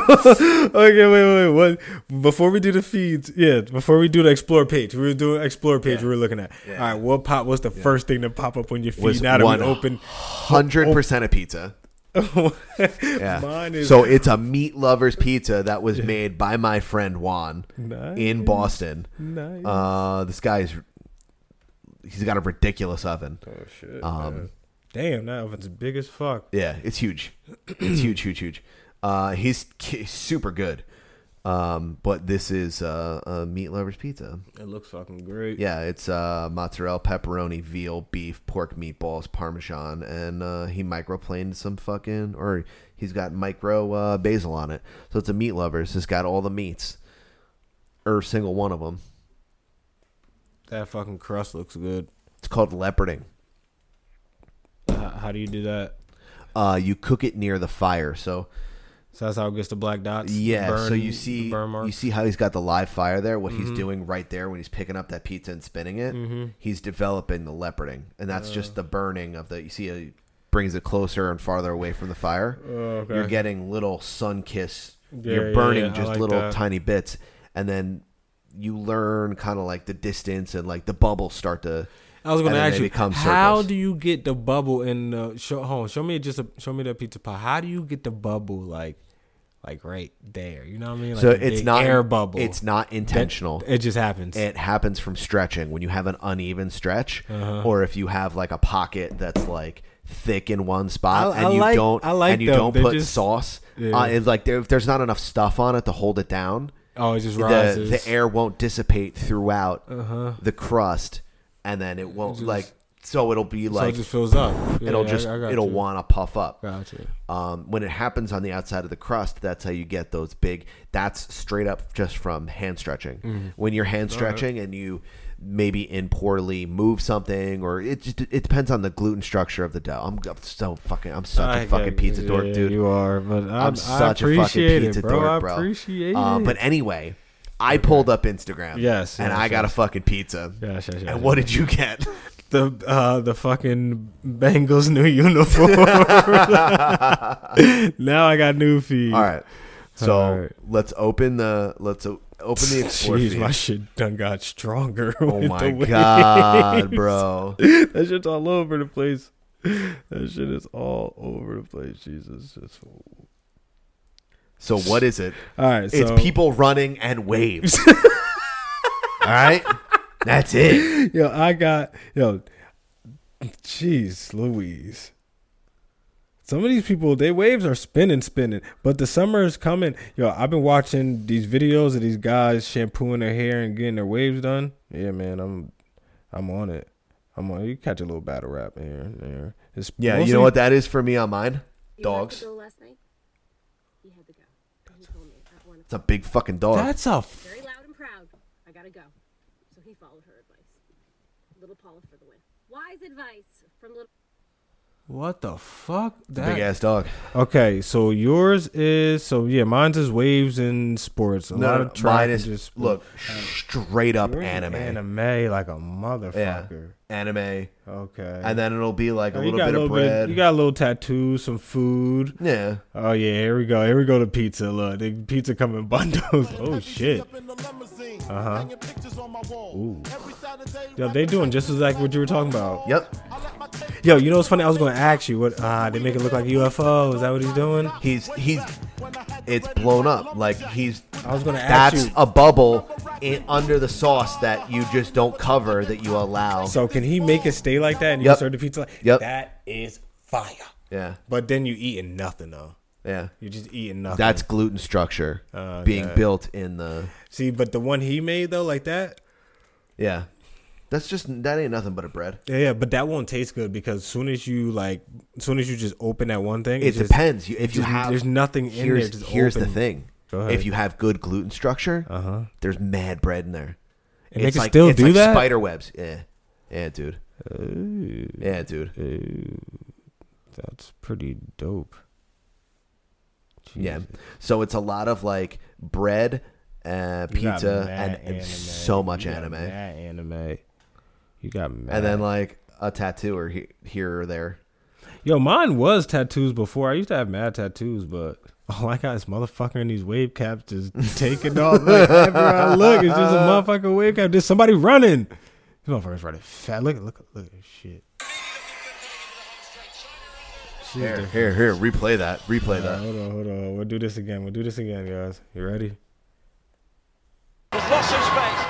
Speaker 2: okay, wait, wait, wait. What? Before we do the feeds, yeah. Before we do the explore page, we were doing explore page. We were looking at. All right, what pop? What's the first thing that pop up on your feed
Speaker 1: Was
Speaker 2: now that
Speaker 1: one
Speaker 2: we open? Oh,
Speaker 1: Hundred percent of pizza. Yeah.
Speaker 2: Mine is-
Speaker 1: so it's a meat lovers pizza that was made by my friend Juan in Boston.
Speaker 2: Nice.
Speaker 1: Uh, this guy's he's got a ridiculous oven.
Speaker 2: Oh shit.
Speaker 1: Um,
Speaker 2: man. Damn, that oven's big as fuck.
Speaker 1: Yeah, it's huge. it's huge, huge, huge. Uh, he's ki- super good. Um, but this is uh, a meat lovers pizza.
Speaker 2: It looks fucking great.
Speaker 1: Yeah, it's uh, mozzarella, pepperoni, veal, beef, pork meatballs, parmesan, and uh, he microplaned some fucking, or he's got micro uh, basil on it. So it's a meat lovers. It's got all the meats, every single one of them.
Speaker 2: That fucking crust looks good.
Speaker 1: It's called leoparding.
Speaker 2: H- how do you do that?
Speaker 1: Uh, you cook it near the fire, so
Speaker 2: So that's how it gets the black dots.
Speaker 1: Yeah,
Speaker 2: burn-
Speaker 1: so you see
Speaker 2: burn marks.
Speaker 1: you see how he's got the live fire there, what he's
Speaker 2: Mhm.
Speaker 1: doing right there when he's picking up that pizza and spinning it.
Speaker 2: Mhm.
Speaker 1: He's developing the leoparding, and that's just
Speaker 2: Uh.
Speaker 1: the burning of the. You see, it brings it closer and farther away from the fire.
Speaker 2: Oh, okay.
Speaker 1: You're getting little sun kiss.
Speaker 2: Yeah,
Speaker 1: You're
Speaker 2: yeah,
Speaker 1: burning
Speaker 2: yeah, I
Speaker 1: just
Speaker 2: like
Speaker 1: little
Speaker 2: that.
Speaker 1: tiny bits, and then you learn kind of like the distance and like the bubbles start to.
Speaker 2: I was going
Speaker 1: and
Speaker 2: to
Speaker 1: then
Speaker 2: ask
Speaker 1: they
Speaker 2: you,
Speaker 1: become
Speaker 2: how
Speaker 1: circles.
Speaker 2: do you get the bubble in the show? Hold on, show me just a, show me that pizza pie. How do you get the bubble like, like right there? You know what I mean? Like
Speaker 1: so
Speaker 2: the
Speaker 1: it's
Speaker 2: big
Speaker 1: not
Speaker 2: air bubble.
Speaker 1: It's not
Speaker 2: That-
Speaker 1: intentional.
Speaker 2: it just happens.
Speaker 1: It happens from stretching when you have an uneven stretch,
Speaker 2: Uh-huh.
Speaker 1: or if you have like a pocket that's like thick in one spot
Speaker 2: I-
Speaker 1: and
Speaker 2: I
Speaker 1: you
Speaker 2: like-
Speaker 1: don't
Speaker 2: I like
Speaker 1: and you
Speaker 2: them.
Speaker 1: don't
Speaker 2: They
Speaker 1: put
Speaker 2: just-
Speaker 1: sauce.
Speaker 2: Yeah.
Speaker 1: Uh, it's like there, if there's not enough stuff on it to hold it down.
Speaker 2: Oh, it just
Speaker 1: the-
Speaker 2: rises.
Speaker 1: The, air won't dissipate throughout
Speaker 2: Uh-huh.
Speaker 1: the crust, and then it won't
Speaker 2: just-
Speaker 1: like. So it'll be
Speaker 2: So it
Speaker 1: like
Speaker 2: just fills up.
Speaker 1: it'll
Speaker 2: Yeah, I-
Speaker 1: just
Speaker 2: I got
Speaker 1: it'll
Speaker 2: you.
Speaker 1: want to puff up.
Speaker 2: Gotcha.
Speaker 1: Um, when it happens on the outside of the crust, that's how you get those big. That's straight up just from hand stretching.
Speaker 2: Mhm.
Speaker 1: When you're hand
Speaker 2: All right.
Speaker 1: stretching and you maybe in poorly move something, or it just it depends on the gluten structure of the dough. I'm, I'm so fucking I'm such
Speaker 2: I
Speaker 1: a fucking
Speaker 2: get-
Speaker 1: pizza dork,
Speaker 2: yeah,
Speaker 1: dude.
Speaker 2: you are, but I'm- I appreciate it, bro. I appreciate
Speaker 1: Uh,
Speaker 2: it.
Speaker 1: but anyway. I pulled up Instagram.
Speaker 2: Yes,
Speaker 1: And
Speaker 2: yes,
Speaker 1: I got
Speaker 2: yes.
Speaker 1: a fucking pizza.
Speaker 2: Yes, yes, yes,
Speaker 1: and what
Speaker 2: yes.
Speaker 1: did you get?
Speaker 2: the uh, the fucking Bengals new uniform. now I got new feet.
Speaker 1: All right. So
Speaker 2: All right.
Speaker 1: let's open the let's o- open the explore
Speaker 2: Jeez,
Speaker 1: feed.
Speaker 2: my shit done got stronger.
Speaker 1: Oh
Speaker 2: with
Speaker 1: my
Speaker 2: the
Speaker 1: god,
Speaker 2: waves.
Speaker 1: bro!
Speaker 2: that shit's all over the place. That shit is all over the place. Jesus, just
Speaker 1: So what is it?
Speaker 2: All right,
Speaker 1: it's
Speaker 2: so-
Speaker 1: people running and waves. all right, that's it.
Speaker 2: Yo, I got yo. Jeez, Louise. Some of these people, their waves are spinning, spinning. But the summer is coming. Yo, I've been watching these videos of these guys shampooing their hair and getting their waves done. Yeah, man, I'm, I'm on it. I'm on. You catch a little battle rap here and there. It's
Speaker 1: Yeah, you know
Speaker 2: mostly-
Speaker 1: what that is for me on mine? Dogs. It's a big fucking dog.
Speaker 2: That's a f-
Speaker 3: Very loud and proud. I gotta go. So he followed her advice. Little Paula for the win. Wise advice from little.
Speaker 2: What the fuck?
Speaker 1: big ass dog.
Speaker 2: Okay, so yours is so yeah. Mine's is waves and sports. A
Speaker 1: No,
Speaker 2: lot
Speaker 1: no,
Speaker 2: of
Speaker 1: no,
Speaker 2: track
Speaker 1: mine
Speaker 2: and
Speaker 1: is
Speaker 2: just
Speaker 1: look straight up
Speaker 2: Yours is
Speaker 1: anime.
Speaker 2: anime like a motherfucker.
Speaker 1: Yeah, anime.
Speaker 2: Okay.
Speaker 1: And then it'll be like a
Speaker 2: Oh, you
Speaker 1: little
Speaker 2: got
Speaker 1: bit of bread.
Speaker 2: you got a little tattoo, some food.
Speaker 1: Yeah.
Speaker 2: Oh yeah, here we go. Here we go to pizza. Look, the pizza come in bundles. Oh shit. Uh huh. Ooh. Yo, they doing just exactly what you were talking about.
Speaker 1: Yep.
Speaker 2: Yo, you know what's funny? I was gonna ask you what ah they make it look like a UFO. Is that what he's doing?
Speaker 1: He's he's it's blown up. Like he's.
Speaker 2: I was gonna ask
Speaker 1: That's
Speaker 2: you.
Speaker 1: a bubble in, under the sauce that you just don't cover that you allow.
Speaker 2: So can he make it stay like that and you
Speaker 1: Yep.
Speaker 2: serve the pizza? Like,
Speaker 1: Yep.
Speaker 2: That is fire.
Speaker 1: Yeah.
Speaker 2: But then you eating nothing though.
Speaker 1: Yeah.
Speaker 2: You just eating nothing.
Speaker 1: That's gluten structure
Speaker 2: Uh,
Speaker 1: being
Speaker 2: okay.
Speaker 1: built in the
Speaker 2: see, but the one he made though, like that,
Speaker 1: yeah. That's just that ain't nothing but a bread.
Speaker 2: Yeah, yeah, but that won't taste good because soon as you like, soon as you just open that one thing,
Speaker 1: It,
Speaker 2: just-
Speaker 1: depends. You-
Speaker 2: it
Speaker 1: If you
Speaker 2: just-
Speaker 1: have,
Speaker 2: there's nothing in there.
Speaker 1: here's,
Speaker 2: just
Speaker 1: here's the
Speaker 2: open.
Speaker 1: thing:
Speaker 2: Go ahead.
Speaker 1: if you have good gluten structure,
Speaker 2: Uh-huh.
Speaker 1: there's mad bread in there.
Speaker 2: And they can still
Speaker 1: it's
Speaker 2: do
Speaker 1: like
Speaker 2: that?
Speaker 1: Spider webs. Yeah, yeah, dude. yeah, dude.
Speaker 2: that's pretty dope.
Speaker 1: Yeah. So it's a lot of like bread, uh,
Speaker 2: You got
Speaker 1: pizza,
Speaker 2: mad
Speaker 1: and, and so much anime.
Speaker 2: anime. You got mad.
Speaker 1: And then like a tattoo or he- here or there.
Speaker 2: Yo, mine was tattoos before. I used to have mad tattoos, but all I got is motherfucker in these wave caps just taking off. Like, everywhere I look, it's just a motherfucking wave cap. There's somebody running. This motherfucker's running fat. Look, look, look at this shit. Shit
Speaker 1: Here,
Speaker 2: different.
Speaker 1: here, here. Replay that. Replay
Speaker 2: Uh,
Speaker 1: that.
Speaker 2: Hold on, hold on. We'll do this again. We'll do this again, guys. You ready?
Speaker 9: He's lost some space.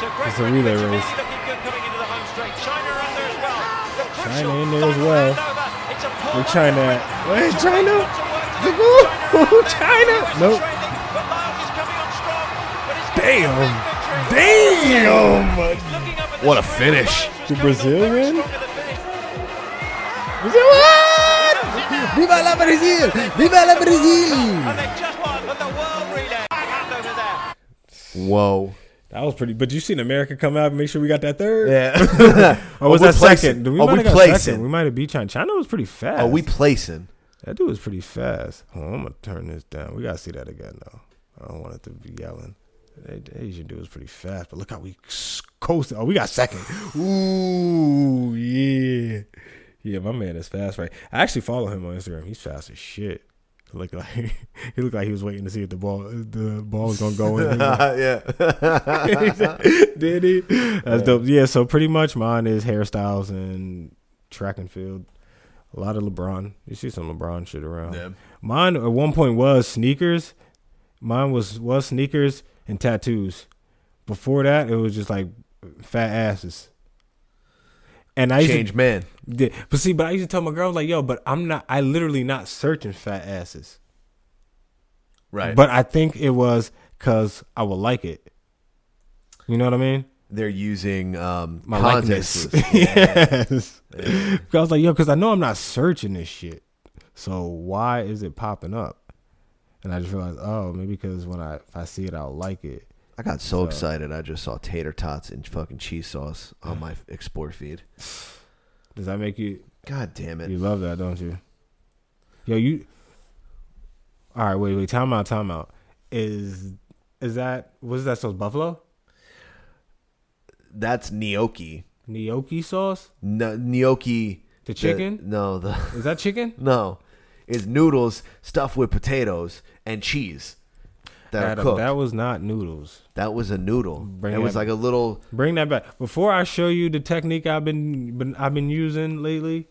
Speaker 9: So Greg
Speaker 2: It's a relay race.
Speaker 9: looking good coming into the home straight. China around there as well. The crucial
Speaker 2: China in there as well. Where China at? Where China? The goal. China. Nope. Damn. Damn.
Speaker 1: What a finish.
Speaker 2: Did Brazil win?
Speaker 1: Brazil won!
Speaker 2: Viva la Brazil! Viva la Brazil!
Speaker 1: Whoa.
Speaker 2: That was pretty. But you seen America come out and make sure we got that third?
Speaker 1: Yeah.
Speaker 2: or was
Speaker 1: Are Oh, we
Speaker 2: that
Speaker 1: placing?
Speaker 2: second? Dude, We
Speaker 1: Are
Speaker 2: might
Speaker 1: we
Speaker 2: have got
Speaker 1: placing?
Speaker 2: second. We might have beat China. China was pretty fast.
Speaker 1: Are we placing?
Speaker 2: That dude was pretty fast. Hold on, I'm gonna turn this down. We gotta see that again though. I don't want it to be yelling. That that Asian dude was pretty fast, but look how we coasted. Oh, we got second. Ooh, yeah, yeah. My man is fast, right? I actually follow him on Instagram. He's fast as shit. He looked like he looked like he was waiting to see if the ball the ball was gonna go in.
Speaker 1: Yeah.
Speaker 2: Did he? That's
Speaker 1: Yeah.
Speaker 2: dope. Yeah. So pretty much mine is hairstyles and track and field. A lot of LeBron. You see some LeBron shit around.
Speaker 1: Yeah.
Speaker 2: Mine at one point was sneakers. Mine was was sneakers and tattoos. Before that, it was just like fat asses. And I used to-
Speaker 1: Change man.
Speaker 2: Yeah, but see, but I used to tell my girl like, "Yo, but I'm not. I literally not searching fat asses."
Speaker 1: Right.
Speaker 2: But I think it was because I would like it. You know what I mean?
Speaker 1: They're using um,
Speaker 2: My
Speaker 1: context
Speaker 2: likeness.
Speaker 1: clues.
Speaker 2: yes.
Speaker 1: Yeah.
Speaker 2: 'Cause I was like, yo, because I know I'm not searching this shit. So why is it popping up? And I just realized, oh, maybe because when I if I see it, I'll like it.
Speaker 1: I got so excited. I just saw tater tots and fucking cheese sauce on my Explore feed.
Speaker 2: Does that make you?
Speaker 1: God damn it!
Speaker 2: You love that, don't you? Yo, you. All right, wait, wait. Time out, time out. Is is that what is that sauce? Buffalo
Speaker 1: That's gnocchi.
Speaker 2: gnocchi sauce?
Speaker 1: No, gnocchi.
Speaker 2: The chicken?
Speaker 1: no, the
Speaker 2: Is that chicken?
Speaker 1: no. It's noodles stuffed with potatoes and cheese that are
Speaker 2: Adam,
Speaker 1: cooked.
Speaker 2: that was not noodles.
Speaker 1: That was a noodle.
Speaker 2: Bring
Speaker 1: it was
Speaker 2: that-
Speaker 1: like a little.
Speaker 2: Bring that back. Before I show you the technique I've been, been I've been using lately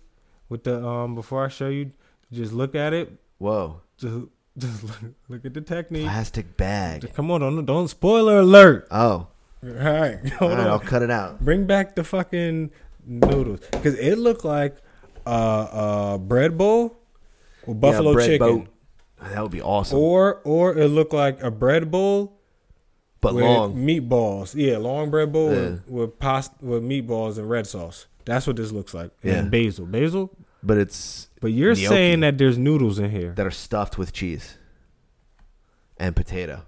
Speaker 2: with the um before I show you just look at it.
Speaker 1: Whoa.
Speaker 2: Just just look, look at the technique.
Speaker 1: Plastic bag.
Speaker 2: Come on, don't don't spoiler alert.
Speaker 1: Oh.
Speaker 2: All right.
Speaker 1: All
Speaker 2: Hold
Speaker 1: right,
Speaker 2: on.
Speaker 1: I'll cut it out.
Speaker 2: Bring back the fucking noodles cuz it looked like a uh, uh bread bowl with
Speaker 1: Yeah,
Speaker 2: buffalo
Speaker 1: bread
Speaker 2: chicken. Oh,
Speaker 1: boat. That would be awesome.
Speaker 2: Or or it looked like a bread bowl,
Speaker 1: But
Speaker 2: with
Speaker 1: long.
Speaker 2: meatballs. Yeah, long bread bowl
Speaker 1: Yeah.
Speaker 2: with, with pasta with meatballs and red sauce. That's what this looks like.
Speaker 1: Yeah.
Speaker 2: And basil, basil.
Speaker 1: But it's.
Speaker 2: But you're
Speaker 1: gnocchi
Speaker 2: saying that there's noodles in here.
Speaker 1: that are stuffed with cheese and potato.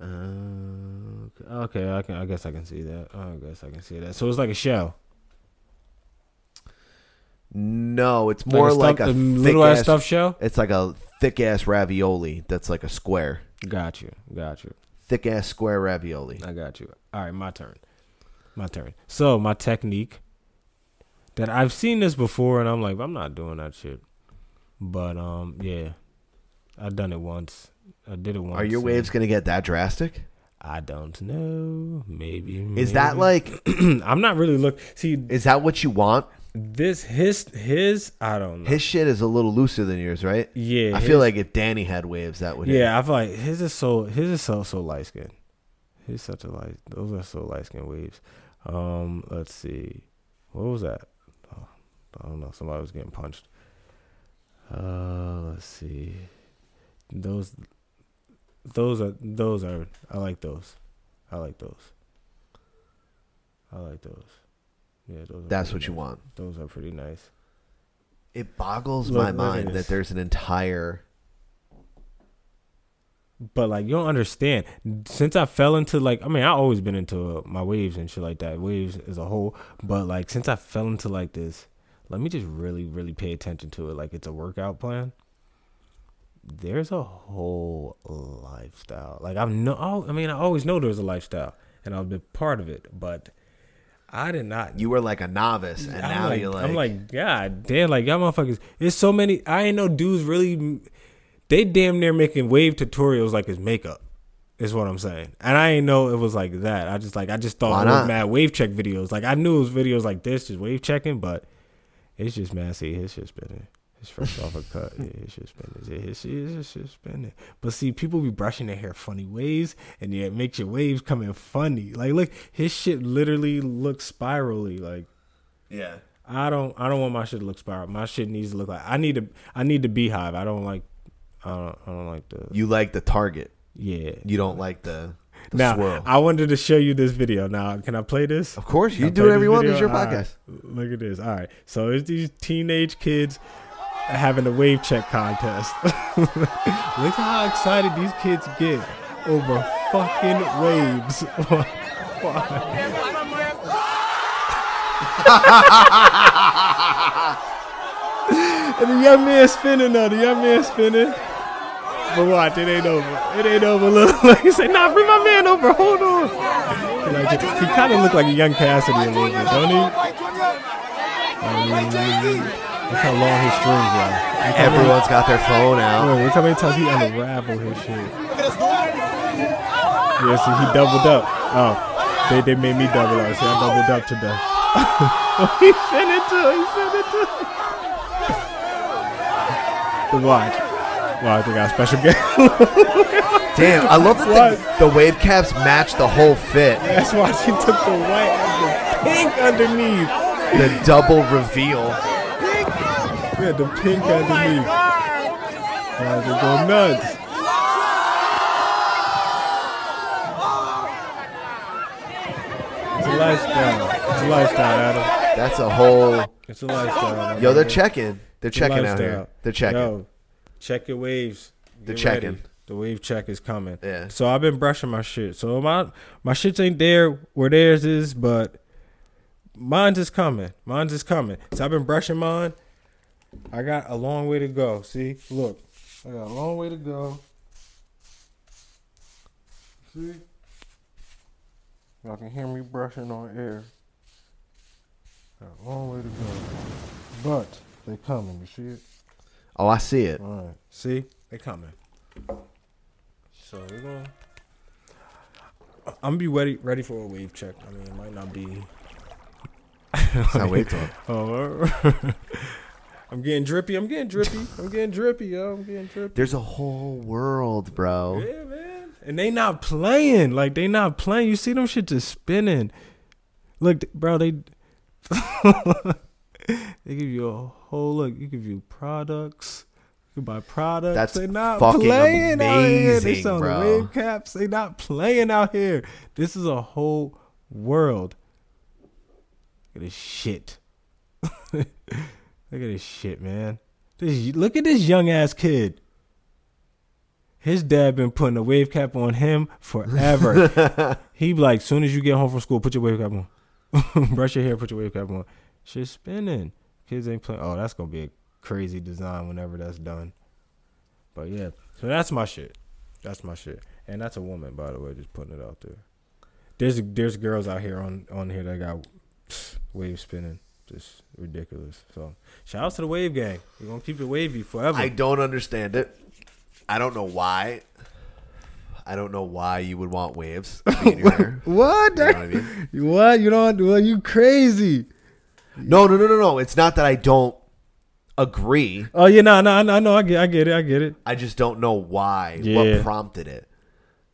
Speaker 2: Uh, okay, I can. I guess I can see that. I guess I can see that. So it's like a shell,
Speaker 1: No, it's
Speaker 2: Like
Speaker 1: more
Speaker 2: a
Speaker 1: like,
Speaker 2: stuffed-
Speaker 1: a
Speaker 2: a
Speaker 1: thick
Speaker 2: little ass
Speaker 1: ass
Speaker 2: stuffed shell?
Speaker 1: It's like a thick ass ravioli that's like a square,
Speaker 2: Got you. Got you.
Speaker 1: thick ass square ravioli.
Speaker 2: I got you. All right, my turn. My turn. So my technique that I've seen this before, and I'm like, I'm not doing that shit. But um, yeah, I done it once. I did it once.
Speaker 1: Are your
Speaker 2: and
Speaker 1: waves gonna get that drastic?
Speaker 2: I don't know. Maybe.
Speaker 1: Is that
Speaker 2: maybe.
Speaker 1: like?
Speaker 2: I'm not really look. See,
Speaker 1: is that what you want?
Speaker 2: This his his. I don't know.
Speaker 1: His shit is a little looser than yours, right?
Speaker 2: Yeah,
Speaker 1: I
Speaker 2: his-
Speaker 1: feel like if Danny had waves, that would.
Speaker 2: Yeah, I feel like his is so his is so so light skin. His such a light. Those are so light skin waves. Um, let's see, what was that? Oh, I don't know. Somebody was getting punched. Uh, let's see. Those, those are those are. I like those. I like those. I like those. Yeah, those. Are
Speaker 1: That's
Speaker 2: pretty
Speaker 1: what you
Speaker 2: nice.
Speaker 1: want.
Speaker 2: Those are pretty nice.
Speaker 1: It boggles
Speaker 2: Look,
Speaker 1: my
Speaker 2: look at
Speaker 1: mind
Speaker 2: this.
Speaker 1: that there's an entire.
Speaker 2: But like you don't understand. Since I fell into like I mean I always been into uh, my waves and shit like that. Waves as a whole. But like since I fell into like this, let me just really really pay attention to it. Like it's a workout plan. There's a whole lifestyle. Like I've no. I mean I always know there's a lifestyle, and I've been part of it. But I did not.
Speaker 1: You were like a novice, and
Speaker 2: I'm
Speaker 1: now
Speaker 2: like,
Speaker 1: you're like.
Speaker 2: I'm like, God damn, like y'all motherfuckers. There's so many. I ain't no dudes really. They damn near making wave tutorials like it's makeup. Is what I'm saying, and I ain't know it was like that. I just like I just
Speaker 1: Why
Speaker 2: thought it was
Speaker 1: not?
Speaker 2: mad wave check videos. Like I knew it was videos like this, just wave checking, but it's just massy. His shit's spinning. It's fresh off a cut. Yeah, his shit's spinning. Yeah, his shit, his shit's spinning. But see, people be brushing their hair funny ways, and yeah, it makes your waves come in funny. Like look, his shit literally looks spirally. Like
Speaker 1: yeah.
Speaker 2: I don't I don't want my shit to look spiral. My shit needs to look like I need to I need the beehive. I don't like I don't I don't like the
Speaker 1: You like the target.
Speaker 2: Yeah.
Speaker 1: You don't like the, the
Speaker 2: now
Speaker 1: swirl.
Speaker 2: I wanted to show you this video. Now can I play this? Of
Speaker 1: course, you do whatever you want. It's your podcast.
Speaker 2: look at this. All right, so it's these teenage kids having a wave check contest. look how excited these kids get over fucking waves. and the young man spinning though. The young man spinning. But watch, it ain't over. It ain't over. Look, like he said, nah, bring my man over. Hold on. He like- he kind of looked like a young Cassidy a little bit, don't he? Um, look how long his strings are. Look how many-
Speaker 1: Everyone's got their phone out.
Speaker 2: Look how many times he unraveled his shit. Yeah, see, he doubled up. Oh, they, they made me double up. See, I doubled up today. he sent it to He sent it to The watch. Wow, they got a special guest.
Speaker 1: Damn, I love that the, the wave caps match the whole fit.
Speaker 2: That's why she took the white and the pink underneath.
Speaker 1: The double reveal.
Speaker 2: Yeah, the pink underneath. Wow, they go nuts. It's a lifestyle. It's a lifestyle, Adam.
Speaker 1: That's a whole.
Speaker 2: It's a lifestyle.
Speaker 1: Yo, they're
Speaker 2: man.
Speaker 1: checking. They're
Speaker 2: It's a
Speaker 1: checking out
Speaker 2: lifestyle.
Speaker 1: here. They're checking.
Speaker 2: Yo, check your waves.
Speaker 1: They're
Speaker 2: Get
Speaker 1: checking.
Speaker 2: ready. The wave check is coming. Yeah. So I've been brushing my shit. So my my shits ain't there where theirs is, but mine's is coming. Mine's is coming. So I've been brushing mine. I got a long way to go. See, look, I got a long way to go. See, y'all can hear me brushing on air. Got a long way to go, but they coming. You see it?
Speaker 1: Oh, I see it.
Speaker 2: All right. See, they coming. So we're going. I'm gonna be ready ready for a wave check. I mean, it might not be.
Speaker 1: It's not wave talk.
Speaker 2: Oh, uh, I'm getting drippy. I'm getting drippy. I'm getting drippy, yo. I'm getting drippy.
Speaker 1: There's a whole world, bro.
Speaker 2: Yeah, man. And they not playing. Like they not playing. You see them shit just spinning. Look, th- bro, they they give you a whole look. You give you products. You buy products.
Speaker 1: That's
Speaker 2: they not
Speaker 1: fucking
Speaker 2: playing out here. They
Speaker 1: amazing,
Speaker 2: selling
Speaker 1: bro.
Speaker 2: wave caps. They not playing out here. This is a whole world. Look at this shit. look at this shit, man. This look at this young ass kid. His dad been putting a wave cap on him forever. he be like, soon as you get home from school, put your wave cap on. Brush your hair, put your wave cap on. Shit's spinning. Kids ain't playing. Oh, that's gonna be a crazy design whenever that's done. But yeah, so that's my shit. That's my shit. And that's a woman, by the way, just putting it out there. There's there's girls out here on on here that got wave spinning, just ridiculous. So shout out to the wave gang. We're gonna keep it wavy forever.
Speaker 1: I don't understand it. I don't know why. I don't know why you would want waves to be in your hair.
Speaker 2: What?
Speaker 1: You know what I mean?
Speaker 2: What? You don't? Well, you crazy?
Speaker 1: No, no, no, no, no. It's not that I don't agree.
Speaker 2: Oh yeah, no, no, no, no. I get, I get it, I get it.
Speaker 1: I just don't know why.
Speaker 2: Yeah.
Speaker 1: What prompted it?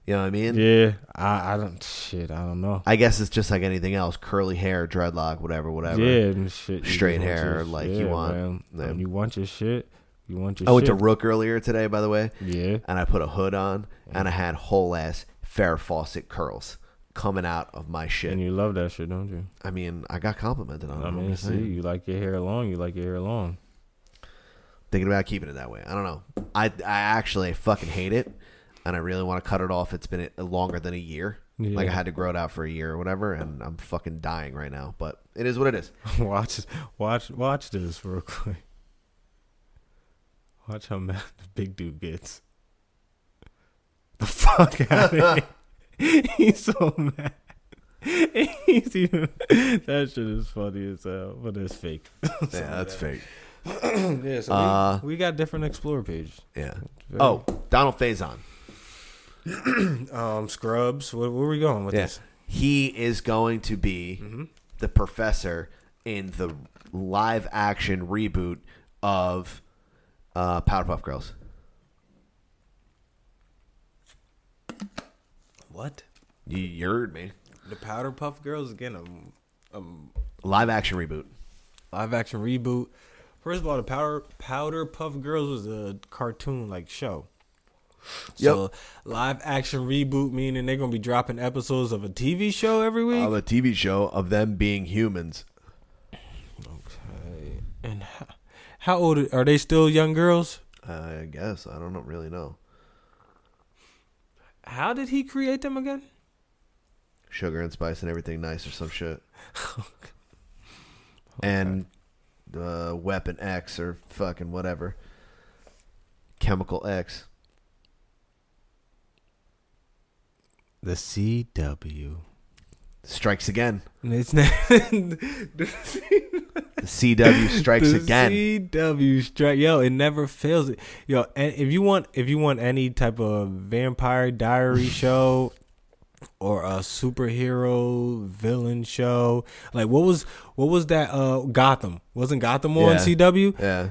Speaker 1: You know what I mean?
Speaker 2: Yeah, I, I don't. Shit, I don't know.
Speaker 1: I guess it's just like anything else: curly hair, dreadlock, whatever, whatever.
Speaker 2: Yeah, and shit. you
Speaker 1: Straight
Speaker 2: just want
Speaker 1: hair,
Speaker 2: your-
Speaker 1: like
Speaker 2: yeah,
Speaker 1: you want. Oh,
Speaker 2: man.
Speaker 1: Yeah.
Speaker 2: When you want your shit. You want your.
Speaker 1: I went
Speaker 2: shit.
Speaker 1: to Rook earlier today, by the way.
Speaker 2: Yeah.
Speaker 1: And I put a hood on, and I had whole ass Farrah Fawcett curls. coming out of my shit.
Speaker 2: And you love that shit, don't you?
Speaker 1: I mean, I got complimented on it.
Speaker 2: I
Speaker 1: I'm
Speaker 2: mean,
Speaker 1: just
Speaker 2: see,
Speaker 1: saying.
Speaker 2: you like your hair long. You like your hair long.
Speaker 1: thinking about keeping it that way. I don't know. I I actually fucking hate it, and I really want to cut it off. It's been a- longer than a year.
Speaker 2: Yeah.
Speaker 1: Like I had to grow it out for a year or whatever, and I'm fucking dying right now. But it is what it is.
Speaker 2: watch, watch, watch this real quick. Watch how mad the big dude gets. The fuck out of here. He's so mad. He's even, that shit is funny as hell, but it's fake.
Speaker 1: Yeah, that's fake.
Speaker 2: yeah, so
Speaker 1: Uh,
Speaker 2: we, we got different explore page.
Speaker 1: Yeah. Oh, Donald Faison.
Speaker 2: um, Scrubs. Where, where are we going with
Speaker 1: Yeah. Mm-hmm.
Speaker 2: this?
Speaker 1: He is going to be the professor in the live action reboot of uh, Powerpuff Girls.
Speaker 2: What?
Speaker 1: You, you heard me.
Speaker 2: The Powder Puff Girls again. Um, um,
Speaker 1: Live action reboot.
Speaker 2: live action reboot. First of all, the Powder Powder Puff Girls was a cartoon like show. So live action reboot meaning they're gonna be dropping episodes of a TV show every week.
Speaker 1: Of a TV show of them being humans.
Speaker 2: Okay. And how, how old are they? Still young girls?
Speaker 1: I guess I don't know- really know.
Speaker 2: How did he create them again?
Speaker 1: Sugar and spice and everything nice or some shit. And uh, Weapon X or fucking whatever. Chemical X.
Speaker 2: The CW
Speaker 1: strikes again.
Speaker 2: It's not.
Speaker 1: The CW strikes
Speaker 2: The
Speaker 1: again.
Speaker 2: CW strike, yo, it never fails. Yo, and if you want, if you want any type of Vampire Diary show or a superhero villain show, like what was what was that? Uh, Gotham wasn't Gotham on
Speaker 1: Yeah.
Speaker 2: CW?
Speaker 1: Yeah.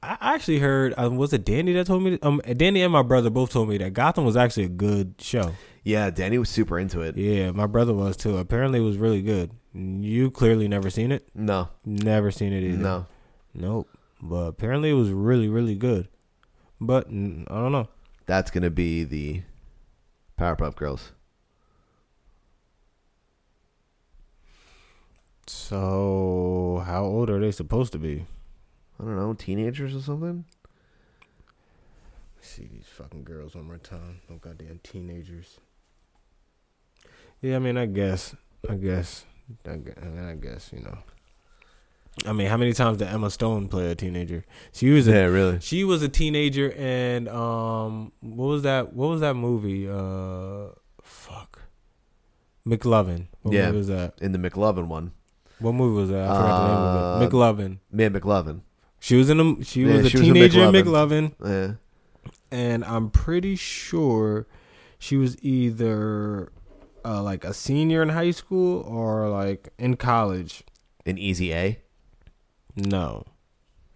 Speaker 2: I actually heard. Um, was it Danny that told me? that- Um, Danny and my brother both told me that Gotham was actually a good show.
Speaker 1: Yeah, Danny was super into it.
Speaker 2: Yeah, my brother was too. Apparently, it was really good. You clearly never seen it.
Speaker 1: No,
Speaker 2: never seen it either.
Speaker 1: No.
Speaker 2: nope. But apparently, it was really, really good. But mm, I don't know.
Speaker 1: That's gonna be the Powerpuff Girls.
Speaker 2: So, how old are they supposed to be?
Speaker 1: I don't know, teenagers or something.
Speaker 2: see these fucking girls one more time. No goddamn teenagers. Yeah, I mean, I guess, I guess, I gue- I mean, I guess, you know. I mean, how many times did Emma Stone play a teenager? She was a,
Speaker 1: Yeah, really.
Speaker 2: She was a teenager, and um, what was that? What was that movie? Uh, fuck, McLovin. What
Speaker 1: yeah,
Speaker 2: movie was that?
Speaker 1: in the McLovin one.
Speaker 2: What movie was that? I forgot the name of it. McLovin.
Speaker 1: Man, McLovin.
Speaker 2: She was in a she
Speaker 1: Uh, Yeah,
Speaker 2: was a
Speaker 1: she was in
Speaker 2: teenager in
Speaker 1: McLovin.
Speaker 2: McLovin.
Speaker 1: Yeah.
Speaker 2: And I'm pretty sure she was either uh, like a senior in high school or like in college.
Speaker 1: In Easy A?
Speaker 2: No.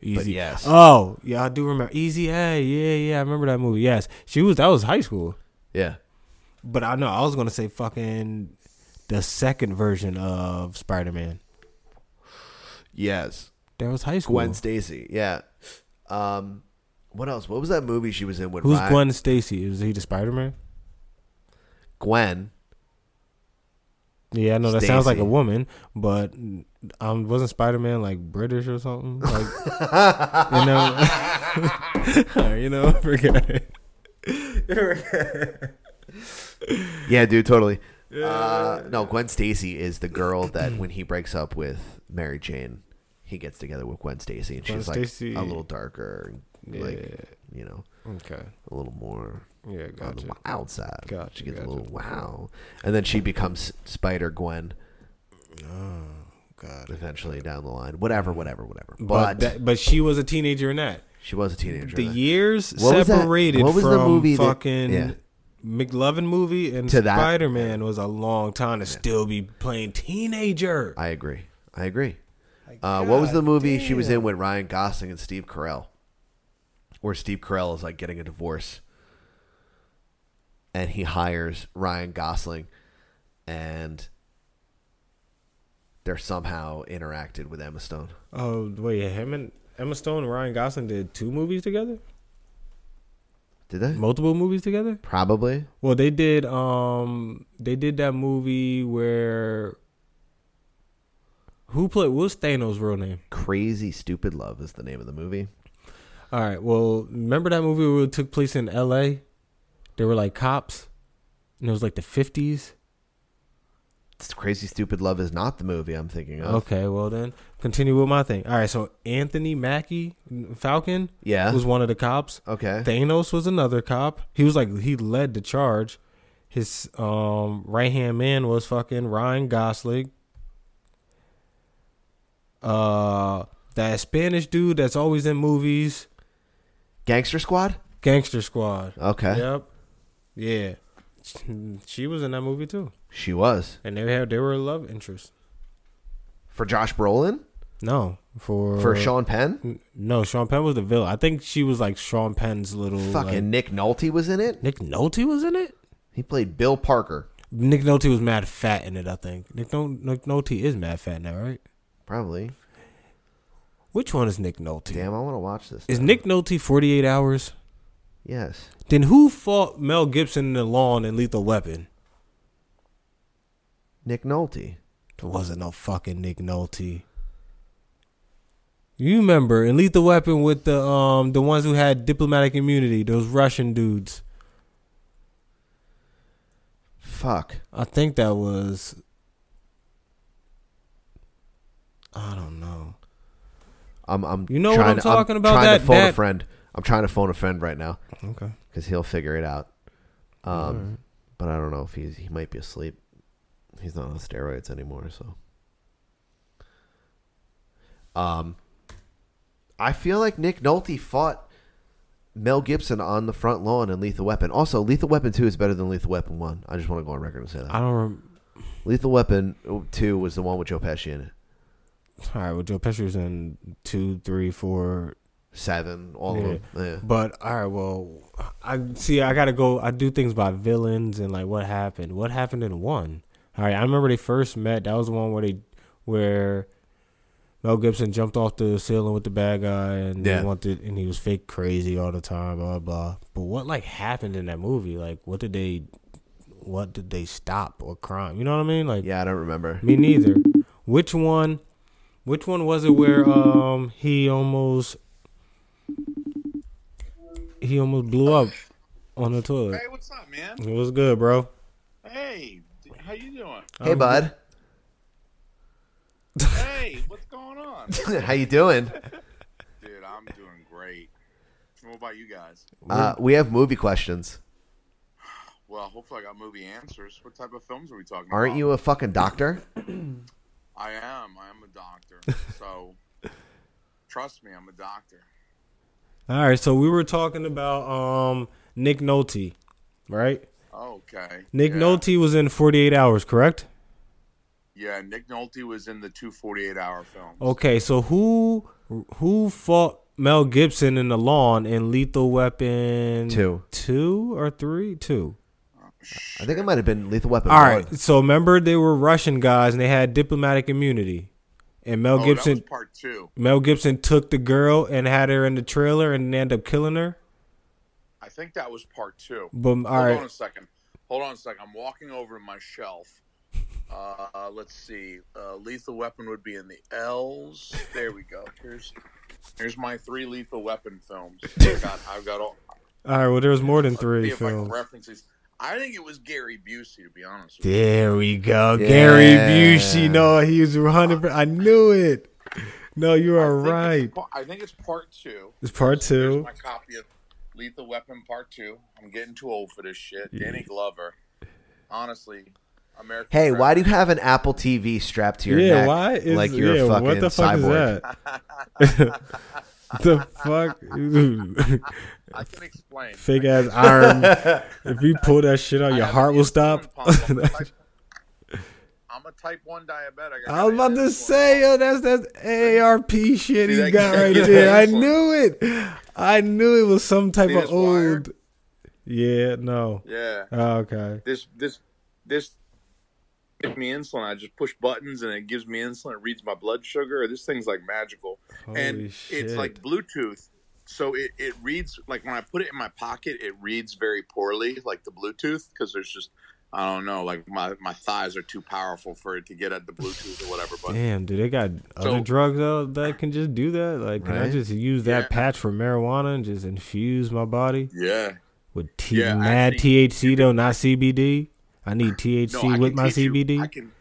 Speaker 2: Easy.
Speaker 1: yes.
Speaker 2: Oh, yeah, I do remember Easy A. Yeah, yeah, I remember that movie. Yes. She was that was high school.
Speaker 1: Yeah.
Speaker 2: But I know I was going to say fucking the second version of Spider-Man.
Speaker 1: Yes.
Speaker 2: That was high school.
Speaker 1: Gwen Stacy. Yeah. Um, what else? What was that movie she was in with?
Speaker 2: Who's
Speaker 1: Ryan-
Speaker 2: Gwen Stacy? Is he the Spider-Man?
Speaker 1: Gwen.
Speaker 2: Yeah, I know that sounds like a
Speaker 1: Stacy.
Speaker 2: woman, but um, wasn't Spider Man like British or something? Like, you know, you know, forget it.
Speaker 1: Yeah, dude, totally. Uh, no, Gwen Stacy is the girl that when he breaks up with Mary Jane, he gets together with Gwen Stacy, and
Speaker 2: Gwen
Speaker 1: she's like
Speaker 2: Stacy.
Speaker 1: a little darker, like you know,
Speaker 2: Okay.
Speaker 1: a little more,
Speaker 2: Yeah,
Speaker 1: on the
Speaker 2: gotcha.
Speaker 1: outside.
Speaker 2: Gotcha,
Speaker 1: she gets
Speaker 2: gotcha.
Speaker 1: a little wow, and then she becomes Spider Gwen.
Speaker 2: Oh God!
Speaker 1: Eventually, down the line, whatever, whatever, whatever.
Speaker 2: But
Speaker 1: But,
Speaker 2: that, but she was a teenager in that.
Speaker 1: she was a teenager.
Speaker 2: The
Speaker 1: then.
Speaker 2: years
Speaker 1: What was that-
Speaker 2: separated
Speaker 1: what was
Speaker 2: from
Speaker 1: the movie that-
Speaker 2: fucking
Speaker 1: yeah.
Speaker 2: McLovin movie and
Speaker 1: To that.
Speaker 2: Spider Man was a long time to still be playing teenager.
Speaker 1: I agree. I agree. Uh, what was
Speaker 2: God
Speaker 1: the movie she was in with Ryan Gosling and Steve Carell? Where Steve Carell is like getting a divorce, and he hires Ryan Gosling, and they're somehow interacted with Emma Stone.
Speaker 2: Oh wait, him and Emma Stone and Ryan Gosling did two movies together.
Speaker 1: Did they?
Speaker 2: Multiple movies together?
Speaker 1: Probably.
Speaker 2: Well, they did. Um, they did that movie where who played? What's Thanos' real name?
Speaker 1: Crazy Stupid Love is the name of the movie.
Speaker 2: All right. Well, remember that movie where it took place in L.A. They were like cops, and it was like the fifties.
Speaker 1: Crazy Stupid Love is not the movie I'm thinking of.
Speaker 2: Okay, well then continue with my thing. All right, so Anthony Mackie Falcon,
Speaker 1: Yeah.
Speaker 2: was one of the cops.
Speaker 1: Okay.
Speaker 2: Thanos was another cop. He was like he led the charge. His um right hand man was fucking Ryan Gosling. Uh, that Spanish dude that's always in movies.
Speaker 1: Gangster Squad.
Speaker 2: Gangster Squad.
Speaker 1: Okay.
Speaker 2: Yep. Yeah. She was in that movie too.
Speaker 1: She was
Speaker 2: And they had they were a love interest.
Speaker 1: for Josh Brolin.
Speaker 2: No, for
Speaker 1: For Sean Penn.
Speaker 2: No, Sean Penn was the villain. I think she was like Sean Penn's little
Speaker 1: Fucking
Speaker 2: like-
Speaker 1: Nick Nolte was in it.
Speaker 2: Nick Nolte was in it.
Speaker 1: He played Bill Parker.
Speaker 2: Nick Nolte was mad fat in it. I think Nick, no- Nick Nolte is mad fat now, right?
Speaker 1: Probably.
Speaker 2: Which one is Nick Nolte?
Speaker 1: Damn, I want to watch this.
Speaker 2: Is Nick Nolte forty eight hours?
Speaker 1: Yes.
Speaker 2: Then who fought Mel Gibson in the lawn in Lethal Weapon?
Speaker 1: Nick Nolte.
Speaker 2: There wasn't no fucking Nick Nolte. You remember in Lethal Weapon with the um the ones who had diplomatic immunity, those Russian dudes.
Speaker 1: Fuck.
Speaker 2: I think that was. I don't know.
Speaker 1: I'm. I'm.
Speaker 2: You know what I'm
Speaker 1: to-
Speaker 2: talking about,
Speaker 1: Trying
Speaker 2: that-
Speaker 1: to phone a
Speaker 2: that-
Speaker 1: friend. I'm trying to phone a friend right now.
Speaker 2: Okay.
Speaker 1: Because he'll figure it out. Um,
Speaker 2: Alright.
Speaker 1: but I don't know if he's he might be asleep. He's not on steroids anymore, so. Um, I feel like Nick Nolte fought Mel Gibson on the front lawn in Lethal Weapon. Also, Lethal Weapon Two is better than Lethal Weapon One. I just want to go on record and say that.
Speaker 2: I don't. Rem-
Speaker 1: Lethal Weapon Two was the one with Joe Pesci in it.
Speaker 2: All right, well, Joe Pesci's in two, three, four,
Speaker 1: seven, all of them, yeah.
Speaker 2: But all right, well, I see. I gotta go. I do things by villains and like what happened. What happened in one? All right, I remember they first met. That was the one where they where Mel Gibson jumped off the ceiling with the bad guy and
Speaker 1: Yeah.
Speaker 2: they wanted and he was fake crazy all the time. Blah blah. But what like happened in that movie? Like, what did they? What did they stop or crime? You know what I mean? Like,
Speaker 1: yeah, I don't remember.
Speaker 2: Me neither. Which one? Which one was it where um he almost he almost blew up on the toilet?
Speaker 17: Hey, what's up, man?
Speaker 2: It was good, bro.
Speaker 17: Hey, d- how you doing?
Speaker 1: Hey, bud.
Speaker 17: Hey, what's going on?
Speaker 1: How you doing?
Speaker 17: Dude, I'm doing great. What about you guys?
Speaker 1: Uh, we have movie questions.
Speaker 17: Well, hopefully I got movie answers. What type of films are we talking
Speaker 1: Aren't
Speaker 17: about?
Speaker 1: you a fucking doctor?
Speaker 17: I am. I am a doctor. so trust me, I'm a doctor.
Speaker 2: All right, so we were talking about um Nick Nolte, right?
Speaker 17: Okay.
Speaker 2: Nick
Speaker 17: yeah.
Speaker 2: Nolte was in 48 hours, correct?
Speaker 17: Yeah, Nick Nolte was in the two 48 hour films.
Speaker 2: Okay, so who who fought Mel Gibson in the lawn in Lethal Weapon
Speaker 1: Two.
Speaker 2: two or three, two?
Speaker 1: I think it might have been Lethal Weapon.
Speaker 2: All
Speaker 1: one.
Speaker 2: right. So remember, they were Russian guys and they had diplomatic immunity. And Mel
Speaker 17: Oh, that was
Speaker 2: Gibson,
Speaker 17: part two.
Speaker 2: Mel Gibson took the girl and had her in the trailer and ended up killing her.
Speaker 17: I think that was part two.
Speaker 2: Boom,
Speaker 17: Hold
Speaker 2: alright.
Speaker 17: on a second. Hold on a second. I'm walking over to my shelf. Uh, uh, let's see. Uh, lethal Weapon would be in the L's. There we go. Here's here's my three Lethal Weapon films. I've got, I've got all.
Speaker 2: All right. Well, there was more than
Speaker 17: See
Speaker 2: three
Speaker 17: if I can
Speaker 2: films.
Speaker 17: reference these. I think it was Gary Busey, to be honest. With
Speaker 2: There we go.
Speaker 1: Yeah.
Speaker 2: Gary Busey. No, he was 100. I knew it. No, you are right.
Speaker 17: you. I think it's part two.
Speaker 2: It's part
Speaker 17: Here's
Speaker 2: two.
Speaker 17: my copy of Lethal Weapon Part Two. I'm getting too old for this shit. Danny Glover. Honestly, American.
Speaker 1: Hey, why do you have an Apple TV strapped to your
Speaker 2: yeah,
Speaker 1: neck?
Speaker 2: why? Is,
Speaker 1: like you're
Speaker 2: yeah,
Speaker 1: a fucking
Speaker 2: what the fuck
Speaker 1: cyborg.
Speaker 2: is that? the fuck?
Speaker 17: I can explain.
Speaker 2: Fake ass arm. if you pull that shit out, your heart will stop.
Speaker 17: I'm a type one diabetic.
Speaker 2: I was about to say, yo, that's that ARP shit he got right there. I knew it. I knew it was some type
Speaker 17: See
Speaker 2: of
Speaker 17: this wire?
Speaker 2: old. Yeah, no.
Speaker 17: Yeah.
Speaker 2: Oh, okay.
Speaker 17: This this this gives me insulin. I just push buttons and it gives me insulin. It reads my blood sugar. This thing's like magical,
Speaker 2: Holy
Speaker 17: and it's
Speaker 2: shit.
Speaker 17: like Bluetooth. so it, it reads like when I put it in my pocket, it reads very poorly, like the Bluetooth, because there's just I don't know, like my, my thighs are too powerful for it to get at the Bluetooth or whatever. But
Speaker 2: Damn, do they got
Speaker 17: So-
Speaker 2: other drugs out that can just do that? Like, can I
Speaker 17: Right?
Speaker 2: just use that
Speaker 17: Yeah.
Speaker 2: patch for marijuana and just infuse my body?
Speaker 17: Yeah.
Speaker 2: With T-
Speaker 17: Yeah,
Speaker 2: mad
Speaker 17: actually,
Speaker 2: THC though, not CBD. I need THC
Speaker 17: I
Speaker 2: with
Speaker 17: can
Speaker 2: my
Speaker 17: teach you.
Speaker 2: CBD.
Speaker 17: I can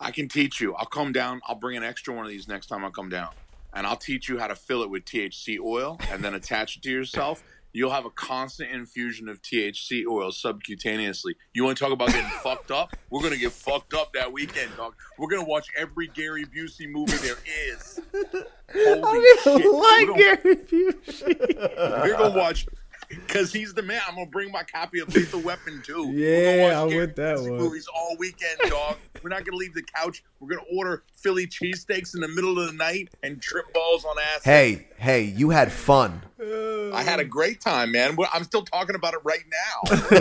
Speaker 17: I can teach you. I'll come down. I'll bring an extra one of these next time I come down, and I'll teach you how to fill it with THC oil and then attach it to yourself. You'll have a constant infusion of THC oil subcutaneously. You want to talk about getting fucked up? We're gonna get fucked up that weekend, dog. We're gonna watch every Gary Busey movie there is.
Speaker 7: I
Speaker 17: Holy shit. We're gonna-
Speaker 7: Gary
Speaker 17: We're gonna watch because he's the man. I'm gonna bring my copy of Lethal Weapon 2.
Speaker 2: Yeah, I'm with that one.
Speaker 17: movies all weekend, dog. We're not gonna leave the couch. We're gonna order Philly cheesesteaks in the middle of the night and trip balls on ass.
Speaker 1: Hey, hey, you had fun.
Speaker 17: I had a great time, man. Well, I'm still talking about it right now.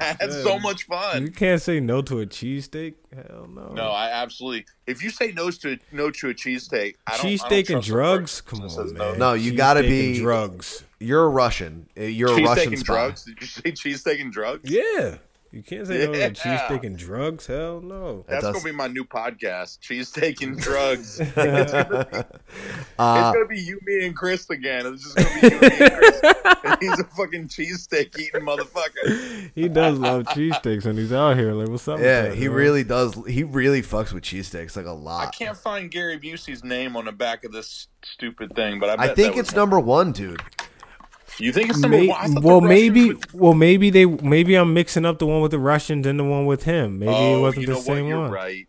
Speaker 17: I had so much fun.
Speaker 2: You can't say no to a cheesesteak. Hell no.
Speaker 17: No, I absolutely. If you say no to no to a cheesesteak, I don't. I don't
Speaker 2: Cheesesteak and
Speaker 17: trust
Speaker 2: drugs? Come on, man.
Speaker 1: No, you gotta
Speaker 2: Cheesesteak and
Speaker 1: be
Speaker 2: drugs.
Speaker 1: You're a Russian. Uh, You're a
Speaker 17: cheesesteak
Speaker 1: Russian
Speaker 17: and
Speaker 1: spy.
Speaker 17: drugs. Did you say cheesesteak and drugs?
Speaker 2: Yeah. You can't say no to
Speaker 17: Yeah.
Speaker 2: a cheesesteak and drugs. Hell no.
Speaker 17: That's gonna be my new podcast, cheesesteak and drugs. it's, gonna be,
Speaker 2: Uh,
Speaker 17: it's gonna be you, me, and Chris again. It's just gonna be you, me, and Chris. And he's a fucking cheesesteak eating motherfucker.
Speaker 2: he does love cheesesteaks when he's out here. Like, what's up? with
Speaker 1: Yeah,
Speaker 2: that,
Speaker 1: he
Speaker 2: man?
Speaker 1: really does. He really fucks with cheesesteaks like a lot.
Speaker 17: I can't find Gary Busey's name on the back of this stupid thing, but I,
Speaker 1: I
Speaker 17: bet
Speaker 1: think
Speaker 17: that was
Speaker 1: it's number one, dude.
Speaker 17: You think it's number
Speaker 2: May-
Speaker 17: one? I thought the
Speaker 2: well,
Speaker 17: Russians
Speaker 2: maybe,
Speaker 17: would-
Speaker 2: well, maybe they, maybe I'm mixing up the one with the Russians and the one with him. Maybe
Speaker 17: oh,
Speaker 2: it wasn't
Speaker 17: you
Speaker 2: the
Speaker 17: know
Speaker 2: same
Speaker 17: what? You're
Speaker 2: one.
Speaker 17: right.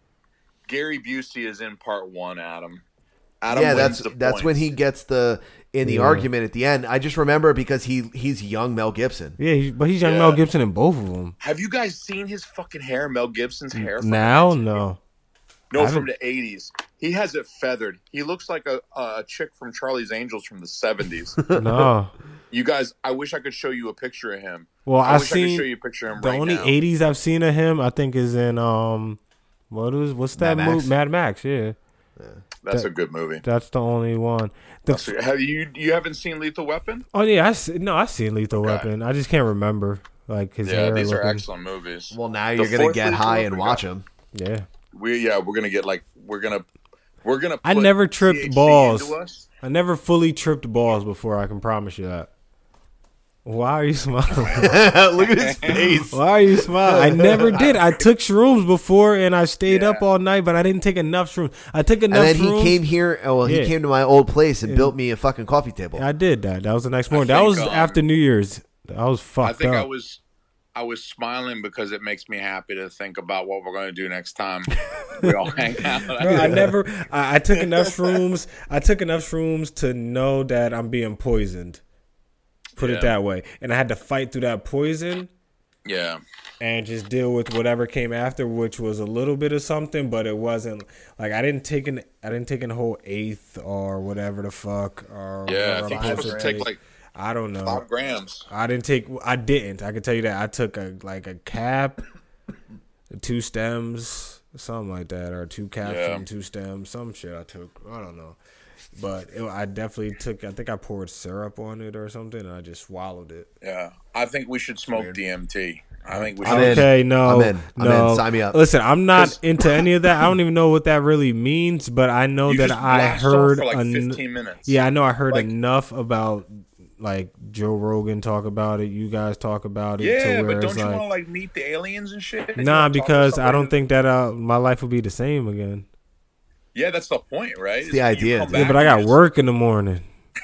Speaker 17: Gary Busey is in part one, Adam. Adam
Speaker 1: yeah,
Speaker 17: wins
Speaker 1: that's
Speaker 17: the
Speaker 1: that's
Speaker 17: points.
Speaker 1: when he gets the in the
Speaker 2: Yeah.
Speaker 1: argument at the end. I just remember because he he's young Mel Gibson.
Speaker 2: Yeah, he, but he's young Mel Gibson in both of them.
Speaker 17: Have you guys seen his fucking hair, Mel Gibson's hair? from
Speaker 2: Now, no. I
Speaker 17: No,
Speaker 2: haven't-
Speaker 17: from the eighties. He has it feathered. He looks like a, a chick from Charlie's Angels from the seventies.
Speaker 2: No.
Speaker 17: you guys, I wish I could show you a picture of him.
Speaker 2: Well,
Speaker 17: I
Speaker 2: I've
Speaker 17: wish I
Speaker 2: seen
Speaker 17: could show you a picture of him
Speaker 2: the
Speaker 17: right
Speaker 2: only
Speaker 17: now.
Speaker 2: '80s I've seen of him. I think is in um, what is what's that
Speaker 17: Mad Max?
Speaker 2: movie? Mad Max. Yeah,
Speaker 17: That's
Speaker 2: That-
Speaker 17: a good movie.
Speaker 2: That's the only one. The
Speaker 17: That's a- have you you haven't seen Lethal Weapon?
Speaker 2: oh yeah, I see, no, I seen Lethal Weapon. I just can't remember like his
Speaker 17: yeah,
Speaker 2: hair
Speaker 17: these are
Speaker 2: looking-
Speaker 17: excellent movies.
Speaker 1: Well, now
Speaker 17: The
Speaker 1: you're gonna
Speaker 17: fourth
Speaker 1: get
Speaker 17: Lethal
Speaker 1: high
Speaker 17: Weapon
Speaker 1: and
Speaker 17: got-
Speaker 1: watch him.
Speaker 2: Yeah,
Speaker 17: We yeah, we're gonna get like we're gonna we're gonna.
Speaker 2: I
Speaker 17: put
Speaker 2: never tripped
Speaker 17: THC into
Speaker 2: balls.
Speaker 17: us.
Speaker 2: I never fully tripped balls before. I can promise you that. Why are you smiling?
Speaker 1: Look at his face.
Speaker 2: Why are you smiling? I never did. I took shrooms before and I stayed up all night, but I didn't take enough shrooms. I took
Speaker 1: And
Speaker 2: enough.
Speaker 1: then
Speaker 2: shrooms-
Speaker 1: he came here. Oh, well,
Speaker 2: Yeah.
Speaker 1: he came to my old place and
Speaker 2: And-
Speaker 1: built me a fucking coffee table.
Speaker 2: I did that. That was the next morning. that
Speaker 17: think,
Speaker 2: was
Speaker 17: um,
Speaker 2: after New Year's. I was
Speaker 17: I
Speaker 2: fucked
Speaker 17: think I
Speaker 2: up.
Speaker 17: was I was smiling because it makes me happy to think about what we're gonna do next time we all hang out.
Speaker 2: Bro, I never. I, I took enough shrooms. I took enough shrooms to know that I'm being poisoned. Put
Speaker 17: Yeah.
Speaker 2: it that way, and I had to fight through that poison
Speaker 17: Yeah.
Speaker 2: and just deal with whatever came after, which was a little bit of something, but it wasn't like I didn't take an I didn't take an whole eighth or whatever the fuck or
Speaker 17: Yeah, I
Speaker 2: or
Speaker 17: think
Speaker 2: a
Speaker 17: you're
Speaker 2: half
Speaker 17: supposed
Speaker 2: an
Speaker 17: to take
Speaker 2: eighth.
Speaker 17: like
Speaker 2: I don't know
Speaker 17: five grams.
Speaker 2: I didn't take. I didn't. I can tell you that I took a like a cap, two stems, something like that, or two caps
Speaker 17: Yeah.
Speaker 2: and two stems, some shit. I took. I don't know, but it, I definitely took. I think I poured syrup on it or something, and I just swallowed it.
Speaker 17: Yeah, I think we should smoke DMT. I think we should.
Speaker 2: okay, no,
Speaker 1: I'm in. I'm
Speaker 2: no.
Speaker 1: in. Sign me up.
Speaker 2: Listen, I'm not
Speaker 17: 'Cause-
Speaker 2: into any of that. I don't even know what that really means, but I know
Speaker 17: You
Speaker 2: that
Speaker 17: just
Speaker 2: I
Speaker 17: blast off
Speaker 2: heard
Speaker 17: for like
Speaker 2: en-
Speaker 17: 15 minutes.
Speaker 2: Yeah, I know I heard
Speaker 17: Like-
Speaker 2: enough about like Joe Rogan talk about it. You guys talk about it.
Speaker 17: Yeah,
Speaker 2: to where
Speaker 17: but don't
Speaker 2: it's
Speaker 17: you
Speaker 2: like,
Speaker 17: want to like meet the aliens and shit? You
Speaker 2: Nah,
Speaker 17: wanna talk to
Speaker 2: because I
Speaker 17: somebody
Speaker 2: don't
Speaker 17: who-
Speaker 2: think that uh, my life will be the same again.
Speaker 17: Yeah, that's the point, right? It's
Speaker 1: the
Speaker 17: when you
Speaker 1: idea,
Speaker 17: come
Speaker 1: dude.
Speaker 2: Yeah,
Speaker 17: back
Speaker 2: but I
Speaker 17: and
Speaker 2: got
Speaker 17: you're
Speaker 2: work in the morning.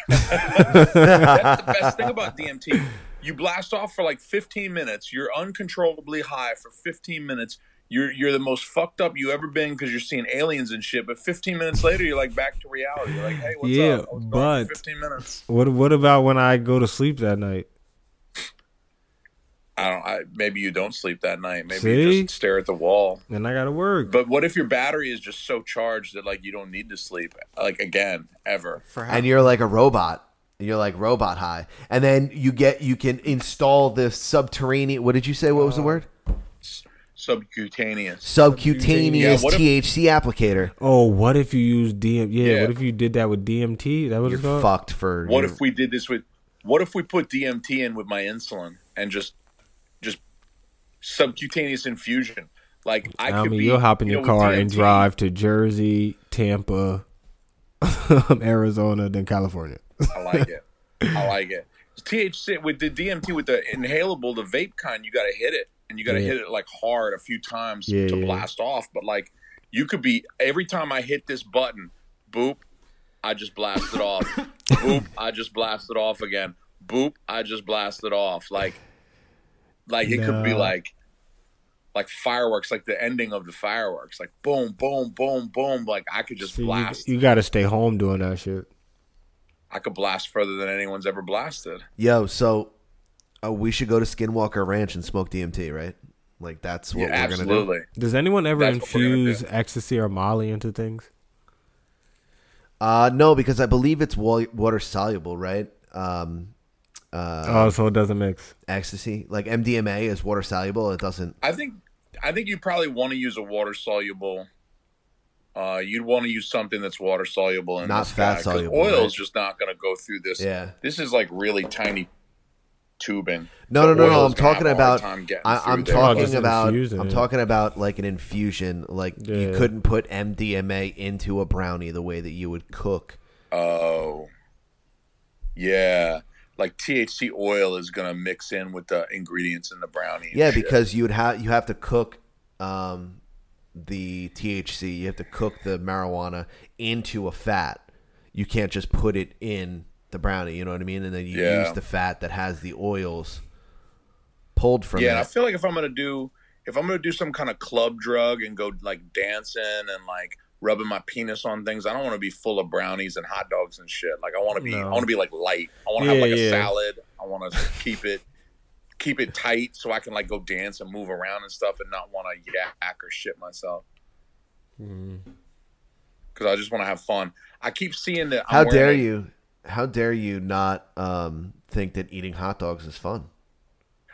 Speaker 17: That's the best thing about DMT. You blast off for like 15 minutes. You're uncontrollably high for 15 minutes. You're you're the most fucked up you ever been because you're seeing aliens and shit. But 15 minutes later, you're like back to reality. You're like, hey, what's
Speaker 2: yeah,
Speaker 17: up? I was gone for
Speaker 2: but
Speaker 17: 15 minutes.
Speaker 2: what what about when I go to sleep that night?
Speaker 17: I don't. I, maybe you don't sleep that night. Maybe
Speaker 2: See?
Speaker 17: you just stare at the wall.
Speaker 2: And I gotta work.
Speaker 17: But what if your battery is just so charged that like you don't need to sleep like again ever?
Speaker 1: and you're like a robot. You're like robot high, and
Speaker 2: Uh,
Speaker 1: then you get you can install this subterranean. What did you say? What was the word?
Speaker 17: subcutaneous.
Speaker 1: Subcutaneous
Speaker 17: Yeah, what if-
Speaker 1: THC applicator.
Speaker 2: Oh, what if you use DM? Yeah,
Speaker 17: Yeah.
Speaker 2: what if you did that with DMT? Is That what
Speaker 1: You're
Speaker 2: it's called?
Speaker 1: fucked for.
Speaker 17: What if we did this with? What if we put DMT in with my insulin and just, just subcutaneous infusion? Like I,
Speaker 2: I
Speaker 17: could
Speaker 2: mean,
Speaker 17: be,
Speaker 2: you'll hop in
Speaker 17: you
Speaker 2: your
Speaker 17: know, with
Speaker 2: car and
Speaker 17: DMT
Speaker 2: drive to Jersey, Tampa, Arizona, then California.
Speaker 17: I like it. I like it. THC with the DMT with the inhalable, the vape kind, you got to hit it and you got to
Speaker 2: Yeah.
Speaker 17: hit it like hard a few times
Speaker 2: Yeah,
Speaker 17: to
Speaker 2: yeah, yeah.
Speaker 17: blast off. But like, you could be every time I hit this button, boop, I just blast it off. boop, I just blast it off again. Boop, I just blast it off. Like, like it could be
Speaker 2: No.
Speaker 17: like, like fireworks, like the ending of the fireworks, like boom, boom, boom, boom. Like I could just
Speaker 2: See, you,
Speaker 17: blast.
Speaker 2: you got to stay home doing that shit.
Speaker 17: I could blast further than anyone's ever blasted.
Speaker 1: Yo, so uh, we should go to Skinwalker Ranch and smoke DMT, right? Like that's what
Speaker 17: Yeah,
Speaker 1: we're
Speaker 17: absolutely.
Speaker 1: gonna do.
Speaker 2: Does anyone ever
Speaker 1: That's what we're gonna
Speaker 2: infuse ecstasy or Molly into things?
Speaker 1: Uh, no, because I believe it's wa- water soluble, right? Um, uh,
Speaker 2: oh, so it doesn't mix.
Speaker 1: ecstasy, like MDMA, is water soluble. It doesn't.
Speaker 17: I think I think you probably want to use a water soluble. Uh, you'd want to use something that's water soluble and
Speaker 1: Not
Speaker 17: this guy,
Speaker 1: fat
Speaker 17: 'cause
Speaker 1: soluble,
Speaker 17: Oil
Speaker 1: right?
Speaker 17: is just not going to go through this.
Speaker 1: Yeah.
Speaker 17: this is like really tiny tubing.
Speaker 1: No,
Speaker 17: The
Speaker 1: no, no,
Speaker 17: oil
Speaker 1: no.
Speaker 17: is
Speaker 1: I'm
Speaker 17: gonna have
Speaker 1: talking
Speaker 17: a hard
Speaker 1: about.
Speaker 17: time getting
Speaker 1: I,
Speaker 17: through
Speaker 1: I'm
Speaker 17: there.
Speaker 1: talking about.
Speaker 2: infusing
Speaker 1: I'm
Speaker 2: it.
Speaker 1: talking about like an infusion. Like you
Speaker 2: Yeah.
Speaker 1: couldn't put MDMA into a brownie the way that you would cook.
Speaker 17: Oh, yeah. Like THC oil is going to mix in with the ingredients in the brownie. and
Speaker 1: Yeah,
Speaker 17: shit.
Speaker 1: because you would have you have to cook um, the THC. You have to cook the marijuana into a fat. You can't just put it in the brownie. You know what I mean? And then you
Speaker 17: Yeah.
Speaker 1: use the fat that has the oils pulled from
Speaker 17: yeah, and I
Speaker 1: that.
Speaker 17: feel like if I'm gonna do if I'm gonna do some kind of club drug and go like dancing and like rubbing my penis on things, I don't want to be full of brownies and hot dogs and shit. Like I want to be, I
Speaker 2: No.
Speaker 17: want to be like light. I want to
Speaker 2: Yeah,
Speaker 17: have like a
Speaker 2: yeah.
Speaker 17: salad. I want to keep it keep it tight so I can like go dance and move around and stuff and not want to yak or shit myself because I just want to have fun. I keep seeing that. I'm
Speaker 1: How
Speaker 17: wearing
Speaker 1: dare
Speaker 17: a-
Speaker 1: you? How dare you not um, think that eating hot dogs is fun?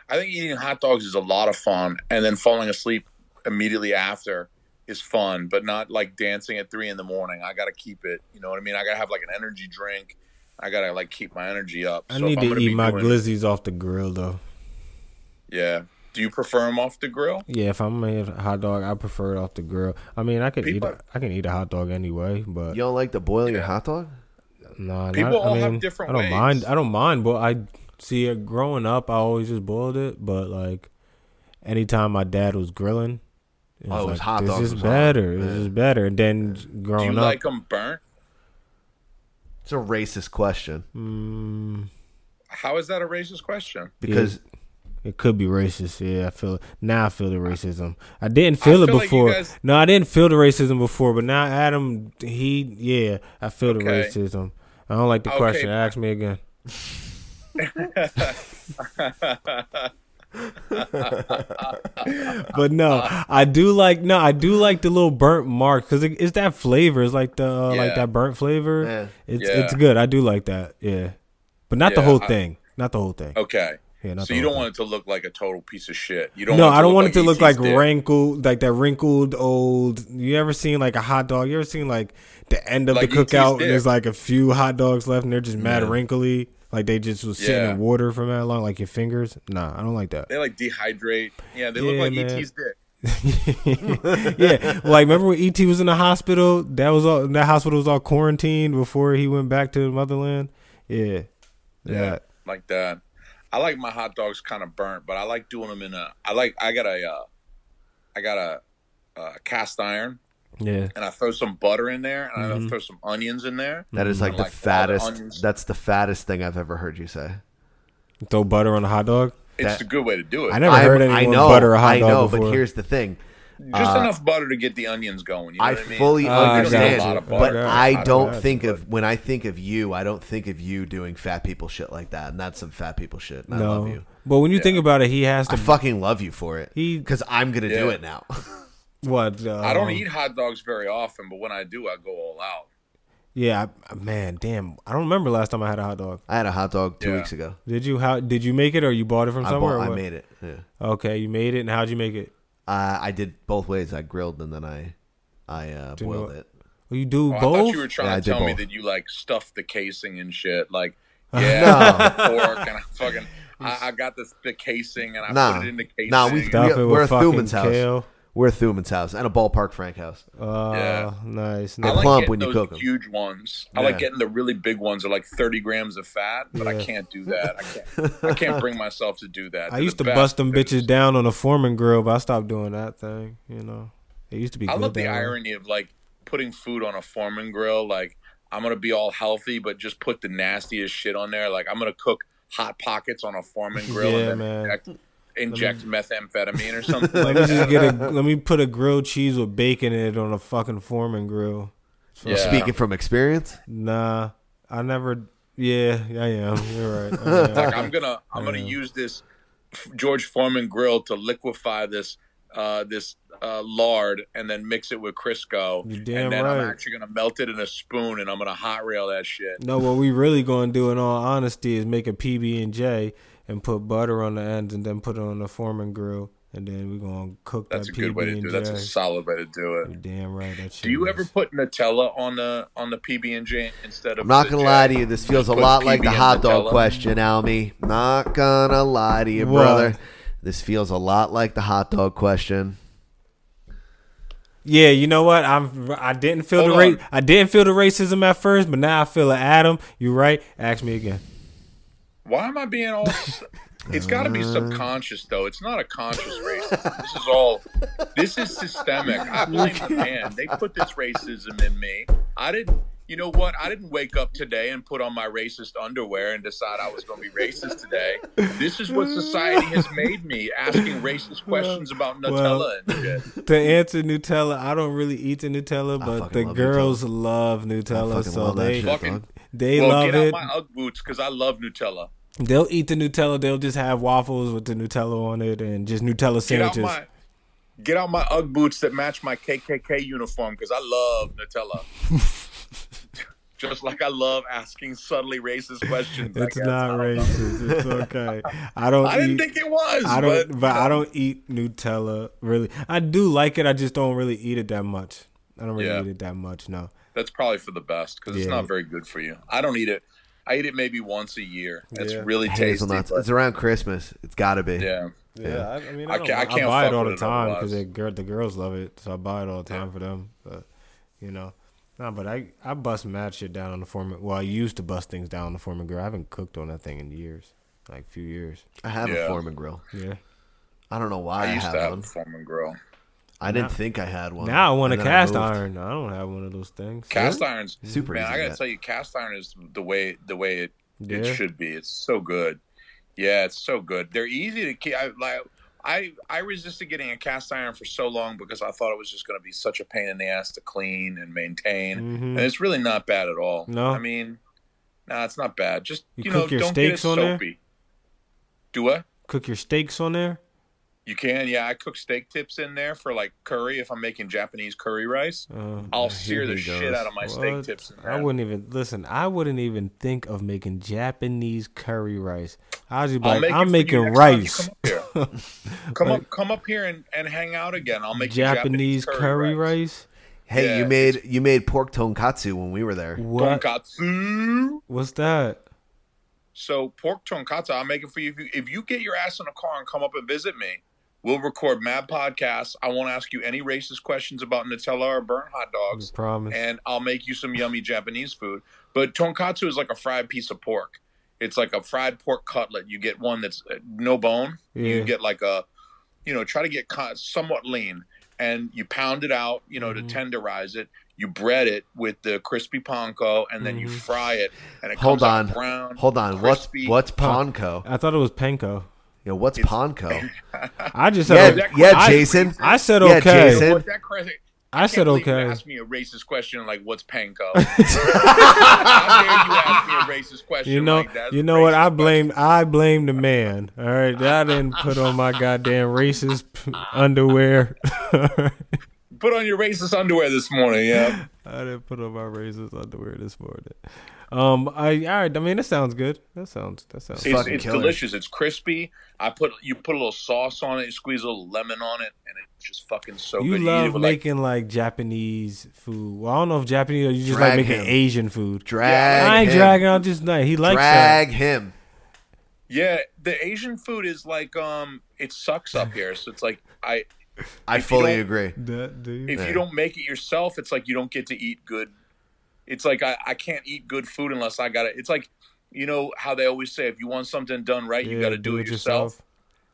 Speaker 17: I think eating hot dogs is a lot of fun, and then falling asleep immediately after is fun, but not like dancing at three in the morning. I gotta keep it. You know what I mean? I gotta have like an energy drink. I gotta like keep my energy up.
Speaker 2: I
Speaker 17: So if
Speaker 2: need
Speaker 17: I'm
Speaker 2: to
Speaker 17: gonna
Speaker 2: eat
Speaker 17: be
Speaker 2: my
Speaker 17: doing-
Speaker 2: glizzies off the grill though.
Speaker 17: Yeah. Do you prefer them off the grill?
Speaker 2: Yeah, if I'm gonna eat a hot dog, I prefer it off the grill. I mean, I could eat
Speaker 17: People-
Speaker 2: a, I can eat a hot dog anyway, but
Speaker 1: You don't like to boil your hot dog?
Speaker 2: nah,
Speaker 17: People
Speaker 2: not-
Speaker 17: all
Speaker 2: I
Speaker 17: have
Speaker 2: mean,
Speaker 17: different
Speaker 2: I don't
Speaker 17: ways.
Speaker 2: mind. I don't mind, but I see it growing up. I always just boiled it, but like anytime my dad was grilling, it
Speaker 1: Oh, it was
Speaker 2: like,
Speaker 1: hot
Speaker 2: This
Speaker 1: dogs
Speaker 2: is
Speaker 1: was hot,
Speaker 2: better. This
Speaker 1: yeah.
Speaker 2: is better. And then
Speaker 17: Do you
Speaker 2: growing up,
Speaker 17: like them burnt?
Speaker 1: It's a racist question
Speaker 2: mm,
Speaker 17: How is that a racist question?
Speaker 1: because
Speaker 2: It, it could be racist. Yeah, I feel it. Now I feel the racism. I didn't feel it
Speaker 17: feel like you
Speaker 2: before.
Speaker 17: guys-
Speaker 2: no, I didn't feel the racism before, but now Adam, he, yeah, I feel the
Speaker 17: Okay.
Speaker 2: racism. I don't like the
Speaker 17: Okay.
Speaker 2: question. Ask me again. But no, I do like no, I do like the little burnt mark because it, it's that flavor. It's like the uh,
Speaker 17: Yeah.
Speaker 2: like that burnt flavor.
Speaker 1: Yeah.
Speaker 2: It's
Speaker 17: Yeah.
Speaker 2: it's good. I do like that. Yeah, but not the
Speaker 17: Yeah,
Speaker 2: whole
Speaker 17: I-
Speaker 2: thing. Not the whole thing.
Speaker 17: okay.
Speaker 2: Yeah, not
Speaker 17: so
Speaker 2: the
Speaker 17: you
Speaker 2: whole
Speaker 17: don't want it to look like a total piece of shit. You don't.
Speaker 2: No,
Speaker 17: want it
Speaker 2: I
Speaker 17: to
Speaker 2: don't want it to look
Speaker 17: look
Speaker 2: like
Speaker 17: ET's dick.
Speaker 2: wrinkled, like that wrinkled old. You ever seen like a hot dog? You ever seen like the end of
Speaker 17: Like
Speaker 2: the cookout
Speaker 17: ET's
Speaker 2: and there's
Speaker 17: dick.
Speaker 2: like a few hot dogs left and they're just mad
Speaker 1: Yeah.
Speaker 2: wrinkly, like they just was sitting
Speaker 17: Yeah.
Speaker 2: in water for that long, like your fingers. Nah, I don't like that.
Speaker 17: They like dehydrate. Yeah, they
Speaker 2: Yeah,
Speaker 17: look like
Speaker 2: man.
Speaker 17: ET's dick.
Speaker 2: yeah, like remember when ET was in the hospital? That was all. That hospital was all quarantined before he went back to the motherland. Yeah, yeah.
Speaker 17: like that. I like my hot dogs kind of burnt, but I like doing them in a. I like I got a, uh, I got a uh, cast iron,
Speaker 2: Yeah.
Speaker 17: and I throw some butter in there, and I
Speaker 2: Mhm.
Speaker 17: throw some onions in there.
Speaker 1: Mm-hmm. that is
Speaker 17: And,
Speaker 1: like the
Speaker 17: all
Speaker 1: fattest.
Speaker 17: onions.
Speaker 1: that's the fattest thing I've ever heard you say.
Speaker 2: Throw butter on a hot dog.
Speaker 17: it's
Speaker 1: that-
Speaker 17: a good way to do it.
Speaker 2: I never heard anyone butter a hot
Speaker 1: I
Speaker 2: dog
Speaker 1: know,
Speaker 2: before.
Speaker 1: but here's the thing.
Speaker 17: just
Speaker 1: Uh,
Speaker 17: enough butter to get the onions going. You know
Speaker 1: I
Speaker 17: what I mean?
Speaker 1: fully
Speaker 17: You don't need
Speaker 1: understand,
Speaker 17: a lot of
Speaker 1: but
Speaker 17: butter.
Speaker 1: I don't
Speaker 2: Gotcha.
Speaker 1: think of when I think of you, I don't think of you doing fat people shit like that, and that's some fat people shit. And I love you.
Speaker 2: But when you think about it, he has
Speaker 1: I
Speaker 2: to.
Speaker 1: fucking love you for it
Speaker 2: He-
Speaker 1: because I'm gonna do
Speaker 17: Yeah.
Speaker 1: it now.
Speaker 2: what? Uh,
Speaker 17: I don't e-, eat hot dogs very often, but when I do, I go all out.
Speaker 2: Yeah, I, man, damn. I don't remember last time I had a hot dog.
Speaker 1: I had a hot dog two
Speaker 17: Yeah.
Speaker 1: weeks ago.
Speaker 2: Did you? How did you make it, or you bought it from
Speaker 1: I,
Speaker 2: somewhere?
Speaker 1: bought,
Speaker 2: or
Speaker 1: I
Speaker 2: what?
Speaker 1: made it. Yeah.
Speaker 2: Okay, you made it, and how'd you make it?
Speaker 1: Uh, I did both ways. I grilled and then I I uh,
Speaker 2: Do you know
Speaker 1: boiled
Speaker 2: what-
Speaker 1: it.
Speaker 2: Well, you do
Speaker 1: Oh, I
Speaker 2: both.
Speaker 1: thought
Speaker 17: I thought you were trying
Speaker 1: Yeah, I
Speaker 17: to
Speaker 1: did
Speaker 17: tell me
Speaker 1: both.
Speaker 17: that you like stuffed the casing and shit. Like, yeah,
Speaker 1: No.
Speaker 17: fork and I fucking. I, I got this the casing and I
Speaker 1: Nah,
Speaker 17: put it in the casing.
Speaker 1: nah, we, we,
Speaker 2: Stuff it with
Speaker 1: we're at Thuman's
Speaker 2: fucking
Speaker 1: house.
Speaker 2: kale.
Speaker 1: We're at Thuman's house and a ballpark Frank house.
Speaker 17: Oh,
Speaker 2: Uh, nice.
Speaker 1: They
Speaker 2: nice.
Speaker 1: plump
Speaker 17: getting
Speaker 1: when you
Speaker 17: those
Speaker 1: cook them.
Speaker 17: Huge ones. I like
Speaker 1: Yeah.
Speaker 17: getting the really big ones. They're like thirty grams of fat, but I
Speaker 2: Yeah.
Speaker 17: can't do that. I can't. I can't bring myself to do that.
Speaker 2: I
Speaker 17: They're the
Speaker 2: used to
Speaker 17: best.
Speaker 2: bust them bitches down on a foreman grill, but I stopped doing that thing. You know, it used to be.
Speaker 17: I
Speaker 2: good
Speaker 17: love the
Speaker 2: that way.
Speaker 17: irony of like putting food on a Foreman grill. Like I'm gonna be all healthy, but just put the nastiest shit on there. Like I'm gonna cook hot pockets on a Foreman grill
Speaker 2: Yeah,
Speaker 17: and
Speaker 2: man.
Speaker 17: then inject, inject methamphetamine or something.
Speaker 2: Let
Speaker 17: like
Speaker 2: me just
Speaker 17: that.
Speaker 2: get a. Let me put a grilled cheese with bacon in it on a fucking foreman grill.
Speaker 17: Yeah.
Speaker 1: Speaking from experience,
Speaker 2: Nah, I never. Yeah, I am. You're right. I am.
Speaker 17: like I'm gonna I'm gonna
Speaker 2: Yeah.
Speaker 17: use this George Foreman grill to liquefy this uh, this uh, lard and then mix it with Crisco.
Speaker 2: You're damn
Speaker 17: and then I'm
Speaker 2: right.
Speaker 17: actually gonna melt it in a spoon and I'm gonna hot rail that shit.
Speaker 2: No, what we really gonna do, in all honesty, is make a PB and J and put butter on the ends, and then put it on the foreman grill, and then we're gonna cook
Speaker 17: That's a
Speaker 2: that
Speaker 17: good way to
Speaker 2: PB
Speaker 17: do.
Speaker 2: and
Speaker 17: it. That's a
Speaker 2: J.
Speaker 17: solid way to do it.
Speaker 2: Damn right. That
Speaker 17: Do
Speaker 2: shit
Speaker 17: you
Speaker 2: is-
Speaker 17: ever put Nutella on the on the PB and J instead of?
Speaker 1: I'm not
Speaker 17: the
Speaker 1: gonna
Speaker 17: J?
Speaker 1: lie to you. This feels a
Speaker 17: Put
Speaker 1: lot like
Speaker 17: PB
Speaker 1: the
Speaker 17: and
Speaker 1: hot dog
Speaker 17: Nutella?
Speaker 1: question, Almy. Not gonna lie to you,
Speaker 2: What?
Speaker 1: brother. This feels a lot like the hot dog question.
Speaker 2: Yeah, you know what? I'm. I didn't feel
Speaker 17: Hold
Speaker 2: the
Speaker 17: on.
Speaker 2: ra- I didn't feel the racism at first, but now I feel it. Adam, you're right. Ask me again.
Speaker 17: Why am I being all? s- it's got to be subconscious though. It's not a conscious racism. This is all. This is systemic. I blame the man. They put this racism in me. I didn't. You know what? I didn't wake up today and put on my racist underwear and decide I was going to be racist today. This is what society has made me asking racist questions about Nutella
Speaker 2: well,
Speaker 17: and shit.
Speaker 2: to answer Nutella, I don't really eat the Nutella, but
Speaker 1: fucking
Speaker 2: the
Speaker 1: love
Speaker 2: girls
Speaker 1: Nutella.
Speaker 2: love Nutella,
Speaker 1: fucking
Speaker 2: so
Speaker 1: love that
Speaker 2: they
Speaker 1: shit, Fucking- dog.
Speaker 2: they
Speaker 17: well,
Speaker 2: love
Speaker 17: get
Speaker 2: it.
Speaker 17: out my UGG boots because I love Nutella.
Speaker 2: They'll eat the Nutella. They'll just have waffles with the Nutella on it and just Nutella
Speaker 17: Get out
Speaker 2: sandwiches.
Speaker 17: my get out my UGG boots that match my KKK uniform because I love Nutella. Just like I love asking subtly racist questions. I
Speaker 2: it's
Speaker 17: guess.
Speaker 2: not racist. It's okay. I don't.
Speaker 17: I didn't
Speaker 2: eat-
Speaker 17: think it was,
Speaker 2: I don't.
Speaker 17: but-
Speaker 2: I don't eat Nutella really. I do like it. I just don't really eat it that much. I don't really
Speaker 17: Yeah.
Speaker 2: eat it that much. No.
Speaker 17: That's probably for the best because it's
Speaker 2: Yeah.
Speaker 17: not very good for you. I don't eat it. I eat it maybe once a year. It's
Speaker 2: Yeah.
Speaker 17: really tasty.
Speaker 1: Hazelnuts.
Speaker 17: but-
Speaker 1: It's around Christmas. It's gotta be.
Speaker 17: yeah.
Speaker 2: Yeah, I, I mean, I,
Speaker 17: I
Speaker 2: don't,
Speaker 17: ca- I
Speaker 2: I,
Speaker 17: can't
Speaker 2: buy it
Speaker 17: fuck
Speaker 2: all the
Speaker 17: with it
Speaker 2: time because
Speaker 17: otherwise.
Speaker 2: the girls love it, so I buy it all the time for them. But you know, nah, but I I bust mad shit down on the Foreman. Well, I used to bust things down on the Foreman grill. I haven't cooked on that thing in years, like few years.
Speaker 1: I have
Speaker 17: Yeah.
Speaker 1: a Foreman grill.
Speaker 2: Yeah.
Speaker 1: I don't know why I,
Speaker 17: I used
Speaker 1: have
Speaker 17: to have
Speaker 1: one.
Speaker 17: a Foreman grill.
Speaker 1: I didn't
Speaker 2: Now-
Speaker 1: think I had one.
Speaker 2: now I want a
Speaker 1: and then
Speaker 2: cast
Speaker 1: moved.
Speaker 2: iron. I don't have one of those things.
Speaker 17: Cast irons,
Speaker 1: Super
Speaker 17: man.
Speaker 1: easy
Speaker 17: I
Speaker 1: to
Speaker 17: gotta
Speaker 1: get.
Speaker 17: tell you, cast iron is the way the way it
Speaker 2: Yeah.
Speaker 17: it should be. It's so good. Yeah, it's so good. They're easy to keep. I, like I I resisted getting a cast iron for so long because I thought it was just going to be such a pain in the ass to clean and maintain,
Speaker 2: Mhm.
Speaker 17: and it's really not bad at all.
Speaker 2: No?
Speaker 17: I mean, nah, it's not bad. Just
Speaker 2: You
Speaker 17: you, know,
Speaker 2: cook your
Speaker 17: don't
Speaker 2: steaks
Speaker 17: get it
Speaker 2: on there?
Speaker 17: soapy. Do what?
Speaker 2: Cook your steaks on there.
Speaker 17: You can, yeah. I cook steak tips in there for like curry if I'm making Japanese curry rice.
Speaker 2: Uh,
Speaker 17: I'll
Speaker 1: here
Speaker 17: sear the
Speaker 1: he
Speaker 17: shit
Speaker 1: goes.
Speaker 17: out of my steak
Speaker 2: What?
Speaker 17: tips. In
Speaker 2: I
Speaker 17: that.
Speaker 2: wouldn't even listen. I wouldn't even think of making Japanese curry rice. I just be
Speaker 17: I'll
Speaker 2: like,
Speaker 17: make it
Speaker 2: I'm
Speaker 17: for you
Speaker 2: making
Speaker 17: next time you
Speaker 2: rice.
Speaker 17: come Come
Speaker 2: Like,
Speaker 17: up, come up here and, and hang out again. I'll make you
Speaker 2: Japanese, curry, rice.
Speaker 1: Hey,
Speaker 17: Yeah,
Speaker 1: you made you made pork tonkatsu when we were there.
Speaker 2: What?
Speaker 17: Tonkatsu.
Speaker 2: What's that?
Speaker 17: So pork tonkatsu. I'll make it for you if you if you get your ass in a car and come up and visit me. We'll record mad podcasts. I won't ask you any racist questions about Nutella or burnt hot dogs,
Speaker 2: I promise.
Speaker 17: and I'll make you some yummy Japanese food. But tonkatsu is like a fried piece of pork. It's like a fried pork cutlet. You get one that's uh, no bone.
Speaker 2: Yeah.
Speaker 17: You get like a, you know, try to get co- somewhat lean, and you pound it out, you know, to
Speaker 1: Mm-hmm.
Speaker 17: tenderize it. You bread it with the crispy panko, and then you fry it, and it
Speaker 1: Mm-hmm. Hold
Speaker 17: comes out
Speaker 1: on.
Speaker 17: brown.
Speaker 1: Hold on.
Speaker 17: crispy.
Speaker 1: What's what's panko?
Speaker 2: I thought it was panko.
Speaker 1: You know, what's panko?
Speaker 2: I just
Speaker 1: Yeah,
Speaker 2: said, okay.
Speaker 1: yeah,
Speaker 2: I-
Speaker 1: Jason.
Speaker 2: I said
Speaker 1: Yeah,
Speaker 2: okay.
Speaker 1: Jason.
Speaker 17: What that crazy?
Speaker 2: I
Speaker 17: can't
Speaker 2: said
Speaker 17: believe you
Speaker 2: okay.
Speaker 17: Asked me a racist question like what's panko? How dare you ask me a racist question
Speaker 2: You know,
Speaker 17: like that?
Speaker 2: you know what? I blame, I blame the man. All right, I didn't put on my goddamn racist p- underwear.
Speaker 17: put on your racist underwear this morning. Yeah.
Speaker 2: I didn't put on my racist underwear this morning. Um, I all right. I mean, that sounds good. That sounds that sounds.
Speaker 17: It's, it's delicious. It's crispy. I put you put a little sauce on it. You squeeze a little lemon on it, and it's just fucking so
Speaker 2: You
Speaker 17: good. eat it
Speaker 2: love
Speaker 17: with, like,
Speaker 2: making like, Japanese food. Well, I don't know if Japanese or you just
Speaker 1: Drag
Speaker 2: like making
Speaker 1: him.
Speaker 2: Asian food.
Speaker 1: Drag
Speaker 2: I ain't
Speaker 1: him.
Speaker 2: dragging. I'm just like he likes
Speaker 1: Drag
Speaker 2: that.
Speaker 1: him.
Speaker 17: Yeah, the Asian food is like um, it sucks up here. So it's like I,
Speaker 1: I
Speaker 17: if you
Speaker 1: fully
Speaker 17: don't-
Speaker 1: agree.
Speaker 17: If
Speaker 1: Yeah.
Speaker 17: you don't make it yourself, it's like you don't get to eat good. It's like I, I can't eat good food unless I got it. It's like you know how they always say if you want something done right, you
Speaker 2: Yeah,
Speaker 17: got to do, it yourself.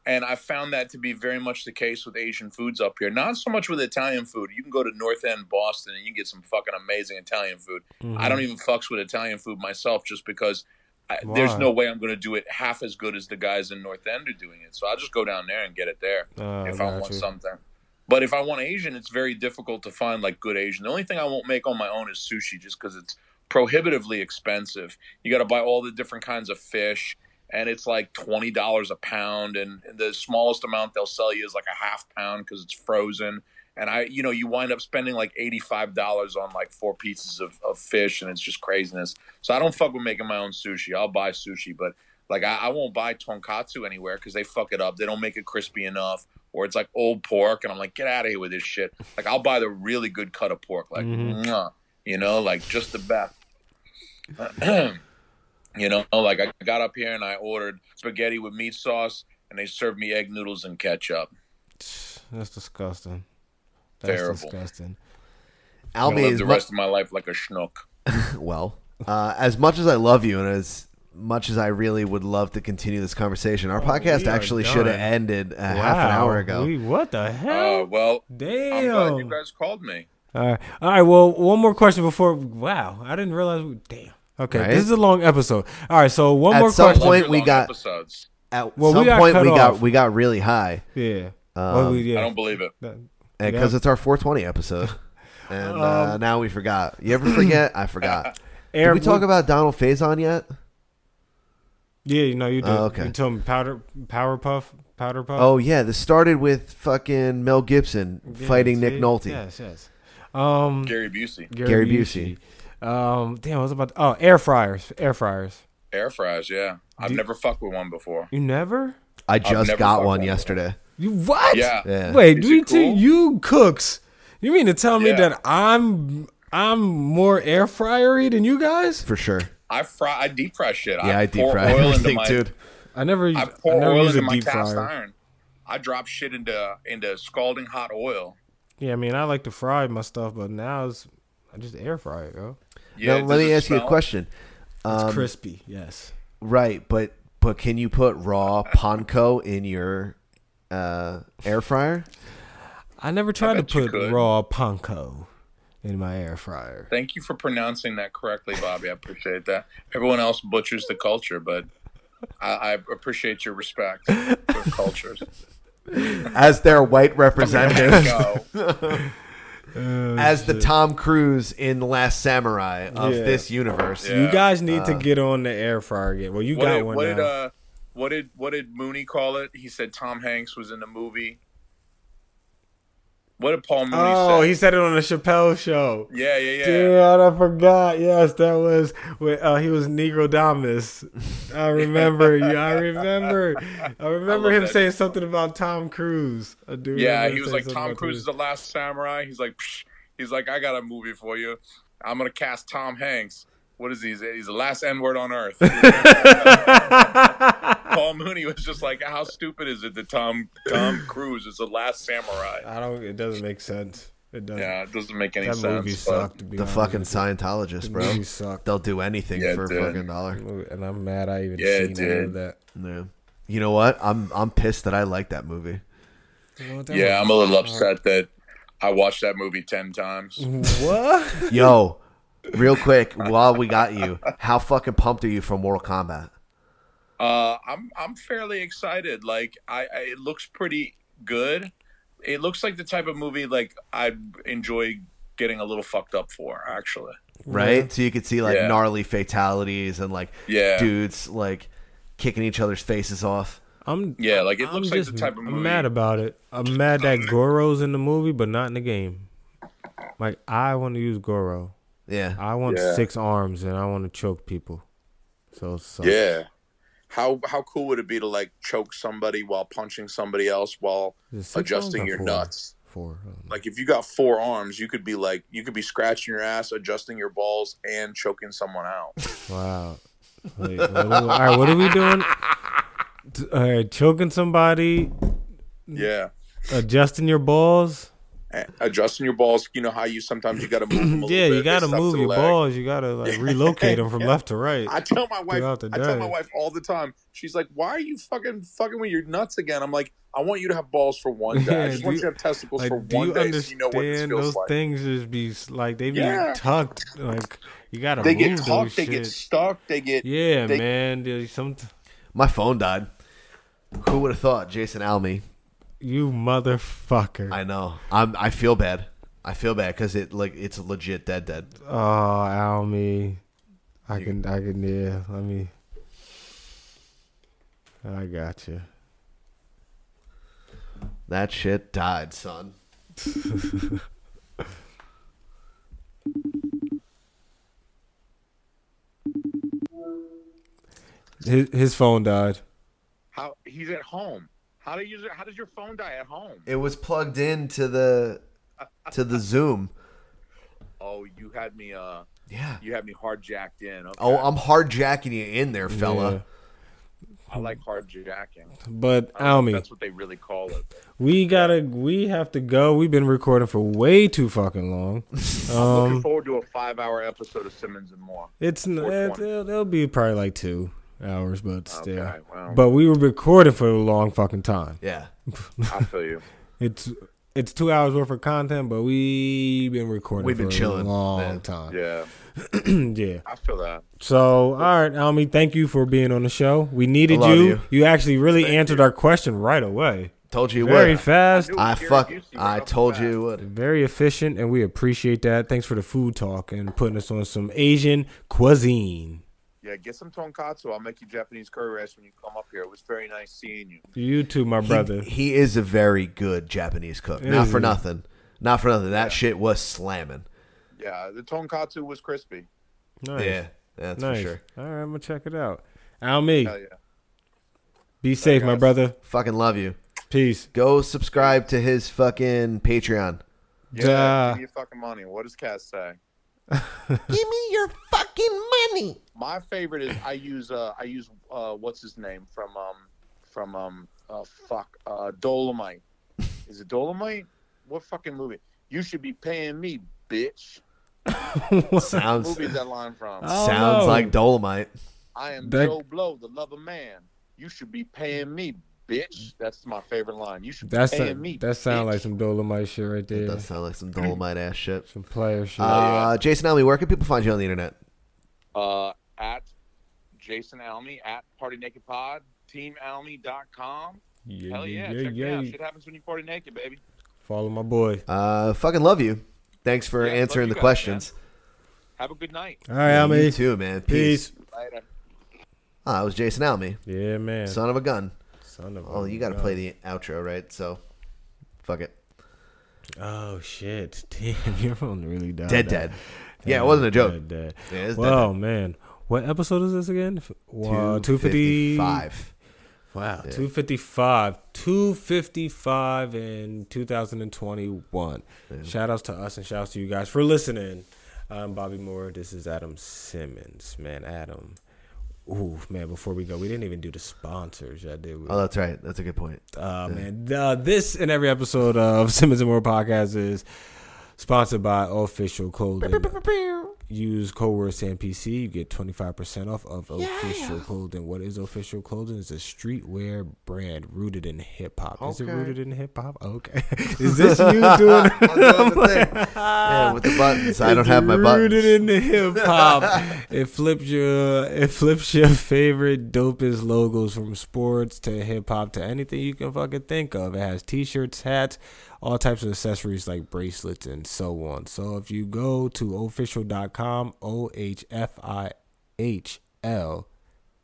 Speaker 17: And I found that to be very much the case with Asian foods up here. Not so much with Italian food. You can go to North End Boston and you can get some fucking amazing Italian food. I don't
Speaker 2: Mhm.
Speaker 17: even fucks with Italian food myself just because I, there's
Speaker 2: Why?
Speaker 17: no way I'm going to do it half as good as the guys in North End are doing it. So I'll just go down there and get it there
Speaker 2: Ah,
Speaker 17: if I
Speaker 2: got
Speaker 17: want
Speaker 2: you.
Speaker 17: something. But if I want Asian, it's very difficult to find like good Asian. The only thing I won't make on my own is sushi just because it's prohibitively expensive. You got to buy all the different kinds of fish, and it's like twenty dollars a pound, and the smallest amount they'll sell you is like a half pound because it's frozen. And I, you know, you wind up spending like eighty-five dollars on like four pieces of, of fish, and it's just craziness. So I don't fuck with making my own sushi. I'll buy sushi, but like I, I won't buy tonkatsu anywhere because they fuck it up. They don't make it crispy enough, or it's like old pork, and I'm like, get out of here with this shit. Like I'll buy the really good cut of pork, like
Speaker 2: Mhm.
Speaker 17: mwah, you know, like just the best. you know, like I got up here and I ordered spaghetti with meat sauce, and they served me egg noodles and ketchup.
Speaker 2: That's disgusting. That's
Speaker 17: Terrible.
Speaker 2: disgusting.
Speaker 17: I'll
Speaker 1: Albi
Speaker 17: live
Speaker 1: is
Speaker 17: the
Speaker 1: mu-
Speaker 17: rest of my life like a schnook.
Speaker 1: well, uh, as much as I love you and as much as I really would love to continue this conversation, our podcast
Speaker 2: Oh, we are
Speaker 1: actually should have
Speaker 2: done.
Speaker 1: ended uh, half an hour
Speaker 2: Wow.
Speaker 1: ago.
Speaker 2: We- what the hell?
Speaker 17: Uh, well, I'm glad you
Speaker 2: Oh, Damn.
Speaker 17: guys called me.
Speaker 2: All right. All right. Well, one more question before. Wow, I didn't realize. we- Damn. Okay,
Speaker 1: Right?
Speaker 2: this is a long episode. All right, so one
Speaker 1: at
Speaker 2: more
Speaker 1: some
Speaker 2: question.
Speaker 1: point we got at
Speaker 2: Well,
Speaker 1: some
Speaker 2: we got
Speaker 1: point
Speaker 2: cut
Speaker 1: we got
Speaker 2: off.
Speaker 1: we got really high.
Speaker 2: Yeah. Well,
Speaker 1: Um,
Speaker 2: we- yeah. I don't
Speaker 17: believe it.
Speaker 1: Because it's our 420 episode, and uh,
Speaker 2: Um,
Speaker 1: now we forgot. You ever forget? I forgot. Did
Speaker 2: Aaron,
Speaker 1: we talk
Speaker 2: we-
Speaker 1: about Donald Faison yet?
Speaker 2: Yeah, you know you did.
Speaker 1: Oh, okay.
Speaker 2: You told me powder, powder puff, powder puff.
Speaker 1: Oh yeah, this started with fucking Mel Gibson
Speaker 2: Yeah,
Speaker 1: fighting Nick
Speaker 2: see?
Speaker 1: Nolte.
Speaker 2: Yes, yes. Um,
Speaker 17: Gary Busey.
Speaker 1: Gary Busey.
Speaker 2: Um, damn, I was about. oh, air fryers, air fryers.
Speaker 17: Air fries, yeah. I've
Speaker 2: Do-
Speaker 17: never fucked with one before.
Speaker 2: You never.
Speaker 1: I
Speaker 17: I've
Speaker 1: just
Speaker 17: never
Speaker 1: got
Speaker 17: fucked
Speaker 1: one
Speaker 17: with
Speaker 1: yesterday.
Speaker 2: You what?
Speaker 17: Yeah.
Speaker 1: Yeah.
Speaker 2: Wait,
Speaker 17: Is
Speaker 2: do
Speaker 17: it
Speaker 2: you two
Speaker 17: cool?
Speaker 2: you cooks? You mean to tell me
Speaker 17: Yeah.
Speaker 2: that I'm I'm more air fryery than you guys?
Speaker 1: For sure.
Speaker 17: I fry, I deep fry shit.
Speaker 1: Yeah, I deep
Speaker 17: pour
Speaker 1: fry
Speaker 17: oil into
Speaker 1: everything,
Speaker 17: my-
Speaker 1: dude.
Speaker 2: I never.
Speaker 17: I
Speaker 2: I
Speaker 17: pour
Speaker 2: never
Speaker 17: oil
Speaker 2: use a
Speaker 17: into my
Speaker 2: deep
Speaker 17: cast
Speaker 2: fryer.
Speaker 17: iron. I drop shit into into scalding hot oil.
Speaker 2: Yeah, I mean, I like to fry my stuff, but now it's I just air fry it, yo.
Speaker 1: Now, let me ask you a question.
Speaker 2: It's
Speaker 1: Um,
Speaker 2: crispy, yes.
Speaker 1: Right, but but can you put raw panko in your uh, air fryer?
Speaker 2: I never tried to
Speaker 17: bet you
Speaker 2: put
Speaker 17: could.
Speaker 2: raw panko in my air fryer.
Speaker 17: Thank you for pronouncing that correctly, Bobby. I appreciate that. Everyone else butchers the culture, but I, I appreciate your respect for cultures.
Speaker 1: As their white representative,
Speaker 17: Go.
Speaker 1: as the Tom Cruise in The Last Samurai of
Speaker 2: Yeah.
Speaker 1: this universe.
Speaker 2: You guys need to
Speaker 1: Uh,
Speaker 2: get on the air fryer again. Well, you
Speaker 17: what
Speaker 2: got
Speaker 17: did,
Speaker 2: one
Speaker 17: what
Speaker 2: now.
Speaker 17: did uh what did what did Mooney call it? He said Tom Hanks was in the movie. What did Paul Mooney
Speaker 2: Oh,
Speaker 17: say?
Speaker 2: he said it on the Chappelle show.
Speaker 17: Yeah, yeah, yeah.
Speaker 2: Dude, I forgot. Yes, that was when uh, he was Negro Domus. I remember. you. I remember. I remember
Speaker 17: love
Speaker 2: him
Speaker 17: that
Speaker 2: saying something about Tom Cruise. I do
Speaker 17: Yeah,
Speaker 2: remember
Speaker 17: he was
Speaker 2: saying
Speaker 17: like
Speaker 2: something
Speaker 17: Tom
Speaker 2: about
Speaker 17: Cruise is the last samurai. He's like, Psh. he's like, I got a movie for you. I'm gonna cast Tom Hanks. What is he? He's- He's the last N word on earth. Paul Mooney was just like, how stupid is it that Tom Tom Cruise is the last samurai?
Speaker 2: I don't. It doesn't make sense. It doesn't.
Speaker 17: Yeah, it doesn't make any
Speaker 2: That
Speaker 17: sense.
Speaker 2: movie
Speaker 17: but-
Speaker 2: sucked. To be
Speaker 1: the
Speaker 2: honest
Speaker 1: fucking
Speaker 2: with you.
Speaker 1: Scientologist,
Speaker 2: The
Speaker 1: bro.
Speaker 2: movie sucked.
Speaker 1: They'll do anything
Speaker 17: Yeah, it
Speaker 1: for a
Speaker 17: did.
Speaker 1: fucking dollar.
Speaker 2: And I'm mad I even
Speaker 17: Yeah, it
Speaker 2: seen any
Speaker 17: did.
Speaker 2: of that.
Speaker 1: Yeah. You know what? I'm I'm pissed that I like that movie.
Speaker 2: Well, that
Speaker 17: Yeah,
Speaker 2: was-
Speaker 17: I'm a little upset that I watched that movie ten times.
Speaker 2: Mm-hmm. What?
Speaker 1: Yo, real quick, while we got you, how fucking pumped are you for Mortal Kombat?
Speaker 17: Uh, I'm I'm fairly excited. Like I, I, it looks pretty good. It looks like the type of movie like I'd enjoy getting a little fucked up for. Actually,
Speaker 1: Right? So you could see like
Speaker 17: Yeah.
Speaker 1: gnarly fatalities and like
Speaker 17: Yeah.
Speaker 1: dudes like kicking each other's faces off.
Speaker 2: I'm
Speaker 17: yeah, like it
Speaker 2: I'm
Speaker 17: looks like
Speaker 2: just-
Speaker 17: the type of movie.
Speaker 2: I'm mad about it. I'm mad that Goro's in the movie, but not in the game. Like I want to use Goro.
Speaker 1: Yeah.
Speaker 2: I want
Speaker 17: Yeah.
Speaker 2: six arms and I want to choke people. So it sucks.
Speaker 17: Yeah. How how cool would it be to like choke somebody while punching somebody else while
Speaker 2: Is it six
Speaker 17: adjusting
Speaker 2: arms or
Speaker 17: your
Speaker 2: four?
Speaker 17: nuts?
Speaker 2: Four. Um,
Speaker 17: Like if you got four arms, you could be like you could be scratching your ass, adjusting your balls, and choking someone out.
Speaker 2: Wow. Wait, what are we- all right, what are we doing? T- All right, choking somebody,
Speaker 17: Yeah.
Speaker 2: adjusting your balls.
Speaker 17: A- Adjusting your balls, you know how you sometimes you got to move. 'em a little
Speaker 2: Yeah,
Speaker 17: bit,
Speaker 2: you
Speaker 17: they
Speaker 2: gotta
Speaker 17: suck
Speaker 2: move
Speaker 17: the
Speaker 2: your
Speaker 17: leg.
Speaker 2: balls. You gotta like relocate them from
Speaker 17: Yeah.
Speaker 2: left to right.
Speaker 17: I tell my wife,
Speaker 2: throughout the
Speaker 17: I tell my
Speaker 2: day.
Speaker 17: wife all the time. She's like, "Why are you fucking fucking with your nuts again?" I'm like, "I want you to have balls for one day. I
Speaker 2: Yeah,
Speaker 17: just
Speaker 2: do
Speaker 17: want
Speaker 2: you-
Speaker 17: you to have testicles
Speaker 2: Like,
Speaker 17: for
Speaker 2: do
Speaker 17: one
Speaker 2: you
Speaker 17: day, so you
Speaker 2: understand
Speaker 17: know what this feels
Speaker 2: those
Speaker 17: like."
Speaker 2: things just be s- like they be
Speaker 17: Yeah.
Speaker 2: tucked? Like you gotta
Speaker 17: They get
Speaker 2: move
Speaker 17: tucked,
Speaker 2: those
Speaker 17: they
Speaker 2: shit.
Speaker 17: get stuck, they get
Speaker 2: yeah,
Speaker 17: they-
Speaker 2: man. there's Some
Speaker 1: My phone died. Who would have thought Jason Alme?
Speaker 2: You motherfucker.
Speaker 1: I know. I'm. I feel bad. I feel bad because it like it's legit dead dead.
Speaker 2: Oh, Almy. I can, I can, yeah. Let me. I got you.
Speaker 1: That shit died, son.
Speaker 2: His, his phone died.
Speaker 17: How he's at home. How do you? How does your phone die at home?
Speaker 1: It was plugged in to the to the Zoom.
Speaker 17: Oh, you had me. Uh,
Speaker 1: yeah,
Speaker 17: you had me hard jacked in. Okay.
Speaker 1: Oh, I'm hard jacking you in there, fella.
Speaker 17: I like hard jacking.
Speaker 2: But,
Speaker 17: I don't know
Speaker 2: Almy.
Speaker 17: if that's what they really call it.
Speaker 2: We gotta, we have to go. We've been recording for way too fucking long.
Speaker 17: I'm looking
Speaker 2: Um,
Speaker 17: forward to a five-hour episode of Simmons and More.
Speaker 2: it's n-
Speaker 17: Or
Speaker 2: it,
Speaker 17: 20.
Speaker 2: it'll, it'll be probably like two hours, but still.
Speaker 17: Okay, well.
Speaker 2: But we were recording for a long fucking time.
Speaker 1: Yeah.
Speaker 17: I feel you.
Speaker 2: It's it's two hours worth of content, but we been recording.
Speaker 1: We've been
Speaker 2: for
Speaker 1: chilling,
Speaker 2: a long
Speaker 1: man.
Speaker 2: time. Mm,
Speaker 17: Yeah,
Speaker 2: yeah.
Speaker 17: I feel that.
Speaker 2: So, all right, Almi, thank you for being on the show. We needed
Speaker 1: love
Speaker 2: you. you.
Speaker 1: you.
Speaker 2: actually really answered our question right away.
Speaker 1: Told you it
Speaker 2: very
Speaker 1: would.
Speaker 2: fast.
Speaker 1: I fuck. I told you it would.
Speaker 2: Very efficient, and we appreciate that. Thanks for the food talk and putting us on some Asian cuisine.
Speaker 17: Yeah, get some tonkatsu. I'll make you Japanese curry rice when you come up here. It was very nice seeing you.
Speaker 2: You too, my
Speaker 1: He-
Speaker 2: brother.
Speaker 1: He, is a very good Japanese cook. Not
Speaker 2: Is
Speaker 1: for
Speaker 2: he?
Speaker 1: nothing. Not for nothing. That shit was slamming.
Speaker 17: Yeah, the tonkatsu was crispy.
Speaker 2: Nice.
Speaker 1: Yeah, that's for
Speaker 2: nice.
Speaker 1: sure.
Speaker 2: All right, I'm gonna check it out. Almi,
Speaker 17: Hell yeah.
Speaker 2: be safe, my brother.
Speaker 1: Fucking love you.
Speaker 2: Peace.
Speaker 1: Go subscribe to his fucking Patreon.
Speaker 17: Yeah,
Speaker 2: Duh.
Speaker 17: give me your fucking money. What does Cass say?
Speaker 1: Give me your fucking money.
Speaker 17: My favorite is I use uh I use uh what's his name from um from um uh fuck uh Dolomite. Is it Dolomite? What fucking movie? You should be paying me, bitch.
Speaker 1: Sounds-
Speaker 17: What movie is that line from?
Speaker 2: Oh,
Speaker 1: Sounds like Dolomite.
Speaker 17: I am
Speaker 2: That-
Speaker 17: Joe Blow, the love of man. You should be paying me, bitch. That's my favorite line. You should
Speaker 2: That's
Speaker 17: be paying
Speaker 2: a,
Speaker 17: me.
Speaker 2: that sound like some Dolomite shit right there.
Speaker 1: Does sound like some Dolomite ass shit.
Speaker 2: Some player shit.
Speaker 1: Uh, Jason Alme, where can people find you on the internet?
Speaker 17: uh, at Jason Almy at Party Naked Pod, teamalmy.com.
Speaker 2: Yeah,
Speaker 17: Hell
Speaker 2: yeah,
Speaker 17: yeah,
Speaker 2: yeah,
Speaker 17: check me
Speaker 2: yeah.
Speaker 17: out. Shit happens when you party naked, baby.
Speaker 2: Follow my boy.
Speaker 1: Uh, fucking love you. Thanks for
Speaker 17: Yeah, love
Speaker 1: answering the
Speaker 17: you guys,
Speaker 1: questions.
Speaker 17: Have a good night.
Speaker 2: All right,
Speaker 1: Yeah,
Speaker 2: Almi.
Speaker 1: you too, man. Peace.
Speaker 17: Later.
Speaker 1: Ah, it was Jason Alme.
Speaker 2: Yeah, man.
Speaker 1: Son of a gun.
Speaker 2: Son of
Speaker 1: Oh,
Speaker 2: a
Speaker 1: you got to
Speaker 2: gun.
Speaker 1: play the outro, right? So, fuck it.
Speaker 2: Oh shit! Damn, your phone really died.
Speaker 1: Dead,
Speaker 2: out.
Speaker 1: dead. Yeah, it wasn't a joke.
Speaker 2: Dead, dead.
Speaker 1: Yeah, it's dead,
Speaker 2: Wow, man. What episode is this again? Two fifty
Speaker 1: 255.
Speaker 2: Wow,
Speaker 1: Yeah.
Speaker 2: two fifty five, two fifty five in two thousand and twenty one. Shout outs to us and shout outs to you guys for listening. I'm Bobby Moore. This is Adam Simmons, man. Adam. Ooh, man. Before we go, we didn't even do the sponsors. Yeah, did we?
Speaker 1: Oh, that's right. That's a good point.
Speaker 2: Uh, man, uh, this and every episode of Simmons and More podcast is sponsored by Official Clothing. Use code word SAMPC, you get 25% off of Official Clothing. What is Official Clothing? It's a streetwear brand rooted in hip hop. Is it
Speaker 1: Okay.
Speaker 2: rooted in hip hop? Okay. Is this you doing? I'm
Speaker 1: the thing.
Speaker 2: like,
Speaker 1: Yeah, with the buttons. I don't
Speaker 2: it's
Speaker 1: have my buttons.
Speaker 2: Rooted in the hip hop. it flips your it flips your favorite dopest logos from sports to hip hop to anything you can fucking think of. It has t-shirts, hats, all types of accessories like bracelets and so on. So if you go to official.com, O H F I H L.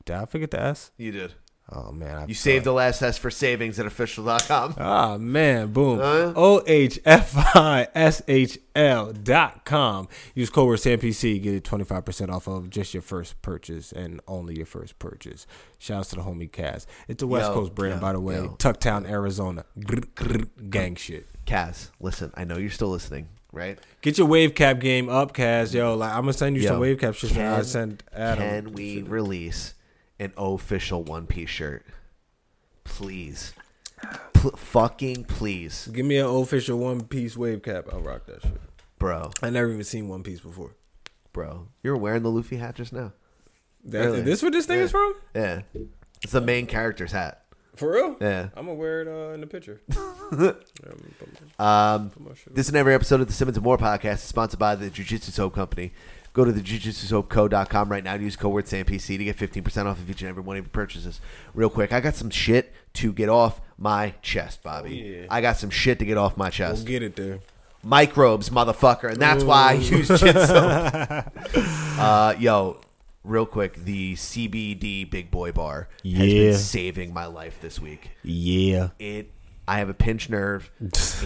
Speaker 2: Did I forget the S?
Speaker 1: You did.
Speaker 2: Oh man, I
Speaker 1: You saved the last S for savings at official.com.
Speaker 2: Ah man, boom. O H F I S H L dot com. Use code word SAMPC, get it twenty five percent off of just your first purchase and only your first purchase. Shouts to the homie Cass. It's a West
Speaker 1: Yo,
Speaker 2: Coast brand,
Speaker 1: yo,
Speaker 2: by the way.
Speaker 1: yo.
Speaker 2: Tucktown, Arizona. Grr, grr, Gang shit.
Speaker 1: Kaz, listen, I know you're still listening, right?
Speaker 2: Get your wave cap game up, Cass. Yo, like I'm gonna send you
Speaker 1: Yo,
Speaker 2: some wave cap shit that I
Speaker 1: can-
Speaker 2: sent Adam.
Speaker 1: Can we release an official One Piece shirt? Please. Pl- fucking please.
Speaker 2: Give me an official One Piece wave cap. I'll rock that shit,
Speaker 1: Bro.
Speaker 2: I never even seen One Piece before.
Speaker 1: Bro, you were wearing the Luffy hat just now.
Speaker 2: That- this where this thing
Speaker 1: Yeah.
Speaker 2: is from?
Speaker 1: Yeah. It's the main character's hat.
Speaker 2: For real?
Speaker 1: Yeah.
Speaker 2: I'm gonna wear it uh, in the picture.
Speaker 1: Um, this and every episode of the Simmons and More podcast is sponsored by the Jiu-Jitsu Soap Company. Go to the jujitsusoapco.com right now to use code word SAMPC to get 15% off of each and every one of your purchases. Real quick, I got some shit to get off my chest, Bobby.
Speaker 2: Oh, Yeah.
Speaker 1: I got some shit to get off my chest.
Speaker 2: We'll get it there.
Speaker 1: Microbes, motherfucker. And that's why I
Speaker 2: Ooh.
Speaker 1: use jit soap. uh, yo, real quick, the CBD Big Boy Bar has
Speaker 2: Yeah.
Speaker 1: been saving my life this week
Speaker 2: yeah.
Speaker 1: it I have a pinched nerve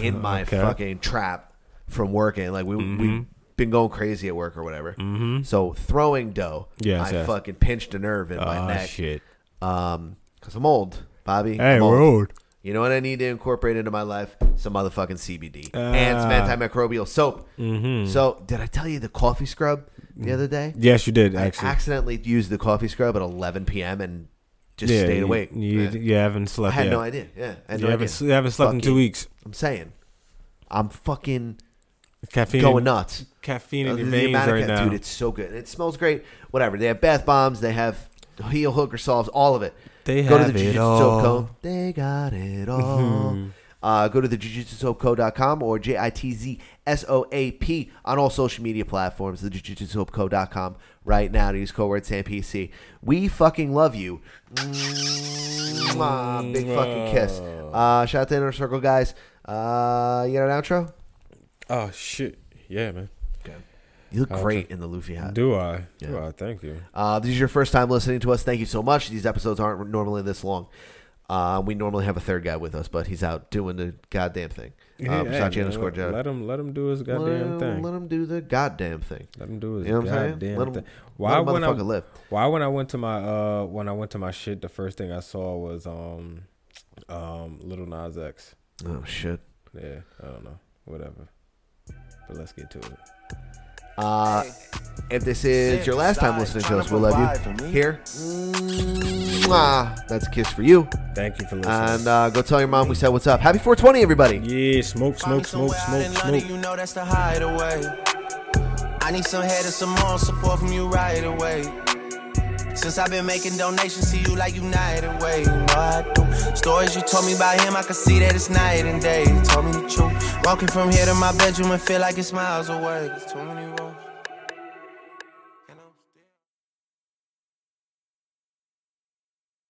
Speaker 1: in my
Speaker 2: Okay.
Speaker 1: fucking trap from working. Like we
Speaker 2: Mhm.
Speaker 1: we've been going crazy at work or whatever.
Speaker 2: Mhm.
Speaker 1: So throwing dough,
Speaker 2: Yes,
Speaker 1: I
Speaker 2: yes.
Speaker 1: fucking pinched a nerve in
Speaker 2: Ah,
Speaker 1: my neck.
Speaker 2: shit.
Speaker 1: Um, cause I'm old, Bobby.
Speaker 2: Hey,
Speaker 1: I'm
Speaker 2: we're old.
Speaker 1: You know what I need to incorporate into my life? Some motherfucking CBD
Speaker 2: Ah.
Speaker 1: and some antimicrobial soap.
Speaker 2: Mhm.
Speaker 1: So did I tell you the coffee scrub the other day?
Speaker 2: Yes, you did,
Speaker 1: I
Speaker 2: actually.
Speaker 1: accidentally used the coffee scrub at 11 p.m. and just
Speaker 2: Yeah,
Speaker 1: stayed
Speaker 2: you-
Speaker 1: awake.
Speaker 2: you-
Speaker 1: Yeah.
Speaker 2: you haven't slept
Speaker 1: I had
Speaker 2: yet.
Speaker 1: no idea. Yeah, I had
Speaker 2: You
Speaker 1: no idea.
Speaker 2: haven't s- you haven't slept in
Speaker 1: Fuck
Speaker 2: two
Speaker 1: you.
Speaker 2: weeks.
Speaker 1: I'm saying, I'm fucking
Speaker 2: Caffeine
Speaker 1: going
Speaker 2: in-
Speaker 1: nuts.
Speaker 2: caffeine in
Speaker 1: Uh,
Speaker 2: your
Speaker 1: the
Speaker 2: veins
Speaker 1: amount of
Speaker 2: right
Speaker 1: ca-
Speaker 2: now.
Speaker 1: dude. It's so good. And it smells great. Whatever. They have bath bombs. They have heel hooker solves. All of it.
Speaker 2: They
Speaker 1: go to
Speaker 2: have
Speaker 1: the
Speaker 2: it
Speaker 1: Jiu-Jitsu
Speaker 2: all.
Speaker 1: Soap Co. They got it all.
Speaker 2: Mhm.
Speaker 1: Uh, go to the jujitsusoapco.com or J-I-T-Z-S-O-A-P on all social media platforms, the jujitsusoapco.com right now to use code word SAMPC. We fucking love you. Mwah, big fucking kiss. Uh, shout out to Inner Circle, guys. Uh, you got an outro?
Speaker 2: Oh shit. Yeah, man.
Speaker 1: You look
Speaker 2: Okay.
Speaker 1: great in the Luffy hat.
Speaker 2: Do I? Do
Speaker 1: Yeah.
Speaker 2: I? Thank you.
Speaker 1: Uh, if this is your first time listening to us, thank you so much. These episodes aren't normally this long. Uh, we normally have a third guy with us, but he's out doing the goddamn thing. Uh,
Speaker 2: Yeah,
Speaker 1: Versace
Speaker 2: man,
Speaker 1: underscore
Speaker 2: let-
Speaker 1: Joe.
Speaker 2: Let him let him do his goddamn
Speaker 1: Let-
Speaker 2: thing.
Speaker 1: Let him do the goddamn thing.
Speaker 2: Let him do his
Speaker 1: You know what I'm saying?
Speaker 2: goddamn
Speaker 1: Let him-
Speaker 2: thing.
Speaker 1: let
Speaker 2: Why
Speaker 1: him
Speaker 2: when I
Speaker 1: motherfucker live.
Speaker 2: why when I went to my uh when I went to my shit, the first thing I saw was um um Little Nas X.
Speaker 1: Oh shit.
Speaker 2: Yeah, I don't know, whatever. But let's get to it.
Speaker 1: Uh, if this is your last time listening to us, we love you. Here, mwah, that's a kiss for you.
Speaker 2: Thank you for listening.
Speaker 1: And uh, go tell your mom we said what's up. Happy 420, everybody.
Speaker 2: Yeah, smoke, smoke, smoke, smoke, smoke.
Speaker 10: You know that's the hideaway. I need some head and some more support from you right away. Since I've been making donations to you like United Way, you know I do. Stories you told me about him, I could see that it's night and day. You told me the truth. Walking from here to my bedroom and feel like it's miles away. There's too many rooms.